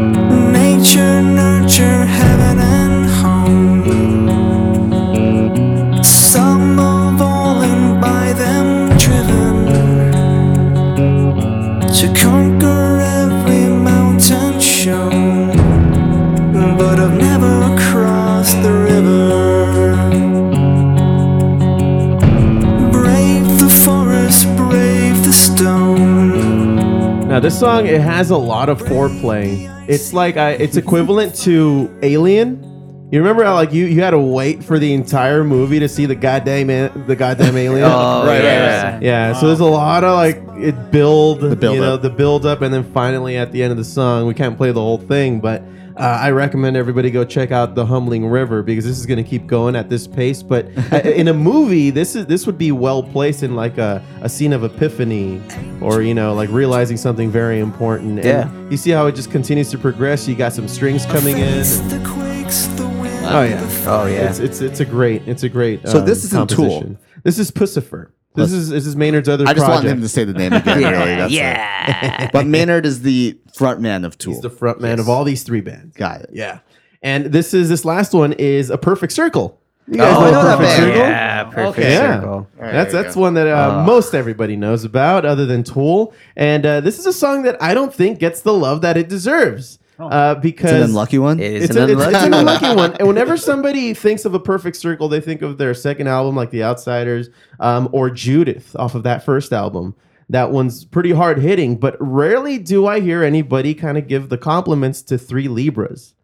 Speaker 3: Nature, nurture, heaven and home. Some of all and by them driven to conquer every mountain shown, but I've never crossed the river. Brave the forest, brave the stone.
Speaker 6: Now, this song it has a lot of foreplay. It's like I, it's equivalent to Alien. You remember how like you you had to wait for the entire movie to see the goddamn a- the goddamn alien.
Speaker 4: Oh,
Speaker 7: Right, right,
Speaker 4: yeah.
Speaker 7: right.
Speaker 6: Yeah, so there's a lot of like it build, the
Speaker 7: build
Speaker 6: you know,
Speaker 7: up.
Speaker 6: the build up, and then finally at the end of the song, we can't play the whole thing, but uh, I recommend everybody go check out the Humbling River because this is going to keep going at this pace. But uh, in a movie, this is this would be well placed in like a, a scene of epiphany, or you know, like realizing something very important. And
Speaker 4: Yeah.
Speaker 6: you see how it just continues to progress. You got some strings coming in.
Speaker 3: The quakes, the wind,
Speaker 6: Oh yeah.
Speaker 4: Oh yeah.
Speaker 6: It's, it's it's a great it's a great. um,
Speaker 7: So this is in Tool.
Speaker 6: composition. This is Pussifer. This is this is Maynard's other.
Speaker 7: I just
Speaker 6: project.
Speaker 7: want him to say the name again. really, that's
Speaker 4: yeah.
Speaker 7: It. But Maynard is the front man of Tool.
Speaker 6: He's the front man of all these three bands.
Speaker 7: Got it.
Speaker 6: Yeah. And this is this last one is a perfect circle. You guys
Speaker 7: Oh, I know that
Speaker 6: Perfect
Speaker 7: band.
Speaker 6: Circle?
Speaker 4: Yeah, perfect
Speaker 7: Okay.
Speaker 6: Yeah.
Speaker 4: circle.
Speaker 6: that's that's one that
Speaker 7: Ah.
Speaker 6: uh, most everybody knows about, other than Tool. And uh, this is a song that I don't think gets the love that it deserves uh,
Speaker 7: Oh. It's an
Speaker 6: because
Speaker 7: unlucky one.
Speaker 4: It is
Speaker 6: it's,
Speaker 4: an
Speaker 6: a- it's-
Speaker 4: unlucky.
Speaker 6: it's an unlucky one. And whenever somebody thinks of a perfect circle, they think of their second album, like The Outsiders, um, or Judith off of that first album. That one's pretty hard hitting, but rarely do I hear anybody kind of give the compliments to Three Libras.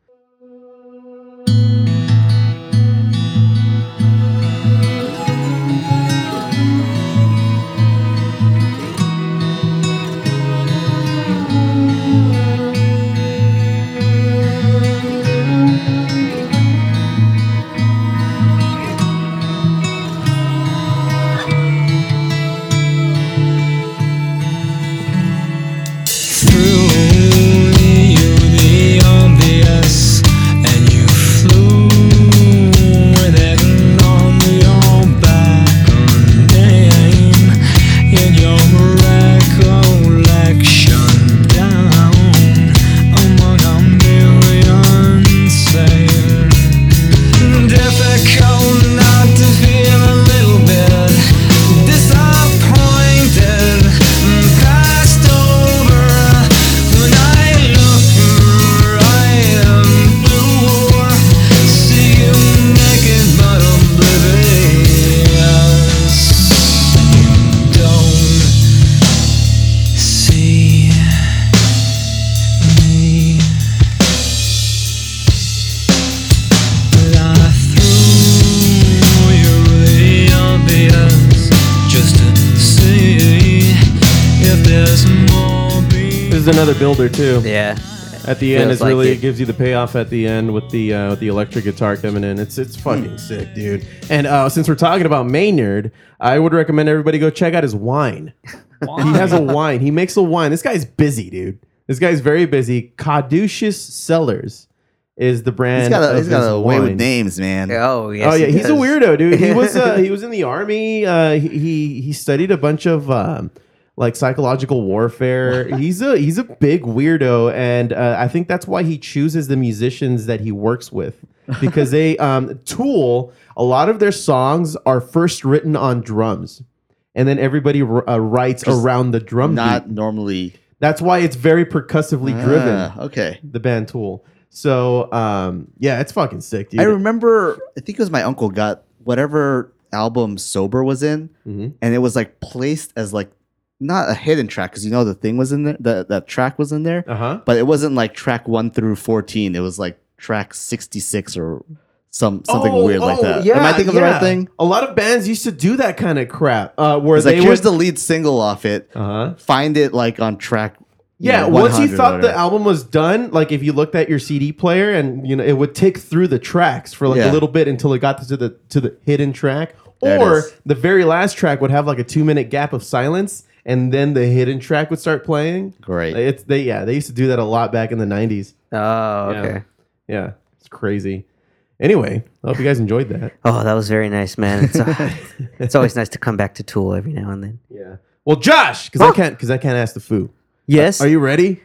Speaker 3: Difficult not to feel a little bit disappointed and passed over. When I look right and blue, see you naked but oblivious. You don't see me. But I threw you the obvious just to see if there's more being
Speaker 6: This is another builder too.
Speaker 4: Yeah.
Speaker 6: At the end,
Speaker 4: Feels
Speaker 6: it's
Speaker 4: like
Speaker 6: really
Speaker 4: it.
Speaker 6: gives you the payoff at the end with the uh, with the electric guitar coming in. It's it's fucking sick, dude. And uh, since we're talking about Maynard, I would recommend everybody go check out his wine.
Speaker 2: Why?
Speaker 6: He has a wine. He makes a wine. This guy's busy, dude. This guy's very busy. Caduceus Sellers is the brand.
Speaker 7: He's got a,
Speaker 6: of
Speaker 7: he's got
Speaker 6: his
Speaker 7: a way with
Speaker 6: wine.
Speaker 7: names, man.
Speaker 4: Oh
Speaker 6: oh yeah, he's a weirdo, dude. He was uh, he was in the army. Uh, he- he he studied a bunch of um, like psychological warfare. he's a he's a big weirdo, and uh, I think that's why he chooses the musicians that he works with because they um, Tool. A lot of their songs are first written on drums, and then everybody r- uh, writes around the drum beat.
Speaker 7: Not normally.
Speaker 6: That's why it's very percussively
Speaker 7: Ah,
Speaker 6: driven.
Speaker 7: okay.
Speaker 6: The band Tool. So um, yeah, it's fucking sick, dude.
Speaker 7: I remember, I think it was my uncle got whatever album Sober was in,
Speaker 6: Mhm.
Speaker 7: and it was like placed as like not a hidden track because you know the thing was in there, the, that track was in there,
Speaker 6: Uh-huh.
Speaker 7: but it wasn't like track one through 14. It was like track 66 or some something
Speaker 6: Oh,
Speaker 7: weird like
Speaker 6: oh,
Speaker 7: that.
Speaker 6: Yeah,
Speaker 7: Am I thinking of the
Speaker 6: yeah.
Speaker 7: right thing?
Speaker 6: A lot of bands used to do that kind of crap. Uh, where
Speaker 7: It's
Speaker 6: they
Speaker 7: like, here's
Speaker 6: would,
Speaker 7: the lead single off it.
Speaker 6: Uh-huh.
Speaker 7: Find it like on track. you
Speaker 6: yeah.
Speaker 7: know,
Speaker 6: Once you
Speaker 7: 100 or
Speaker 6: thought the
Speaker 7: whatever.
Speaker 6: album was done, like if you looked at your CD player and you know it would tick through the tracks for like a
Speaker 7: Yeah.
Speaker 6: little bit until it got to the to the hidden track,
Speaker 7: There it
Speaker 6: or
Speaker 7: is.
Speaker 6: the very last track would have like a two minute gap of silence. And then the hidden track would start playing.
Speaker 7: Great.
Speaker 6: It's they yeah they used to do that a lot back in the nineties.
Speaker 4: Oh,
Speaker 6: Yeah.
Speaker 4: okay.
Speaker 6: Yeah, it's crazy. Anyway, I hope you guys enjoyed that.
Speaker 4: Oh, that was very nice, man. It's, uh, it's always nice to come back to Tool every now and then.
Speaker 6: Yeah. Well, Josh, because I can't because I can't ask the foo.
Speaker 4: Yes.
Speaker 6: Are you ready?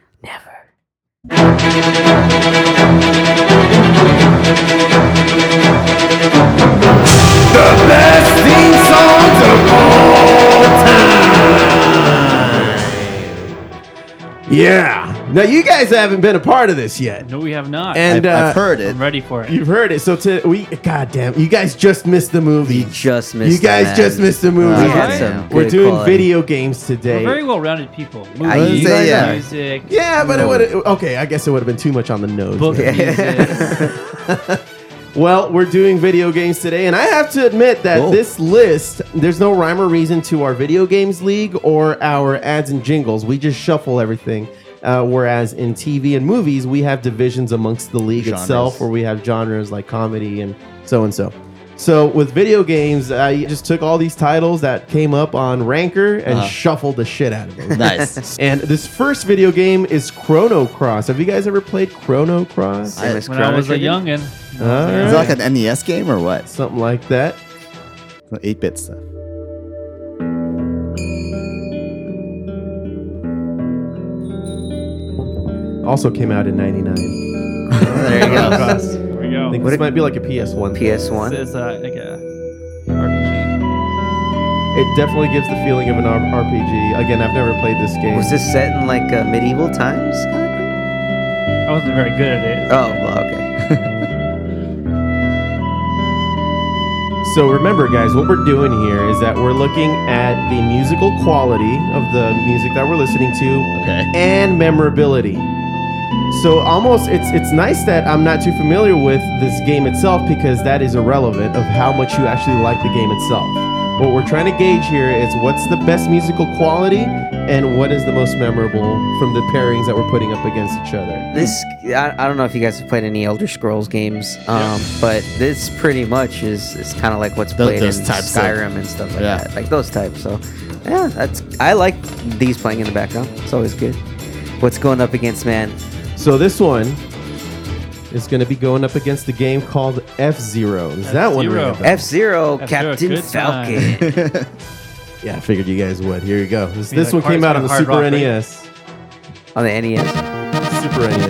Speaker 6: Yeah. Now you guys haven't been a part of this yet.
Speaker 2: No, we have not.
Speaker 6: And,
Speaker 7: I've,
Speaker 6: uh,
Speaker 7: I've heard it.
Speaker 2: I'm ready for it.
Speaker 6: You've heard it. So to we goddamn, you guys just missed the movie.
Speaker 4: You just missed
Speaker 6: You
Speaker 4: it,
Speaker 6: guys
Speaker 4: man.
Speaker 6: just missed the movie.
Speaker 4: We
Speaker 2: had
Speaker 6: Alright.
Speaker 4: some
Speaker 6: We're
Speaker 4: good
Speaker 6: doing
Speaker 4: quality.
Speaker 6: video games today.
Speaker 2: We're very well-rounded people.
Speaker 4: I-
Speaker 2: Movies,
Speaker 7: say, yeah.
Speaker 2: music,
Speaker 6: yeah, but it would okay. I guess it would have been too much on the nose.
Speaker 2: book
Speaker 6: Yeah.
Speaker 2: music.
Speaker 6: Well, we're doing video games today, and I have to admit that this list, there's no rhyme or reason to our video games league or our ads and jingles. We just shuffle everything. Uh, whereas in TV and movies, we have divisions amongst the league itself, where we have genres like comedy and so and so. So with video games, I just took all these titles that came up on Ranker and shuffled the shit out of them.
Speaker 7: Nice.
Speaker 6: and this first video game is Chrono Cross. Have you guys ever played Chrono Cross?
Speaker 4: Same as
Speaker 2: when I was a
Speaker 4: Chrono Trigger.
Speaker 2: youngin.
Speaker 6: Alright.
Speaker 7: Is it like an NES game or what?
Speaker 6: Something like that.
Speaker 7: 8 bit stuff.
Speaker 6: also came out in 99.
Speaker 4: There you go.
Speaker 2: Here we go.
Speaker 6: I think this might be like a PS1. thing.
Speaker 4: PS1.
Speaker 2: This is uh, like a RPG.
Speaker 6: It definitely gives the feeling of an R- RPG. Again, I've never played this game.
Speaker 4: Was this set in like uh, medieval times? kinda?
Speaker 2: I wasn't very good at it.
Speaker 4: Oh, well, okay.
Speaker 6: so remember, guys, what we're doing here is that we're looking at the musical quality of the music that we're listening to
Speaker 7: Okay.
Speaker 6: and memorability. So almost it's it's nice that I'm not too familiar with this game itself because that is irrelevant of how much you actually like the game itself. What we're trying to gauge here is what's the best musical quality and what is the most memorable from the pairings that we're putting up against each other.
Speaker 4: This I, I don't know if you guys have played any Elder Scrolls games, um, but this pretty much is is kind of like what's
Speaker 7: Those-
Speaker 4: played
Speaker 7: those
Speaker 4: in
Speaker 7: types of-
Speaker 4: Skyrim and stuff like
Speaker 7: Yeah.
Speaker 4: that, like those types. So, yeah, that's I like these playing in the background. It's always good. What's going up against, man?
Speaker 6: So this one is going to be going up against the game called F Zero. Is that one? ring a bell?
Speaker 2: F-Zero.
Speaker 4: F Zero,
Speaker 2: F-Zero,
Speaker 4: Captain
Speaker 2: good time.
Speaker 4: Falcon.
Speaker 6: yeah, I figured you guys would. Here you go. This,
Speaker 2: Be
Speaker 6: this
Speaker 2: like
Speaker 6: one
Speaker 2: hard-
Speaker 6: came out on the
Speaker 2: hard rock,
Speaker 6: Super
Speaker 2: right?
Speaker 6: NES.
Speaker 4: on the E NES.
Speaker 6: Super E NES.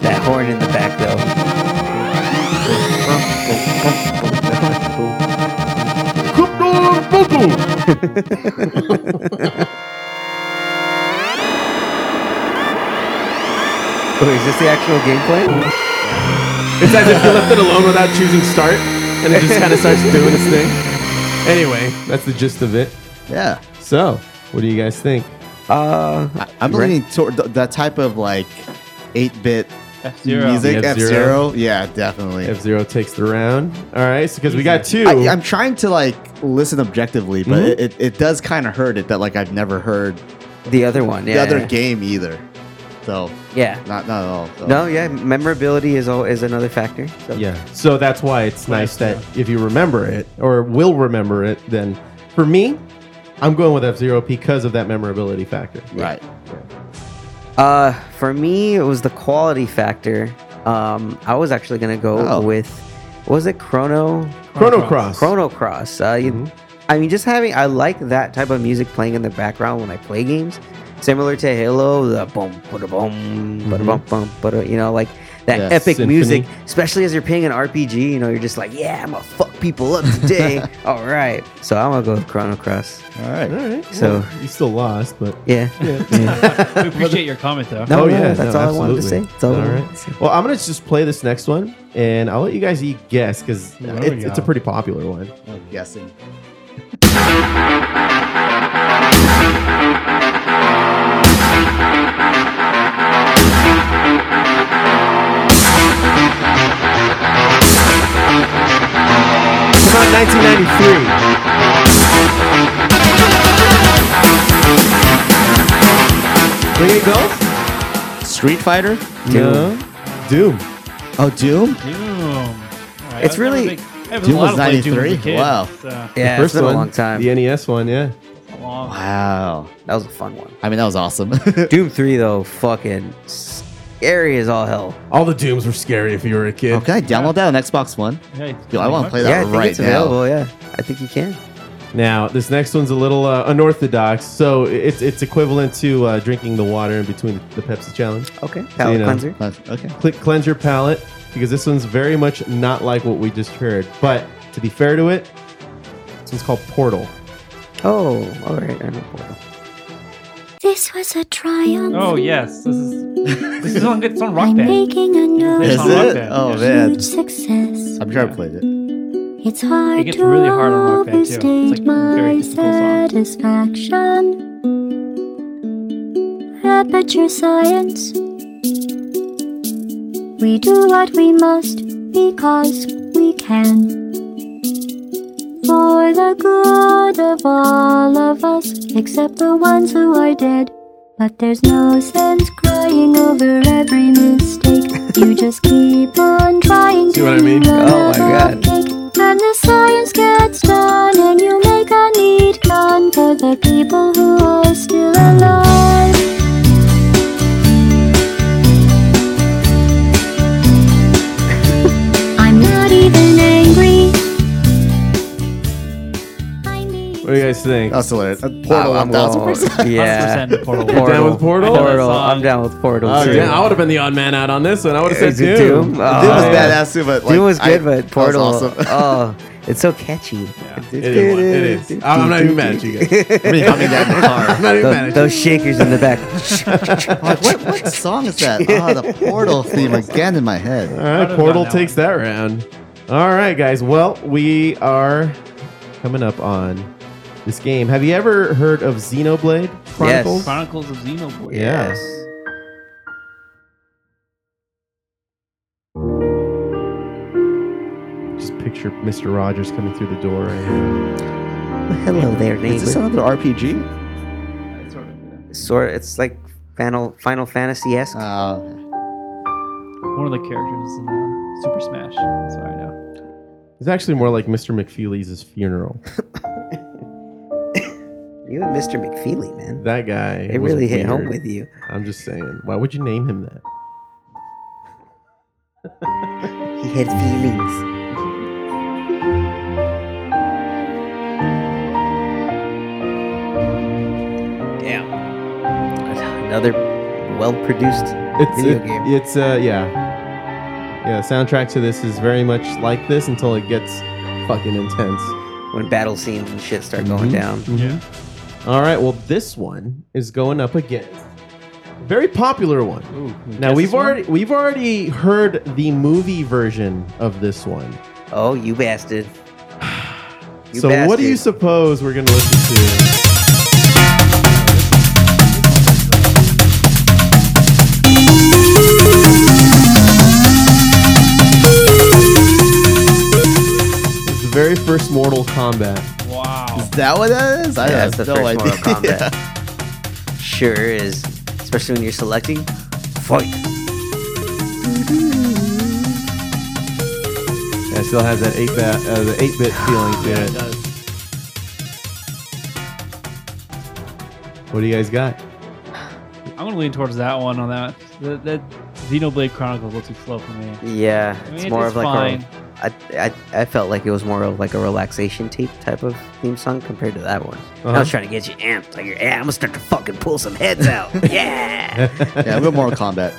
Speaker 4: That horn in the back though. Wait, is this the actual gameplay?
Speaker 6: It's as if you left it alone without choosing start, and it just kind of starts doing its thing. Anyway, that's the gist of it.
Speaker 7: Yeah.
Speaker 6: So, what do you guys think?
Speaker 4: Uh,
Speaker 7: I- I'm
Speaker 4: Right.
Speaker 7: leaning toward th- that type of like 8 bit
Speaker 2: F Zero.
Speaker 7: music.
Speaker 6: The
Speaker 7: F
Speaker 6: F-Zero.
Speaker 7: Zero. Yeah, definitely.
Speaker 6: F Zero takes the round. All right, because we got two.
Speaker 7: I, I'm trying to like listen objectively, but
Speaker 6: Mhm.
Speaker 7: it, it, it does kind of hurt it that like I've never heard
Speaker 4: the other one. Yeah.
Speaker 7: the other game either. So,
Speaker 4: Yeah.
Speaker 7: not, not at all. So.
Speaker 4: No, yeah, memorability is al- is another factor. So.
Speaker 6: Yeah. So that's why it's nice that if you remember it or will remember it, then for me, I'm going with F Zero because of that memorability factor.
Speaker 7: Right.
Speaker 4: Uh, for me, it was the quality factor. Um, I was actually gonna go
Speaker 6: Oh.
Speaker 4: with what was it Chrono
Speaker 6: Chrono Cross.
Speaker 4: Chrono Cross. Uh, you,
Speaker 6: Mm-hmm.
Speaker 4: I mean, just having I like that type of music playing in the background when I play games, similar to Halo, the boom, bada boom, bada bum, bum, bada, you know, like that
Speaker 6: Mm-hmm. Yeah,
Speaker 4: epic
Speaker 6: symphony.
Speaker 4: music, especially as you're playing an RPG. You know, you're just like, yeah, I'm gonna fuck people up today. All right, so I'm gonna go with Chrono Cross.
Speaker 7: All right.
Speaker 6: All right.
Speaker 4: So-
Speaker 6: well, you still lost, but
Speaker 4: Yeah.
Speaker 2: we appreciate your comment though.
Speaker 4: No, no, that's all I wanted
Speaker 6: Oh, absolutely.
Speaker 4: to say. That's all I wanted to say.
Speaker 6: Well, I'm gonna just play this next one, and I'll let you guys eat guess because
Speaker 7: What do we
Speaker 6: it's, it's a
Speaker 7: got?
Speaker 6: pretty popular one.
Speaker 7: I'm guessing.
Speaker 6: It's about 1993. There you go.
Speaker 7: Street Fighter.
Speaker 4: Doom.
Speaker 6: No. Doom.
Speaker 7: Oh, Doom.
Speaker 2: Doom. All right,
Speaker 4: It's
Speaker 2: I was never
Speaker 4: really-
Speaker 2: big- I was a
Speaker 7: Doom
Speaker 2: lot
Speaker 7: was
Speaker 2: of play Doom as a
Speaker 7: 93.
Speaker 2: kid,
Speaker 7: Wow.
Speaker 2: so-
Speaker 4: Yeah,
Speaker 6: the
Speaker 4: it's
Speaker 6: first
Speaker 4: been
Speaker 6: one,
Speaker 4: a long time.
Speaker 6: The NES one, yeah.
Speaker 2: Long.
Speaker 7: Wow.
Speaker 4: That was a fun one.
Speaker 7: I mean, that was awesome.
Speaker 4: Doom 3, though, fucking scary as all hell.
Speaker 6: All the Dooms were scary if you were a kid.
Speaker 7: okay, download that on Xbox One.
Speaker 2: Hey,
Speaker 7: Yo, I want to play that
Speaker 4: Yeah, I think
Speaker 7: right
Speaker 4: it's
Speaker 7: now.
Speaker 4: available. Yeah, I think you can.
Speaker 6: Now, this next one's a little uh, unorthodox, so it's it's equivalent to uh, drinking the water in between the Pepsi challenge.
Speaker 4: Okay, palate
Speaker 6: you know.
Speaker 4: cleanser.
Speaker 7: But- Okay.
Speaker 6: Click cleanse your palate because this one's very much not like what we just heard. But to be fair to it, this one's called Portal.
Speaker 4: Oh, all right. I know Portal.
Speaker 11: This was a triumph.
Speaker 2: Oh yes, this is this is on it's on Rock
Speaker 11: I'm
Speaker 2: Band.
Speaker 11: making a note.
Speaker 2: It's
Speaker 7: Is
Speaker 2: on Rock
Speaker 7: it?
Speaker 2: Band.
Speaker 7: Oh
Speaker 2: yeah.
Speaker 7: man,
Speaker 11: Huge success.
Speaker 7: I'm sure I played it.
Speaker 11: It's hard
Speaker 2: It gets
Speaker 11: to
Speaker 2: really hard on Rock Band, too. It's, like,
Speaker 11: overstate
Speaker 2: very
Speaker 11: my
Speaker 2: difficult song.
Speaker 11: satisfaction. Aperture science. We do what we must because we can. For the good of all of us, except the ones who are dead. But there's no sense crying over every mistake. You just keep on trying
Speaker 6: See
Speaker 11: to
Speaker 6: what I mean?
Speaker 11: eat a
Speaker 4: Oh my
Speaker 11: love
Speaker 4: God.
Speaker 11: cake. And the science gets done, and you make a neat gun for the people who are still alive. I'm not even angry. I'm
Speaker 6: What do you guys think?
Speaker 7: That's hilarious. Uh,
Speaker 4: Wow,
Speaker 7: Portal
Speaker 4: I'm
Speaker 7: 1000%.
Speaker 4: going- Yeah.
Speaker 2: 100% Portal.
Speaker 6: You're down with Portal?
Speaker 2: I know that
Speaker 4: Portal. I'm
Speaker 2: song.
Speaker 4: down with Portal.
Speaker 7: Oh,
Speaker 4: too.
Speaker 7: yeah,
Speaker 6: would have been the odd man out on this one. I would have
Speaker 4: Is it Doom? Oh,
Speaker 7: Doom was
Speaker 4: yeah.
Speaker 7: badass too, but like,
Speaker 4: Doom was good,
Speaker 7: I- that
Speaker 4: but
Speaker 7: was
Speaker 4: Portal.
Speaker 7: awesome.
Speaker 4: oh, it's so catchy.
Speaker 6: It is. It is. I'm not even mad at you guys.
Speaker 7: coming down the car.
Speaker 6: I'm not even mad
Speaker 4: Those,
Speaker 6: at you.
Speaker 4: those shakers in the back.
Speaker 7: Like, what, what song is that? Ah, the Portal theme again in my head.
Speaker 6: All right, Portal takes that round. All right, guys. Well, we are coming up on this game. Have you ever heard of Xenoblade Chronicles?
Speaker 2: Chronicles of Xenoblade.
Speaker 6: Yeah. Just picture Mr. Rogers coming through the door right now.
Speaker 4: Hello there,
Speaker 7: Is this
Speaker 4: neighbor.
Speaker 7: another RPG?
Speaker 4: Sort. It's like Final Final Fantasy esque.
Speaker 7: Uh,
Speaker 2: One of the characters in uh, Super Smash. Sorry now.
Speaker 6: It's actually more like Mr. McFeely's funeral.
Speaker 4: you and Mr. McFeely, man.
Speaker 6: That guy.
Speaker 4: They
Speaker 6: was
Speaker 4: really hit
Speaker 6: weird.
Speaker 4: home with you.
Speaker 6: I'm just saying. Why would you name him that?
Speaker 4: He had feelings. Damn. Another well produced.
Speaker 6: It's
Speaker 4: Video
Speaker 6: it-
Speaker 4: game.
Speaker 6: it's uh yeah. Yeah, the soundtrack to this is very much like this until it gets fucking intense.
Speaker 4: When battle scenes and shit start going down.
Speaker 6: All right, well this one is going up again. Very popular one. now we've already we've already heard the movie version of this one.
Speaker 4: Oh, you bastard. You
Speaker 6: so what do you
Speaker 4: bastard.
Speaker 6: suppose we're gonna listen to? It's the very first Mortal Kombat.
Speaker 2: Wow.
Speaker 7: is that what that is? I
Speaker 4: Yeah,
Speaker 7: have
Speaker 4: that's the
Speaker 7: no
Speaker 4: first
Speaker 7: idea.
Speaker 4: Mortal Kombat. Sure is. Especially when you're selecting. Fight.
Speaker 6: Yeah, it still has that eight bit uh, the eight bit feeling to it. What do you guys got?
Speaker 2: I'm gonna lean towards that one on that. The, the Xenoblade Chronicles a little too slow for me.
Speaker 4: Yeah,
Speaker 2: I mean,
Speaker 4: it's
Speaker 2: it-
Speaker 4: more
Speaker 2: it's
Speaker 4: of like
Speaker 2: fine.
Speaker 4: a. I, I, I felt like it was more of like a relaxation tape type of theme song compared to that one. I
Speaker 7: Uh-huh.
Speaker 4: was trying to get you amped. Like, yeah, I'm gonna start to fucking pull some heads out. yeah.
Speaker 7: yeah, we'll Mortal Kombat.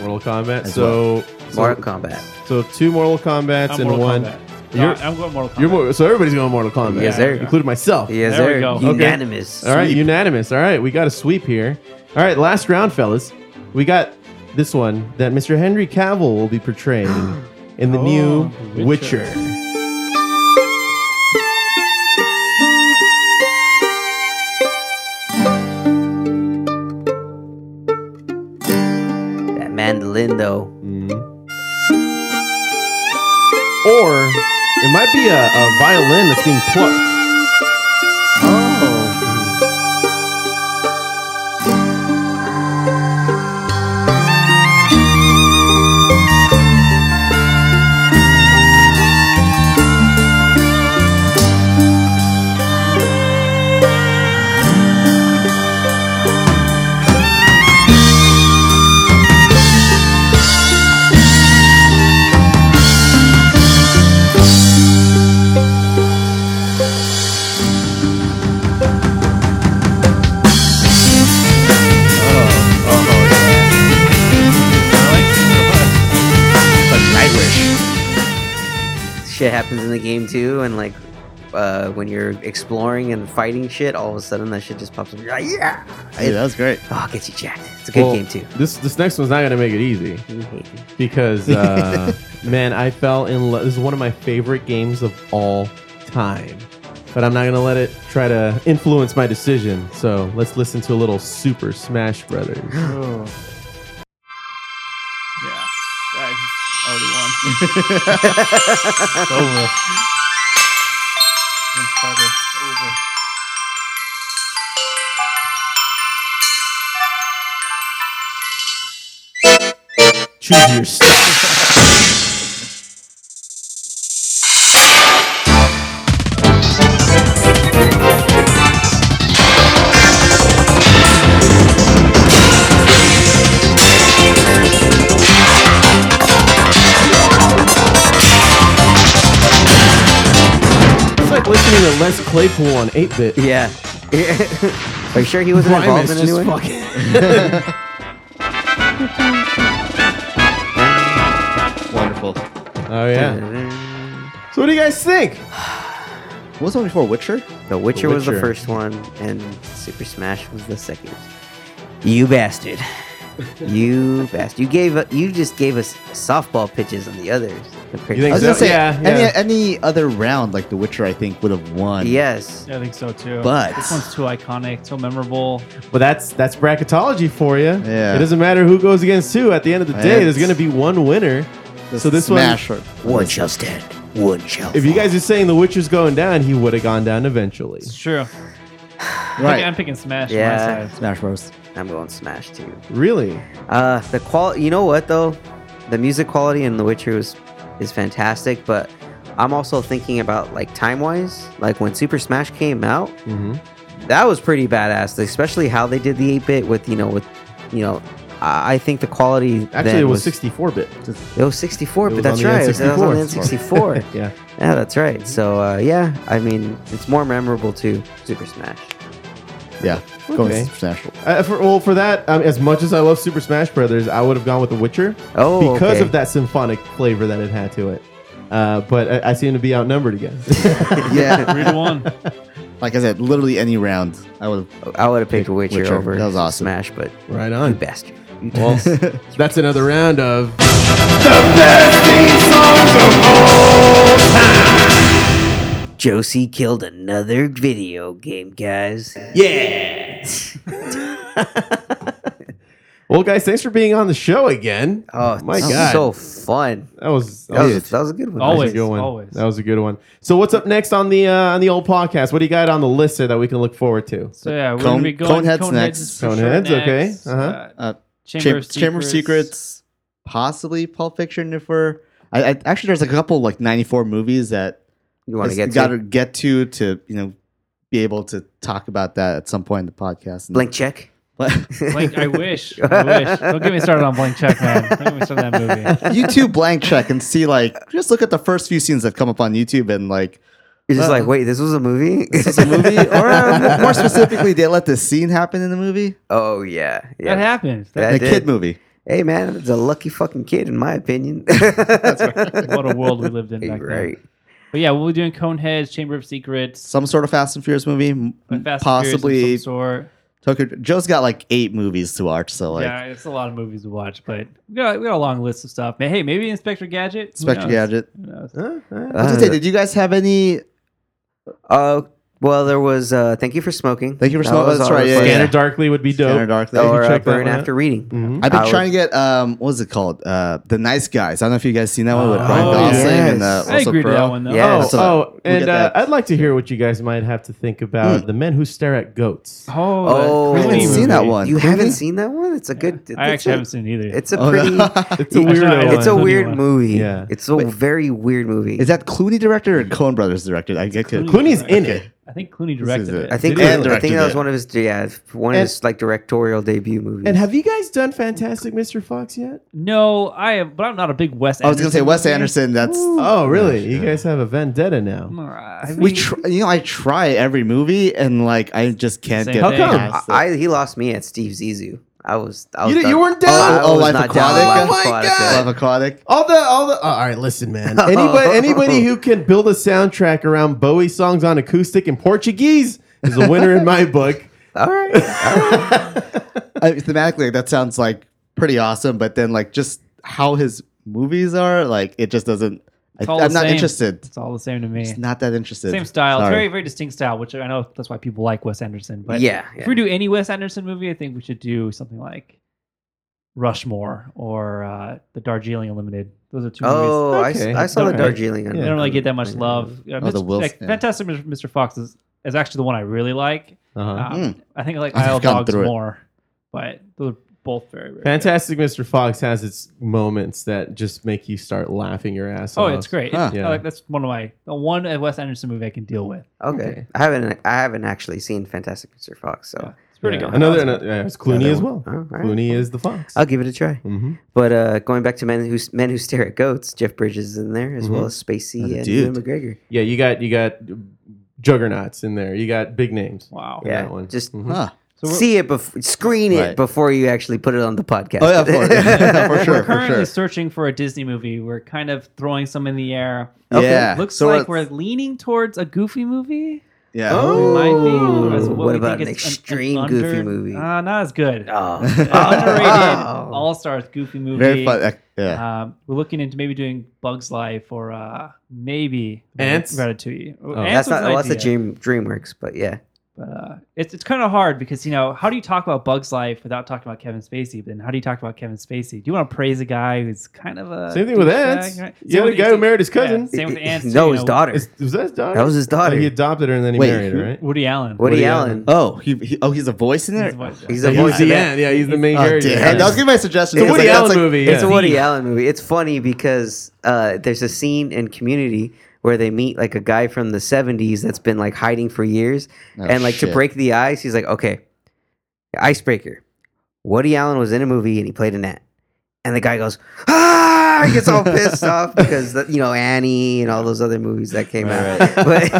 Speaker 6: Mortal Kombat.
Speaker 7: As
Speaker 6: So,
Speaker 7: well.
Speaker 6: so-
Speaker 7: Mortal Kombat.
Speaker 6: So two Mortal Kombats
Speaker 2: I'm
Speaker 6: and
Speaker 2: Mortal
Speaker 6: one.
Speaker 2: Kombat. No,
Speaker 6: You're,
Speaker 2: I'm going Mortal Kombat.
Speaker 6: you're more, so everybody's going Mortal Kombat.
Speaker 4: Yes, sir.
Speaker 6: Including myself.
Speaker 4: Yes, There we sir. go. Unanimous.
Speaker 6: All right,
Speaker 4: Sweep.
Speaker 6: unanimous. All right, we got a sweep here. All right, last round, fellas. We got this one that Mr. Henry Cavill will be portraying in
Speaker 4: Oh,
Speaker 6: the new Witcher.
Speaker 4: That mandolin though.
Speaker 6: Mm-hmm. Or it might be a, a violin that's being plucked.
Speaker 4: Shit happens in the game too, and like uh, when you're exploring and fighting shit, all of a sudden that shit just pops up. You're like, yeah.
Speaker 7: Hey, that was great.
Speaker 4: Oh, it gets you jacked. It's a good
Speaker 6: Well,
Speaker 4: game too.
Speaker 6: This this next one's not gonna make it easy
Speaker 4: You hate it.
Speaker 6: because uh, man, I fell in love. This is one of my favorite games of all time, but I'm not gonna let it try to influence my decision. So let's listen to a little Super Smash Brothers.
Speaker 2: Yeah, I already won. It's over. It's over. Over.
Speaker 6: Choose your stuff. It's like listening to Les Claypool on 8-bit.
Speaker 4: Yeah. Are you sure he wasn't involved in any way?
Speaker 7: Wonderful.
Speaker 6: Oh yeah.
Speaker 4: Uh,
Speaker 6: So what do you guys think?
Speaker 7: What was the one before Witcher?
Speaker 4: The Witcher, was the
Speaker 7: Witcher.
Speaker 4: first one, and Super Smash was the second. You bastard! you bastard! You gave you just gave us softball pitches on the Oh, others. compared
Speaker 6: You think
Speaker 7: I was
Speaker 4: to-
Speaker 7: gonna
Speaker 6: so?
Speaker 7: say
Speaker 6: Yeah,
Speaker 7: any
Speaker 6: yeah.
Speaker 7: any other round like the Witcher, I think would have won.
Speaker 4: Yes.
Speaker 2: Yeah, I think so too.
Speaker 7: But-
Speaker 2: this one's too iconic, so memorable.
Speaker 6: Well, that's that's bracketology for you.
Speaker 7: Yeah.
Speaker 6: It doesn't matter who goes against who. At the end of the day,
Speaker 7: It's-
Speaker 6: there's going to be one winner. So this
Speaker 7: Smash
Speaker 6: one,
Speaker 7: or-
Speaker 4: One shall stand. One shall.
Speaker 6: if you guys are saying the Witcher's going down, he would have gone down eventually.
Speaker 2: It's true.
Speaker 7: Right.
Speaker 2: I'm picking Smash.
Speaker 4: Yeah.
Speaker 2: My side.
Speaker 7: Smash Bros.
Speaker 4: I'm going Smash too.
Speaker 6: Really?
Speaker 4: Uh, the qual. You know what though? The music quality in The Witcher was is fantastic, but I'm also thinking about like time wise, like when Super Smash came out,
Speaker 6: Mm-hmm.
Speaker 4: that was pretty badass, especially how they did the 8-bit with you know with you know. I I think the quality then
Speaker 6: Actually, it was 64-bit.
Speaker 4: It was 64,
Speaker 6: It
Speaker 4: but
Speaker 6: was
Speaker 4: that's
Speaker 6: on the
Speaker 4: right. It was- It was on the
Speaker 6: N64.
Speaker 4: N64.
Speaker 6: Yeah.
Speaker 4: Yeah, that's right. So, uh, yeah, I mean, it's more memorable to Super Smash.
Speaker 7: Yeah. Going
Speaker 6: Okay.
Speaker 7: to Smash.
Speaker 6: Uh, for, well, for that, um, as much as I love Super Smash Brothers, I would have gone with The Witcher
Speaker 4: Oh,
Speaker 6: because
Speaker 4: okay.
Speaker 6: of that symphonic flavor that it had to it. Uh, but I, I seem to be outnumbered again.
Speaker 7: Yeah.
Speaker 2: Three to one.
Speaker 7: like I said, literally any round, I would have.
Speaker 4: I would have picked Witcher,
Speaker 7: Witcher.
Speaker 4: over
Speaker 7: That was awesome.
Speaker 4: Smash, but
Speaker 6: right
Speaker 4: you
Speaker 6: on.
Speaker 4: bastard.
Speaker 6: Well, that's another round of
Speaker 4: Josie killed another video game, guys.
Speaker 6: yeah. well, guys, thanks for being on the show again.
Speaker 4: Oh,
Speaker 6: My
Speaker 4: my
Speaker 6: God. Oh,
Speaker 4: God. so fun.
Speaker 6: That was
Speaker 4: That was, that was a good one.
Speaker 6: That was
Speaker 2: Always,
Speaker 6: a good one.
Speaker 2: always.
Speaker 6: That was a good one. So what's up next on the uh, on the old podcast? What do you got on the list there that we can look forward to?
Speaker 2: So yeah, we're
Speaker 7: Cone-
Speaker 2: gonna be going.
Speaker 7: Coneheads
Speaker 2: Coneheads
Speaker 7: next.
Speaker 2: is for
Speaker 6: Coneheads,
Speaker 2: sure
Speaker 6: okay.
Speaker 2: next.
Speaker 6: Uh-huh.
Speaker 7: Uh,
Speaker 2: Chamber,
Speaker 7: Cham-
Speaker 2: of Secrets.
Speaker 7: Chamber of Secrets, possibly Pulp Fiction. If we're I, I, actually, there's a couple like '94 movies that
Speaker 4: You want to get
Speaker 7: got
Speaker 4: to?
Speaker 7: to get to to you know be able to talk about that at some point in the podcast.
Speaker 4: Blank check.
Speaker 2: Blank, I wish. I wish. Don't get me started on Blank Check, man. Don't get me started on that movie.
Speaker 7: YouTube blank check and see like just look at the first few scenes that come up on YouTube and like
Speaker 4: You're just
Speaker 7: uh,
Speaker 4: like, wait, this was a movie?
Speaker 7: this is a movie, or uh, more specifically, they let this scene happen in the movie.
Speaker 4: oh yeah, yeah.
Speaker 2: That happened. That-
Speaker 4: That
Speaker 7: The
Speaker 4: did.
Speaker 7: kid movie.
Speaker 4: Hey man, it's a lucky fucking kid in my opinion.
Speaker 2: what a world we lived in back then.
Speaker 4: right.
Speaker 2: But yeah, we'll be doing Coneheads, Chamber of Secrets,
Speaker 7: Some sort of Fast and Furious movie, m-
Speaker 2: and Fast and Furious of
Speaker 7: possibly.
Speaker 2: some sort.
Speaker 7: Tokyo. Joe's got like eight movies to watch, so like
Speaker 2: yeah, it's a lot of movies to watch, but we got, we got a long list of stuff. Hey, maybe Inspector Gadget. Who
Speaker 7: Inspector
Speaker 2: knows?
Speaker 7: Gadget. Uh,
Speaker 2: Who knows?
Speaker 7: I was gonna say, did you guys have any?
Speaker 4: Uh, well, there was uh, thank you for smoking.
Speaker 7: Thank you for
Speaker 4: That
Speaker 7: smoking.
Speaker 4: was
Speaker 7: That's
Speaker 4: our
Speaker 7: right. Yeah,
Speaker 4: first-
Speaker 7: yeah.
Speaker 6: Scanner Darkly would be dope.
Speaker 7: Scanner Darkly.
Speaker 6: Did you
Speaker 4: Or uh,
Speaker 6: check that
Speaker 4: burn
Speaker 6: one out?
Speaker 4: after reading.
Speaker 6: Mhm.
Speaker 7: I've been
Speaker 4: I would-
Speaker 7: trying to get um, what was it called? Uh, the Nice Guys. I don't know if you guys seen that one with Ryan
Speaker 6: Oh,
Speaker 7: Gosling and uh,
Speaker 4: yes.
Speaker 2: I
Speaker 7: Russell
Speaker 2: agree to
Speaker 7: Crowe.
Speaker 2: that one though.
Speaker 4: Yeah.
Speaker 6: Oh,
Speaker 7: that's what I-
Speaker 6: oh,
Speaker 7: we'll get
Speaker 6: and uh,
Speaker 7: that.
Speaker 6: I'd like to hear what you guys might have to think about the men who stare at goats.
Speaker 2: Oh,
Speaker 4: Oh,
Speaker 2: that
Speaker 7: I haven't
Speaker 2: creepy
Speaker 7: seen that
Speaker 2: movie.
Speaker 7: one.
Speaker 4: You
Speaker 7: Really?
Speaker 4: haven't seen that one? It's a good.
Speaker 2: I
Speaker 4: it's
Speaker 2: actually
Speaker 4: a-
Speaker 2: haven't seen it either.
Speaker 4: It's a
Speaker 7: Oh,
Speaker 4: pretty.
Speaker 7: no.
Speaker 6: It's a
Speaker 2: I saw-
Speaker 6: weirdo.
Speaker 2: I
Speaker 4: It's a
Speaker 2: Clooney
Speaker 4: weird
Speaker 2: one.
Speaker 4: movie.
Speaker 6: Yeah.
Speaker 4: It's a very weird movie.
Speaker 7: Is that Clooney directed or Coen Brothers directed? I get
Speaker 2: Clooney.
Speaker 6: Clooney's in it.
Speaker 2: I think Clooney
Speaker 7: is
Speaker 2: directed
Speaker 7: it.
Speaker 2: it.
Speaker 4: I think.
Speaker 7: And
Speaker 4: I think
Speaker 7: directed
Speaker 4: that was
Speaker 7: it.
Speaker 4: one of his. Yeah, one of
Speaker 6: And-
Speaker 4: his like directorial debut movies.
Speaker 6: And have you guys done Fantastic Mr. Fox yet?
Speaker 2: No, I am, but I'm not a big Wes.
Speaker 7: I was gonna say Wes
Speaker 2: fan.
Speaker 7: Anderson. That's
Speaker 6: Oh, really? You guys have a vendetta now.
Speaker 2: I
Speaker 7: we.
Speaker 2: mean,
Speaker 7: Tr- you know, I try every movie and like I just can't
Speaker 2: Same
Speaker 7: get.
Speaker 2: thing. How
Speaker 7: past it.
Speaker 4: I, I- he lost me at Steve Zissou. I was. I was
Speaker 6: You didn't- you
Speaker 4: done.
Speaker 6: weren't down?
Speaker 4: I
Speaker 7: Oh,
Speaker 4: was
Speaker 7: Life
Speaker 4: not down
Speaker 7: Aquatic?
Speaker 4: with
Speaker 7: Oh
Speaker 4: Life
Speaker 6: my
Speaker 4: Aquatic.
Speaker 6: God.
Speaker 7: Love Aquatic.
Speaker 6: All the, all the. oh, all right, listen, man. Anybody, anybody who can build a soundtrack around Bowie songs on acoustic and Portuguese is a winner in my book.
Speaker 4: All right. all right.
Speaker 7: I, thematically, that sounds like pretty awesome, but then like just how his movies are, like it just doesn't. I,
Speaker 2: all
Speaker 7: I'm
Speaker 2: the
Speaker 7: not
Speaker 2: same.
Speaker 7: interested.
Speaker 2: it's all the same to me.
Speaker 7: Just not that interested.
Speaker 2: Same style. It's
Speaker 7: Sorry.
Speaker 2: very, very distinct style, which I know that's why people like Wes Anderson. But
Speaker 4: Yeah,
Speaker 2: if
Speaker 4: yeah.
Speaker 2: we do any Wes Anderson movie, I think we should do something like Rushmore or uh, The Darjeeling Limited. Those are two movies.
Speaker 4: Oh, I s-
Speaker 6: Okay.
Speaker 4: I, saw the
Speaker 2: Okay.
Speaker 4: Darjeeling.
Speaker 2: They don't really get that much love. Uh,
Speaker 7: Oh, the
Speaker 2: Mr.
Speaker 7: Wills-
Speaker 2: like,
Speaker 7: yeah.
Speaker 2: Fantastic Mr. Mr. Fox is, is actually the one I really like.
Speaker 6: Uh-huh.
Speaker 2: Um,
Speaker 4: Hmm.
Speaker 2: I think I like
Speaker 7: I've
Speaker 2: Isle of
Speaker 7: gone
Speaker 2: Dogs
Speaker 7: through it.
Speaker 2: more, but those are both very, very good.
Speaker 6: Fantastic Mr. Fox has its moments that just make you start laughing your ass
Speaker 2: Oh,
Speaker 6: off.
Speaker 2: it's great.
Speaker 7: Huh.
Speaker 2: It's- I
Speaker 6: Yeah.
Speaker 2: like, that's one of my the one Wes Anderson movie I can deal with.
Speaker 4: Okay.
Speaker 6: Okay.
Speaker 4: I haven't. I haven't actually seen Fantastic Mr. Fox, so
Speaker 2: Yeah, it's pretty
Speaker 6: Yeah.
Speaker 2: good.
Speaker 6: Another, another yeah, it's Clooney
Speaker 4: Another
Speaker 6: as well.
Speaker 4: one. All right. Uh,
Speaker 6: Clooney is the fox.
Speaker 4: I'll give it a try.
Speaker 6: hmm
Speaker 4: But uh, going back to men who men who stare at goats, Jeff Bridges is in there as well as Spacey
Speaker 7: Another
Speaker 4: and
Speaker 7: Mm-hmm. dude.
Speaker 4: Ewan McGregor.
Speaker 6: Yeah, you got you got juggernauts in there. You got big names.
Speaker 2: Wow.
Speaker 6: in
Speaker 4: Yeah,
Speaker 6: that one.
Speaker 4: just-
Speaker 6: Mhm.
Speaker 7: Huh.
Speaker 2: So we're,
Speaker 4: See it, bef- screen it
Speaker 7: Right.
Speaker 4: before you actually put it on the podcast.
Speaker 7: Oh yeah, for, yeah, for
Speaker 2: we're
Speaker 7: sure, for
Speaker 2: currently
Speaker 7: sure.
Speaker 2: searching for a Disney movie. We're kind of throwing some in the air.
Speaker 7: Okay. Yeah.
Speaker 2: Looks
Speaker 7: So
Speaker 2: like we're
Speaker 7: it's-
Speaker 2: leaning towards a goofy movie.
Speaker 7: Yeah.
Speaker 2: We might be.
Speaker 4: Ooh.
Speaker 2: That's
Speaker 4: What
Speaker 2: we
Speaker 4: about
Speaker 2: think
Speaker 4: an
Speaker 2: it's
Speaker 4: extreme goofy movie?
Speaker 2: Uh, not as good. Uh,
Speaker 4: Oh.
Speaker 2: Underrated
Speaker 4: Oh.
Speaker 2: All Stars goofy movie.
Speaker 7: Very fun. uh, Yeah.
Speaker 2: Um, we're looking into maybe doing Bugs Life or uh, maybe
Speaker 6: Ants?
Speaker 2: Ratatouille. Oh,
Speaker 4: That's not. Well, that's a
Speaker 2: idea.
Speaker 4: dream, DreamWorks, but yeah.
Speaker 2: But uh, it's it's kind of hard because you know how do you talk about Bugs Life without talking about Kevin Spacey? But then how do you talk about Kevin Spacey? Do you want to praise a guy who's kind of a
Speaker 6: Same thing with
Speaker 2: douchebag,
Speaker 6: Ants.
Speaker 2: right?
Speaker 6: You
Speaker 2: Same
Speaker 6: had
Speaker 2: with
Speaker 6: a guy who married his cousin.
Speaker 2: Yeah, same with Ants.
Speaker 4: no,
Speaker 2: too, you
Speaker 4: his
Speaker 2: know,
Speaker 4: daughter.
Speaker 6: Is- was that his daughter?
Speaker 4: That was his daughter.
Speaker 6: Oh, he adopted her and then he
Speaker 7: Wait,
Speaker 6: married her, right?
Speaker 2: Woody Allen.
Speaker 4: Woody,
Speaker 6: Woody
Speaker 4: Allen.
Speaker 6: Allen.
Speaker 7: Oh, he, he oh he's a voice in
Speaker 2: He's
Speaker 7: there.
Speaker 2: a voice, yeah.
Speaker 4: He's
Speaker 6: Yeah,
Speaker 4: a
Speaker 6: he was
Speaker 4: voice. in
Speaker 6: the
Speaker 4: that.
Speaker 6: ant. Yeah, he's the main
Speaker 7: Oh,
Speaker 6: character.
Speaker 7: damn.
Speaker 6: Yeah.
Speaker 7: That was gonna be my suggestion.
Speaker 6: It's a
Speaker 7: because,
Speaker 6: Woody
Speaker 7: like, that's,
Speaker 6: Allen
Speaker 7: like,
Speaker 6: movie.
Speaker 4: It's a
Speaker 6: yeah.
Speaker 4: Woody Allen movie. It's funny because uh, there's a scene in Community where they meet like a guy from the 70s that's been like hiding for years,
Speaker 7: Oh,
Speaker 4: and like to
Speaker 7: shit.
Speaker 4: break the ice, he's like, "Okay, icebreaker." Woody Allen was in a movie and he played an ant, and the guy goes, "Ah!" He gets all pissed off because the, you know Annie and all those other movies that came out. But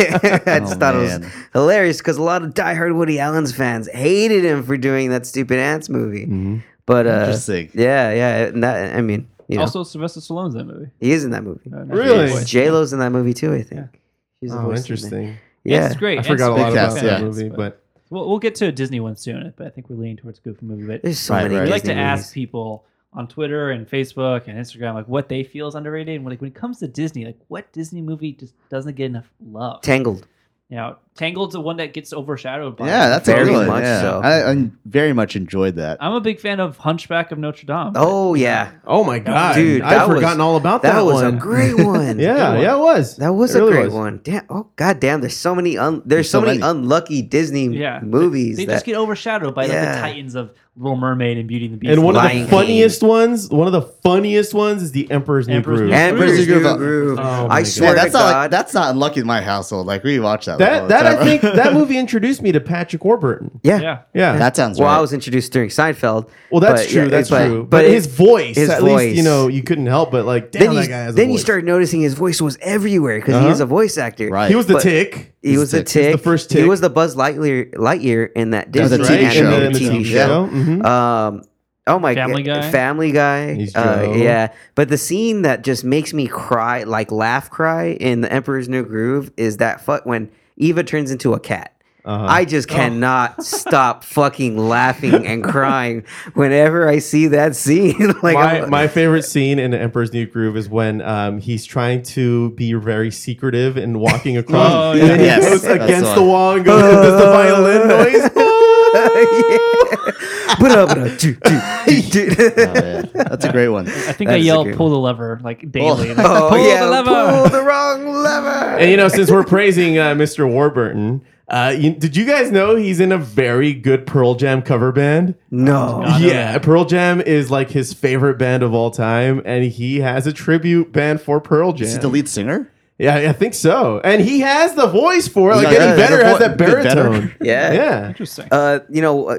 Speaker 4: I just
Speaker 7: Oh,
Speaker 4: thought it
Speaker 7: man.
Speaker 4: was hilarious because a lot of diehard Woody Allen's fans hated him for doing that stupid ants movie.
Speaker 6: Mm. Mm-hmm.
Speaker 4: But uh,
Speaker 7: Interesting.
Speaker 4: yeah, yeah. And that, I mean, you know,
Speaker 2: Also, Sylvester Stallone's in that movie.
Speaker 4: he is in that movie.
Speaker 2: Uh,
Speaker 6: Really?
Speaker 2: voice.
Speaker 4: J Lo's in that movie too. I think. She's the
Speaker 6: Oh,
Speaker 4: voice in there.
Speaker 6: interesting.
Speaker 2: Ants
Speaker 4: Yeah.
Speaker 2: is great.
Speaker 6: I
Speaker 2: Ants
Speaker 6: forgot a
Speaker 2: is
Speaker 6: lot
Speaker 2: great.
Speaker 6: about
Speaker 7: cast,
Speaker 6: that
Speaker 7: yeah.
Speaker 6: movie, but
Speaker 2: we'll, we'll get to a Disney one soon. But I think we're leaning towards a goofy movie. But
Speaker 4: There's so
Speaker 7: Right,
Speaker 4: many.
Speaker 7: right.
Speaker 2: we like to
Speaker 4: Disney
Speaker 2: ask
Speaker 4: movies.
Speaker 2: people on Twitter and Facebook and Instagram like what they feel is underrated and like when it comes to Disney, like what Disney movie just doesn't get enough love.
Speaker 4: Tangled.
Speaker 2: you know, Tangled's the one that gets overshadowed by.
Speaker 7: Yeah, that's
Speaker 4: Very
Speaker 7: a good
Speaker 4: much
Speaker 7: one. Yeah.
Speaker 4: so.
Speaker 7: I, I very much enjoyed that.
Speaker 2: I'm a big fan of Hunchback of Notre Dame.
Speaker 4: Oh yeah,
Speaker 6: oh my god,
Speaker 4: Dude,
Speaker 6: I've
Speaker 4: that was-
Speaker 6: forgotten all about
Speaker 4: that,
Speaker 6: that,
Speaker 4: was
Speaker 6: one.
Speaker 4: a great one.
Speaker 6: yeah, yeah, it was.
Speaker 4: That was
Speaker 6: It
Speaker 4: a
Speaker 6: really
Speaker 4: great
Speaker 6: was.
Speaker 4: one. Damn. Oh god damn. There's so many. Un- there's,
Speaker 7: There's
Speaker 4: so
Speaker 7: so
Speaker 4: many,
Speaker 7: many.
Speaker 4: unlucky Disney
Speaker 2: yeah,
Speaker 4: movies.
Speaker 2: They, they
Speaker 4: that,
Speaker 2: just get overshadowed by like,
Speaker 4: Yeah.
Speaker 2: the titans of Little Mermaid and Beauty and the Beast.
Speaker 6: And one of the funniest ones, one of the funniest ones is the Emperor's New
Speaker 2: Emperor's
Speaker 6: Groove.
Speaker 2: New Emperor's Groove. New
Speaker 7: Groove.
Speaker 6: Oh my
Speaker 7: I swear
Speaker 6: God.
Speaker 7: that's not like, that's not unlucky in my household. Like we watch that. all
Speaker 4: Oh,
Speaker 6: that
Speaker 7: the
Speaker 6: that I
Speaker 7: time.
Speaker 6: think that movie introduced me to Patrick Warburton.
Speaker 4: Yeah.
Speaker 2: Yeah.
Speaker 6: Yeah.
Speaker 7: That sounds
Speaker 4: Well,
Speaker 7: right.
Speaker 4: I was introduced during Seinfeld.
Speaker 6: Well, that's
Speaker 4: but
Speaker 6: true.
Speaker 4: yeah,
Speaker 6: that's
Speaker 4: but-
Speaker 6: true. But,
Speaker 4: it-
Speaker 6: his voice,
Speaker 4: his
Speaker 6: at
Speaker 4: voice.
Speaker 6: least you know, you couldn't help but like, damn,
Speaker 4: then
Speaker 6: that
Speaker 4: you,
Speaker 6: guy has a
Speaker 4: then you
Speaker 6: voice.
Speaker 4: start noticing his voice was everywhere because
Speaker 6: Uh-huh.
Speaker 4: he is a voice actor.
Speaker 7: Right.
Speaker 6: He was the
Speaker 4: But
Speaker 6: tick.
Speaker 4: He was the tick.
Speaker 6: the first
Speaker 4: He
Speaker 6: tick.
Speaker 4: was the Buzz Lightyear, Lightyear in that
Speaker 7: That was
Speaker 4: Disney
Speaker 7: a TV
Speaker 4: animated
Speaker 7: show.
Speaker 6: And then the
Speaker 4: TV
Speaker 6: TV
Speaker 4: show.
Speaker 6: show, mhm.
Speaker 4: Um, oh my
Speaker 2: Family
Speaker 4: God,
Speaker 2: Guy.
Speaker 4: Family Guy.
Speaker 6: He's
Speaker 4: Uh,
Speaker 6: Joe.
Speaker 4: yeah, but the scene that just makes me cry, like laugh cry, in The Emperor's New Groove is that fuck when Eva turns into a cat.
Speaker 6: Uh-huh.
Speaker 4: I
Speaker 2: Oh.
Speaker 4: just cannot stop fucking laughing and crying whenever I see that scene. like
Speaker 6: my,
Speaker 4: I'm-
Speaker 6: my favorite scene in Emperor's New Groove is when um, he's trying to be very secretive and walking across,
Speaker 2: Oh,
Speaker 6: and then he
Speaker 7: yes.
Speaker 6: goes
Speaker 7: That's the
Speaker 6: against
Speaker 7: one.
Speaker 6: the wall and goes, "Does the violin noise?"
Speaker 4: Ba-da-ba-da-doo-doo-doo-doo.
Speaker 7: Oh, yeah. That's a great one. Uh,
Speaker 2: I think I
Speaker 4: That's a
Speaker 2: yell
Speaker 4: good
Speaker 2: pull the lever like daily. Like,
Speaker 4: Oh,
Speaker 2: pull
Speaker 4: yeah,
Speaker 2: the lever.
Speaker 4: pull the wrong lever.
Speaker 6: and you know, since we're praising uh, Mr. Warburton, uh, you, did you guys know he's in a very good Pearl Jam cover band?
Speaker 4: No.
Speaker 2: I know
Speaker 6: yeah, Pearl Jam is like his favorite band of all time, and he has a tribute band for Pearl Jam.
Speaker 7: Is he the lead singer?
Speaker 6: Yeah, I think so. And he has the voice for it. Like
Speaker 7: Yeah,
Speaker 6: Eddie
Speaker 7: yeah,
Speaker 6: Vedder
Speaker 7: the
Speaker 6: has
Speaker 7: vo-
Speaker 6: that
Speaker 7: Good Vedder.
Speaker 6: baritone.
Speaker 4: Yeah.
Speaker 6: yeah.
Speaker 2: Interesting.
Speaker 4: Uh, you know, uh,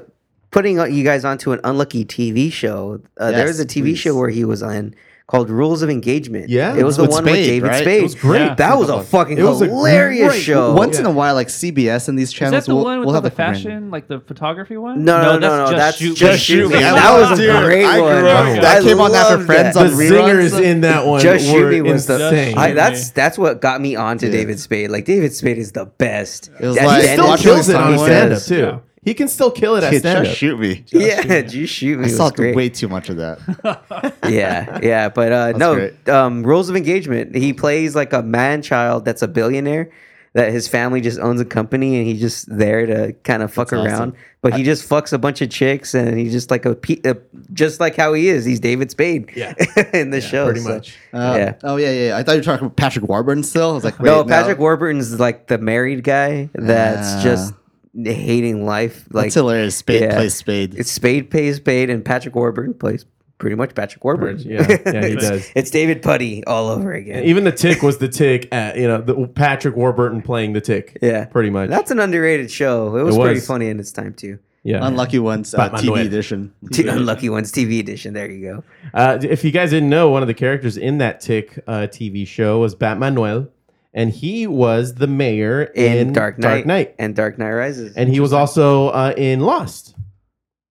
Speaker 4: putting uh, you guys onto an unlucky TV show. Uh, there
Speaker 7: Yes,
Speaker 4: was a TV show
Speaker 7: please.
Speaker 4: where he was on called Rules of Engagement.
Speaker 6: Yeah,
Speaker 4: it was the
Speaker 7: with
Speaker 4: one with
Speaker 7: Spade,
Speaker 4: David
Speaker 7: right?
Speaker 4: Spade.
Speaker 7: It was
Speaker 6: great. Yeah.
Speaker 4: That was a fucking
Speaker 6: It was a
Speaker 4: hilarious
Speaker 6: great-
Speaker 4: show.
Speaker 7: Once
Speaker 6: Yeah.
Speaker 7: in a while, like CBS and these
Speaker 2: Is
Speaker 7: channels
Speaker 2: that the
Speaker 7: will
Speaker 2: one with
Speaker 7: will have
Speaker 2: all the
Speaker 7: like, random-
Speaker 2: fashion, like the photography one?
Speaker 4: no, no, no, no, That's
Speaker 2: shoot.
Speaker 4: just, shoot me. That was a
Speaker 7: Dude,
Speaker 4: great
Speaker 7: I
Speaker 4: one.
Speaker 7: grew up-
Speaker 4: I
Speaker 7: that came on after
Speaker 4: loved
Speaker 7: Friends
Speaker 4: that.
Speaker 6: The
Speaker 7: on reruns.
Speaker 6: singers in that one
Speaker 4: Just shoot
Speaker 6: were
Speaker 4: me was the
Speaker 6: insane.
Speaker 4: I,
Speaker 2: Shoot
Speaker 4: that's
Speaker 2: Me.
Speaker 4: that's what got me onto David Spade. Like David Spade is the best.
Speaker 7: It was
Speaker 4: At the
Speaker 7: like-
Speaker 6: he
Speaker 4: end
Speaker 6: still
Speaker 4: of the
Speaker 7: watching
Speaker 6: kills
Speaker 7: the
Speaker 6: it on
Speaker 7: song
Speaker 6: stand up
Speaker 7: was-
Speaker 6: too. He can still kill it at
Speaker 7: Kid,
Speaker 6: stand
Speaker 7: just
Speaker 6: up.
Speaker 7: shoot me.
Speaker 4: yeah, just shoot me.
Speaker 7: I
Speaker 4: was
Speaker 7: saw
Speaker 4: great.
Speaker 7: way too much of that. Uh,
Speaker 4: yeah, yeah, but uh, no,
Speaker 7: great.
Speaker 4: um, rules of engagement. He plays like a man child that's a billionaire that his family just owns a company and he's just there to kind of fuck
Speaker 7: That's awesome.
Speaker 4: around. But he just fucks a bunch of chicks and he's just like a, pe- uh just like how he is. He's David Spade.
Speaker 6: Yeah.
Speaker 4: in the show,
Speaker 6: pretty
Speaker 4: so-
Speaker 6: much.
Speaker 7: Uh,
Speaker 4: yeah.
Speaker 7: Oh yeah, yeah. I thought you were talking about Patrick Warburton still. I was like, wait,
Speaker 4: no, Patrick Warburton's like the married guy that's
Speaker 7: Ah.
Speaker 4: just hating life. Like
Speaker 7: that's hilarious. Spade
Speaker 4: yeah.
Speaker 7: plays Spade.
Speaker 4: It's Spade pays Spade, and Patrick Warburton plays pretty much Patrick Warburton.
Speaker 6: Yeah, yeah, he does.
Speaker 4: It's David Putty all over again.
Speaker 6: Even the tick was the tick. At, you know, the, Patrick Warburton playing the tick.
Speaker 4: Yeah.
Speaker 6: pretty much.
Speaker 4: That's an underrated show. It was,
Speaker 6: It
Speaker 4: pretty
Speaker 6: was.
Speaker 4: funny in its time too.
Speaker 6: yeah.
Speaker 7: Unlucky ones, uh,
Speaker 6: Batman Noel.
Speaker 7: TV edition.
Speaker 4: Two Unlucky Ones TV edition. There you go.
Speaker 6: Uh, if you guys didn't know, one of the characters in that Tick uh, TV show was Bat Manuel, and he was the mayor in,
Speaker 4: In, Dark Knight,
Speaker 6: Dark Knight,
Speaker 4: and Dark Knight Rises.
Speaker 6: and he was also uh, in Lost.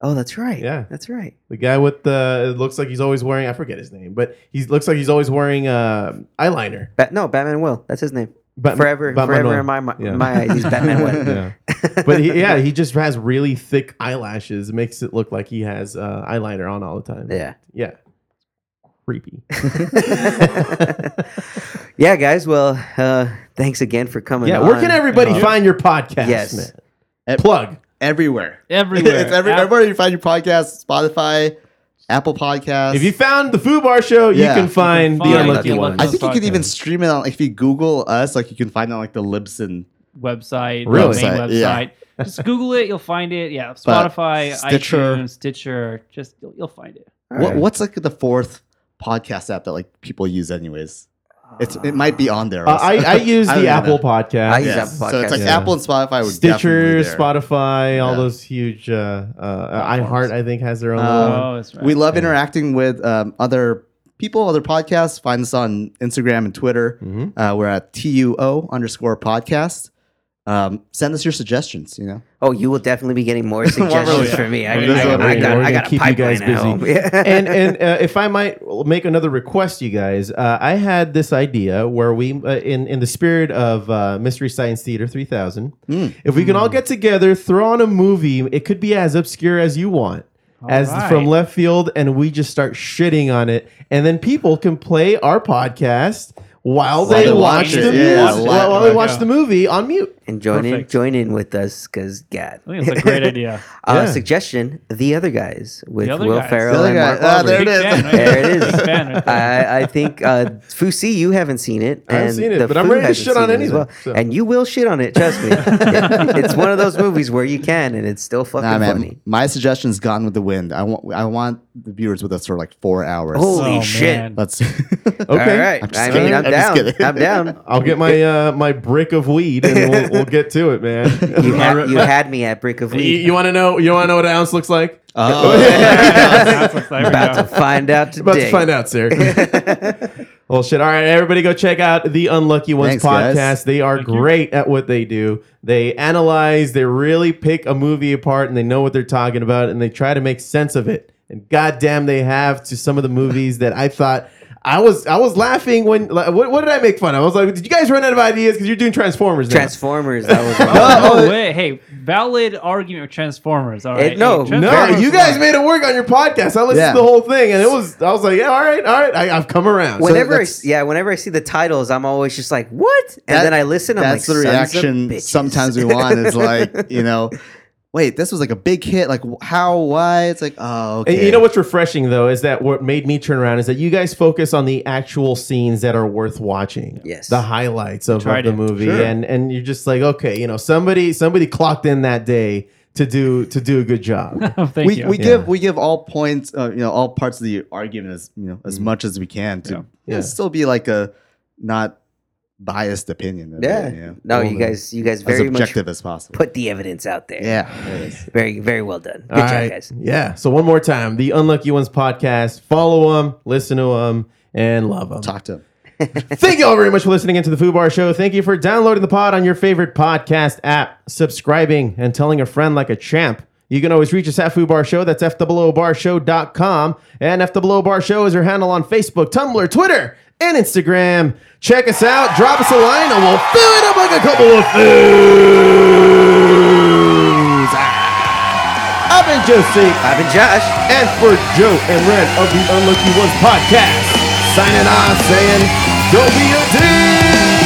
Speaker 4: oh, that's right.
Speaker 6: Yeah.
Speaker 4: that's right.
Speaker 6: The guy with the it looks like he's always wearing I forget his name, but he looks like he's always wearing uh, eyeliner.
Speaker 4: Bat- no, Batman Will. That's his name.
Speaker 6: Bat-
Speaker 4: forever,
Speaker 6: Bat
Speaker 4: forever
Speaker 6: Manuel.
Speaker 4: in my my,
Speaker 6: Yeah.
Speaker 4: my eyes. He's Batman Will.
Speaker 6: yeah. But he, yeah, he just has really thick eyelashes. It makes it look like he has uh, eyeliner on all the time.
Speaker 4: Yeah.
Speaker 6: Yeah. Creepy.
Speaker 4: yeah, guys. Well, uh, thanks again for coming.
Speaker 6: Yeah. Where can
Speaker 4: on. Uh,
Speaker 6: everybody find your podcast?
Speaker 4: Yes.
Speaker 6: man?
Speaker 7: At-
Speaker 6: Plug.
Speaker 7: Everywhere.
Speaker 2: Everywhere.
Speaker 7: it's every,
Speaker 2: App-
Speaker 7: everywhere you find your podcast, Spotify, Apple Podcasts.
Speaker 6: If you found the Foo Bar Show,
Speaker 7: Yeah.
Speaker 6: you can find
Speaker 2: You can
Speaker 6: the
Speaker 2: find
Speaker 6: Unlucky
Speaker 2: the
Speaker 6: One.
Speaker 7: I
Speaker 2: Unlucky
Speaker 7: think you can even
Speaker 2: Podcasts.
Speaker 7: stream it on. If you Google us, like you can find it on like the Libsyn,
Speaker 2: website, the
Speaker 6: Really?
Speaker 2: main
Speaker 7: Website, yeah.
Speaker 2: website. Just Google it, you'll find it. Yeah,
Speaker 7: But
Speaker 2: Spotify,
Speaker 7: Stitcher-
Speaker 2: iTunes, Stitcher. Just you'll, you'll find it.
Speaker 7: What, What's like the fourth podcast app that like people use anyways? It's it might be on there.
Speaker 6: Uh, I, I use
Speaker 7: I don't
Speaker 6: the
Speaker 7: know.
Speaker 6: Apple
Speaker 4: I
Speaker 6: Podcast,
Speaker 4: use
Speaker 7: Yeah, So
Speaker 4: Apple
Speaker 7: it's like
Speaker 4: Podcasts.
Speaker 6: Yeah.
Speaker 7: Apple and Spotify would
Speaker 6: Stitcher,
Speaker 7: definitely be there.
Speaker 6: Spotify, all
Speaker 7: Yeah.
Speaker 6: those huge. Uh, uh, iHeart, I think, has their own.
Speaker 7: Uh,
Speaker 6: little one.
Speaker 2: oh, that's right.
Speaker 7: We love interacting with um, other people, other podcasts. Find us on Instagram and Twitter.
Speaker 6: Mhm.
Speaker 7: Uh, we're at tuo underscore podcast. Um, send us your suggestions. You know,
Speaker 4: Oh, you will definitely be getting more suggestions from me. I,
Speaker 7: We're just
Speaker 4: I- I
Speaker 7: over here.
Speaker 4: got,
Speaker 6: We're gonna
Speaker 4: I got a
Speaker 6: keep you guys
Speaker 4: pipeline at home.
Speaker 6: busy. and and uh, if I might make another request, you guys, uh, I had this idea where we, uh, in in the spirit of uh, Mystery Science Theater three thousand, if we can all get together, throw on a movie, it could be as obscure as you want. as
Speaker 2: right.
Speaker 6: from left field, and we just start shitting on it, and then people can play our podcast while they, watch the movie. while, while they watch the movie on mute.
Speaker 4: And join
Speaker 6: Perfect.
Speaker 4: in, join in with us, because God,
Speaker 2: I think it's a great idea.
Speaker 4: uh,
Speaker 6: Yeah.
Speaker 4: Suggestion: The Other Guys with
Speaker 2: The Other
Speaker 4: Will
Speaker 2: Guys.
Speaker 4: Ferrell
Speaker 7: The Other
Speaker 4: and Mark
Speaker 7: Guys. Ah,
Speaker 4: Wahlberg.
Speaker 7: there it Big is. fan right
Speaker 4: there
Speaker 7: there.
Speaker 4: it is.
Speaker 7: Big fan right there.
Speaker 4: I, I think uh, Fusi, you haven't seen it.
Speaker 6: I haven't
Speaker 4: and
Speaker 6: seen it,
Speaker 4: the
Speaker 6: but I'm
Speaker 4: Foo
Speaker 6: ready to
Speaker 4: hasn't
Speaker 6: shit on
Speaker 4: seen it as
Speaker 6: anything,
Speaker 4: well.
Speaker 6: so.
Speaker 4: And you will shit on it. Trust me. It- it's one of those movies where you can, and it's still fucking
Speaker 7: Nah, man,
Speaker 4: funny.
Speaker 7: my suggestion's gone with the wind. I want I want the viewers with us for like four hours.
Speaker 4: Holy
Speaker 2: Oh,
Speaker 4: shit!
Speaker 2: man.
Speaker 7: Let's.
Speaker 6: Okay.
Speaker 4: All right.
Speaker 7: I'm just
Speaker 4: I mean,
Speaker 7: kidding.
Speaker 4: I'm,
Speaker 7: I'm just
Speaker 4: down.
Speaker 7: kidding.
Speaker 4: I'm down.
Speaker 6: I'll get my uh, my brick of weed and we'll, we'll get to it, man.
Speaker 4: You
Speaker 6: My re-
Speaker 4: had, you had me at brick of
Speaker 6: you,
Speaker 4: weed.
Speaker 6: want to know? You want to know what an ounce looks like?
Speaker 7: Oh,
Speaker 4: About to find out today.
Speaker 6: About to find out, sir. well, shit. All right, everybody, go check out the Unlucky Ones
Speaker 7: Thanks,
Speaker 6: podcast.
Speaker 7: guys.
Speaker 6: They are great at what they do. They analyze. They really pick a movie apart, and they know what they're talking about, and they try to make sense of it. And goddamn, they have to some of the movies that I thought. I was I was laughing when like, what, what did I make fun of? I was like, did you guys run out of ideas because you're doing Transformers now?
Speaker 4: Transformers. That was one.
Speaker 2: Oh, no way. Hey, valid argument with Transformers. All right.
Speaker 4: It- no,
Speaker 2: Hey,
Speaker 6: No,
Speaker 2: Transformers
Speaker 6: you guys made it work on your podcast. I listened
Speaker 7: Yeah.
Speaker 6: to the whole thing, and it was I was like, yeah, all right, all right, I, I've come around. So
Speaker 4: whenever I,
Speaker 7: that's-
Speaker 4: yeah, whenever I see the titles, I'm always just like, "What?" And
Speaker 7: That-
Speaker 4: then I listen. I'm
Speaker 7: That's
Speaker 4: like,
Speaker 7: the
Speaker 4: "Sons of
Speaker 7: reaction
Speaker 4: bitches."
Speaker 7: sometimes we want is like, you know, wait, this was like a big hit. Like, wh- how, why? It's like, oh, okay.
Speaker 6: And you know what's refreshing though is that what made me turn around is that you guys focus on the actual scenes that are worth watching.
Speaker 4: Yes.
Speaker 6: The highlights of,
Speaker 2: Tried
Speaker 6: of the
Speaker 2: it.
Speaker 6: movie.
Speaker 7: Sure.
Speaker 6: And and you're just like, okay, you know, somebody somebody clocked in that day to do to do a good job.
Speaker 2: Oh, thank
Speaker 7: we,
Speaker 2: you.
Speaker 7: we
Speaker 6: Yeah.
Speaker 7: give we give all points, uh, you know, all parts of the argument as you know as
Speaker 4: Mm.
Speaker 7: much as we can to
Speaker 2: Yeah.
Speaker 7: you
Speaker 6: Yeah.
Speaker 7: know, still be like a not biased opinion. of it,
Speaker 4: Yeah.
Speaker 7: you know,
Speaker 4: No,
Speaker 7: all
Speaker 4: you
Speaker 7: the-
Speaker 4: guys, you guys
Speaker 7: as
Speaker 4: very much
Speaker 7: oh, objective as possible.
Speaker 4: put the evidence out there.
Speaker 7: yeah, there it is.
Speaker 4: Very, very well done. Good
Speaker 6: All
Speaker 4: job,
Speaker 6: right.
Speaker 4: guys.
Speaker 6: Yeah. So one more time, the Unlucky Ones podcast. Follow them, listen to them, and love them.
Speaker 7: talk to him.
Speaker 6: Thank you all very much for listening into the Foo Bar Show. Thank you for downloading the pod on your favorite podcast app, subscribing, and telling a friend like a champ. You can always reach us at Foo Bar Show. That's FOOBarshow.com. And FOO Bar Show is your handle on Facebook, Tumblr, Twitter, and Instagram. Check us out. Drop us a line, and we'll fill it up like a couple of foos. Ah. I've been Josie.
Speaker 4: I've been Josh.
Speaker 6: And for Joe and Ren of the Unlucky Ones podcast, signing off saying, don't be a dick.